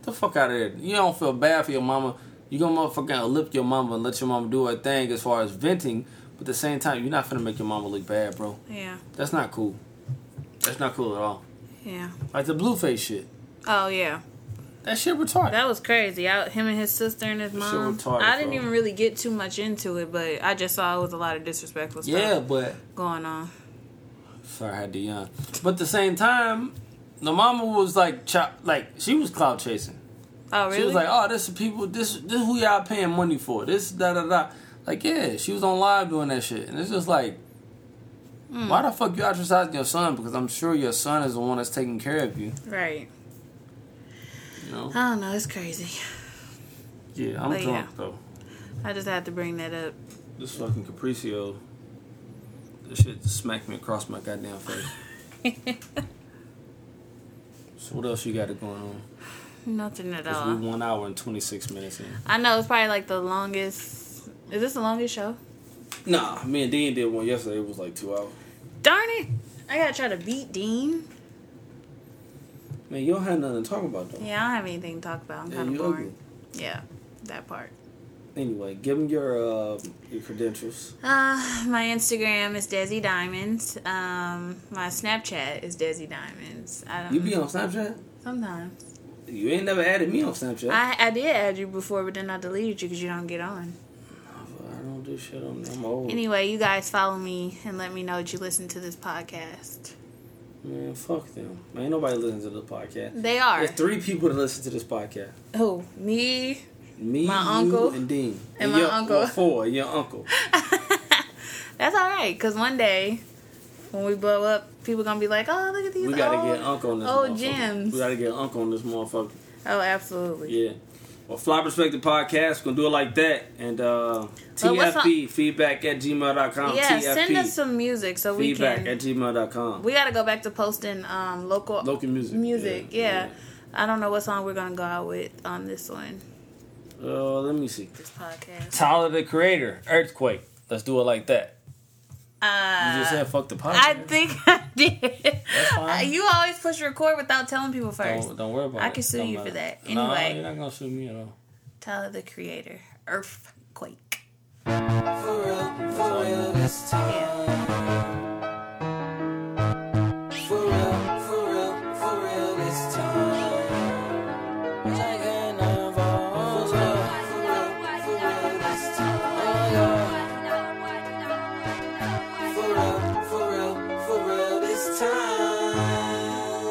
A: The fuck out of here. You don't feel bad for your mama. You gonna motherfucking uplift your mama and let your mama do her thing as far as venting, but at the same time, you're not finna make your mama look bad, bro.
B: Yeah,
A: That's not cool. That's not cool at all.
B: yeah.
A: Like the blueface shit.
B: Oh yeah,
A: That shit retarded.
B: that was crazy. I, him and his sister and his mom.
A: retarded,
B: I didn't
A: bro.
B: even really get too much into it, but I just saw it was a lot of disrespectful stuff
A: Yeah, but
B: going on.
A: sorry, I had to yawn. But at the same time, the mama was like, chop, like she was cloud chasing.
B: Oh really?
A: She was like, "Oh, this is people. This this who y'all paying money for. This da da da." Like, yeah, she was on live doing that shit, and it's just like,
B: Hmm.
A: why the fuck you ostracizing your son? Because I'm sure your son is the one that's taking care of you.
B: right.
A: You know?
B: I don't know. It's crazy.
A: Yeah, I'm
B: But
A: drunk
B: yeah.
A: though.
B: I just had to bring that up.
A: This fucking Capriccio, this shit smacked me across my goddamn face. so what else you got it going on?
B: Nothing at
A: It's
B: all.
A: been one hour and 26 minutes in.
B: I know it's probably like the longest. Is this the longest show?
A: Nah, me and Dean did one yesterday. It was like two hours.
B: Darn it! I gotta try to beat Dean.
A: Man, you don't have nothing to talk about, though.
B: Yeah, I don't have anything to talk about. I'm
A: Yeah,
B: kind of
A: you
B: boring. Yeah, that part.
A: Anyway, give them your, uh, your credentials.
B: Uh, my Instagram is Desi Diamonds. Um, my Snapchat is Desi Diamonds. I don't
A: You be on Snapchat?
B: sometimes.
A: You ain't never added me on Snapchat. I,
B: I I did add you before, but then I deleted you because you don't get on.
A: don't do shit on I'm old.
B: Anyway, you guys follow me and let me know that you listen to this podcast.
A: Man, fuck them. Man, ain't nobody listens to the podcast.
B: They are
A: There's three people that listen to this podcast.
B: who me.
A: Me,
B: My
A: you,
B: uncle.
A: and Dean.
B: And my
A: your,
B: uncle.
A: well, four, and your uncle.
B: That's all right, because one day when we blow up, people gonna be like, "Oh, look at these
A: We gotta
B: old,
A: get uncle on this
B: old
A: motherfucker.
B: gems."
A: We gotta get uncle on this motherfucker.
B: oh, absolutely.
A: Yeah. Well, Fly Perspective Podcast, gonna do it like that. And uh,
B: Well, what's
A: TFP, feedback at gmail.com.
B: Yeah,
A: TFP,
B: send us some music so we
A: feedback
B: can.
A: at gmail.com.
B: we gotta go back to posting um local
A: Local music.
B: music. Yeah. I don't know what song we're gonna go out with on this one,
A: yeah. Uh, let me see.
B: this podcast.
A: Tyler the Creator, Earthquake. Let's do it like that.
B: Uh,
A: You just said fuck the podcast.
B: I think I did. Uh,
A: fine.
B: You always push record without telling people 1st
A: don't, don't worry about
B: I
A: it.
B: can sue
A: Don't
B: you for
A: matter.
B: that.
A: No,
B: Anyway.
A: you're not gonna sue me at all.
B: Tyler the Creator, Earthquake. Yeah.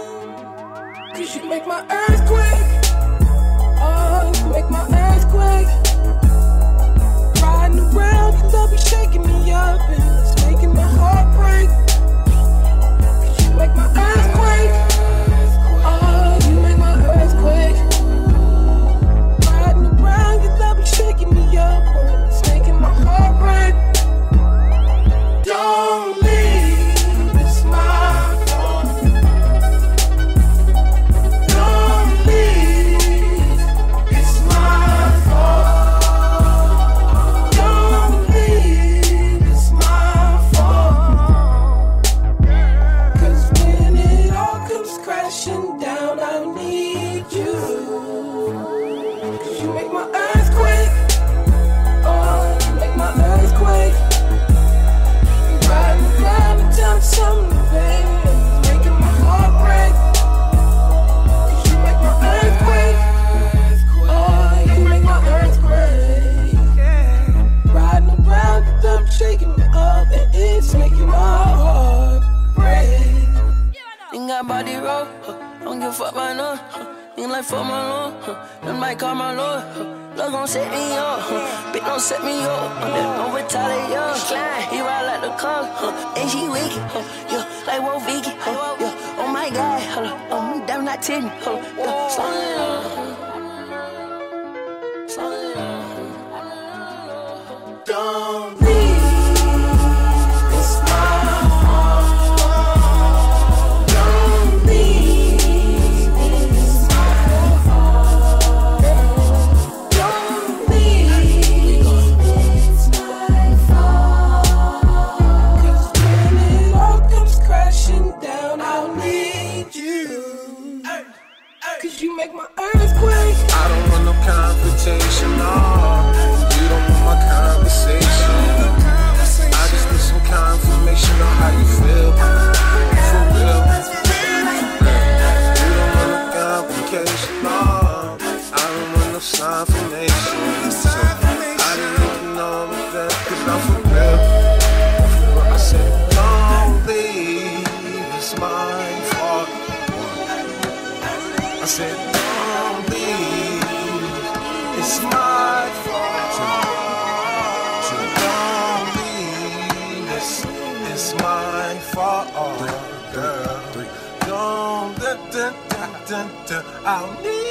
C: Cause you make my earthquake. Oh, you make my earthquake. Riding around, you love you shaking me up, and it's making my heart break. Oh,
J: Oh, fuck my lord. Huh. Nigga like fuck my lord. Huh. Them might call my lord. Huh. Love gon' set me up. Huh. Bitch don't set me up. Huh. That Don't retaliate. Huh. He ride like the car. Huh. And she wicked. Huh. Yeah. Like Wolf Vicky. Huh. Yeah. Oh my god. Hold on. Oh, me damn not titty. Hold on. Yeah. Slow it down. Slow it down. Don't leave. It's
K: I don't want no confrontation, no. You don't want my conversation. I just need some confirmation on how you feel. For real. You don't want no complication, no. I don't want no sign from nation. So I didn't even know I'm there, cause I'm for real. For real. I said, don't leave, it's my fault. I said, don't leave. It's my fault. So don't leave. It's, it's my fault, girl. Don't, da, da, da, da, da, I'll need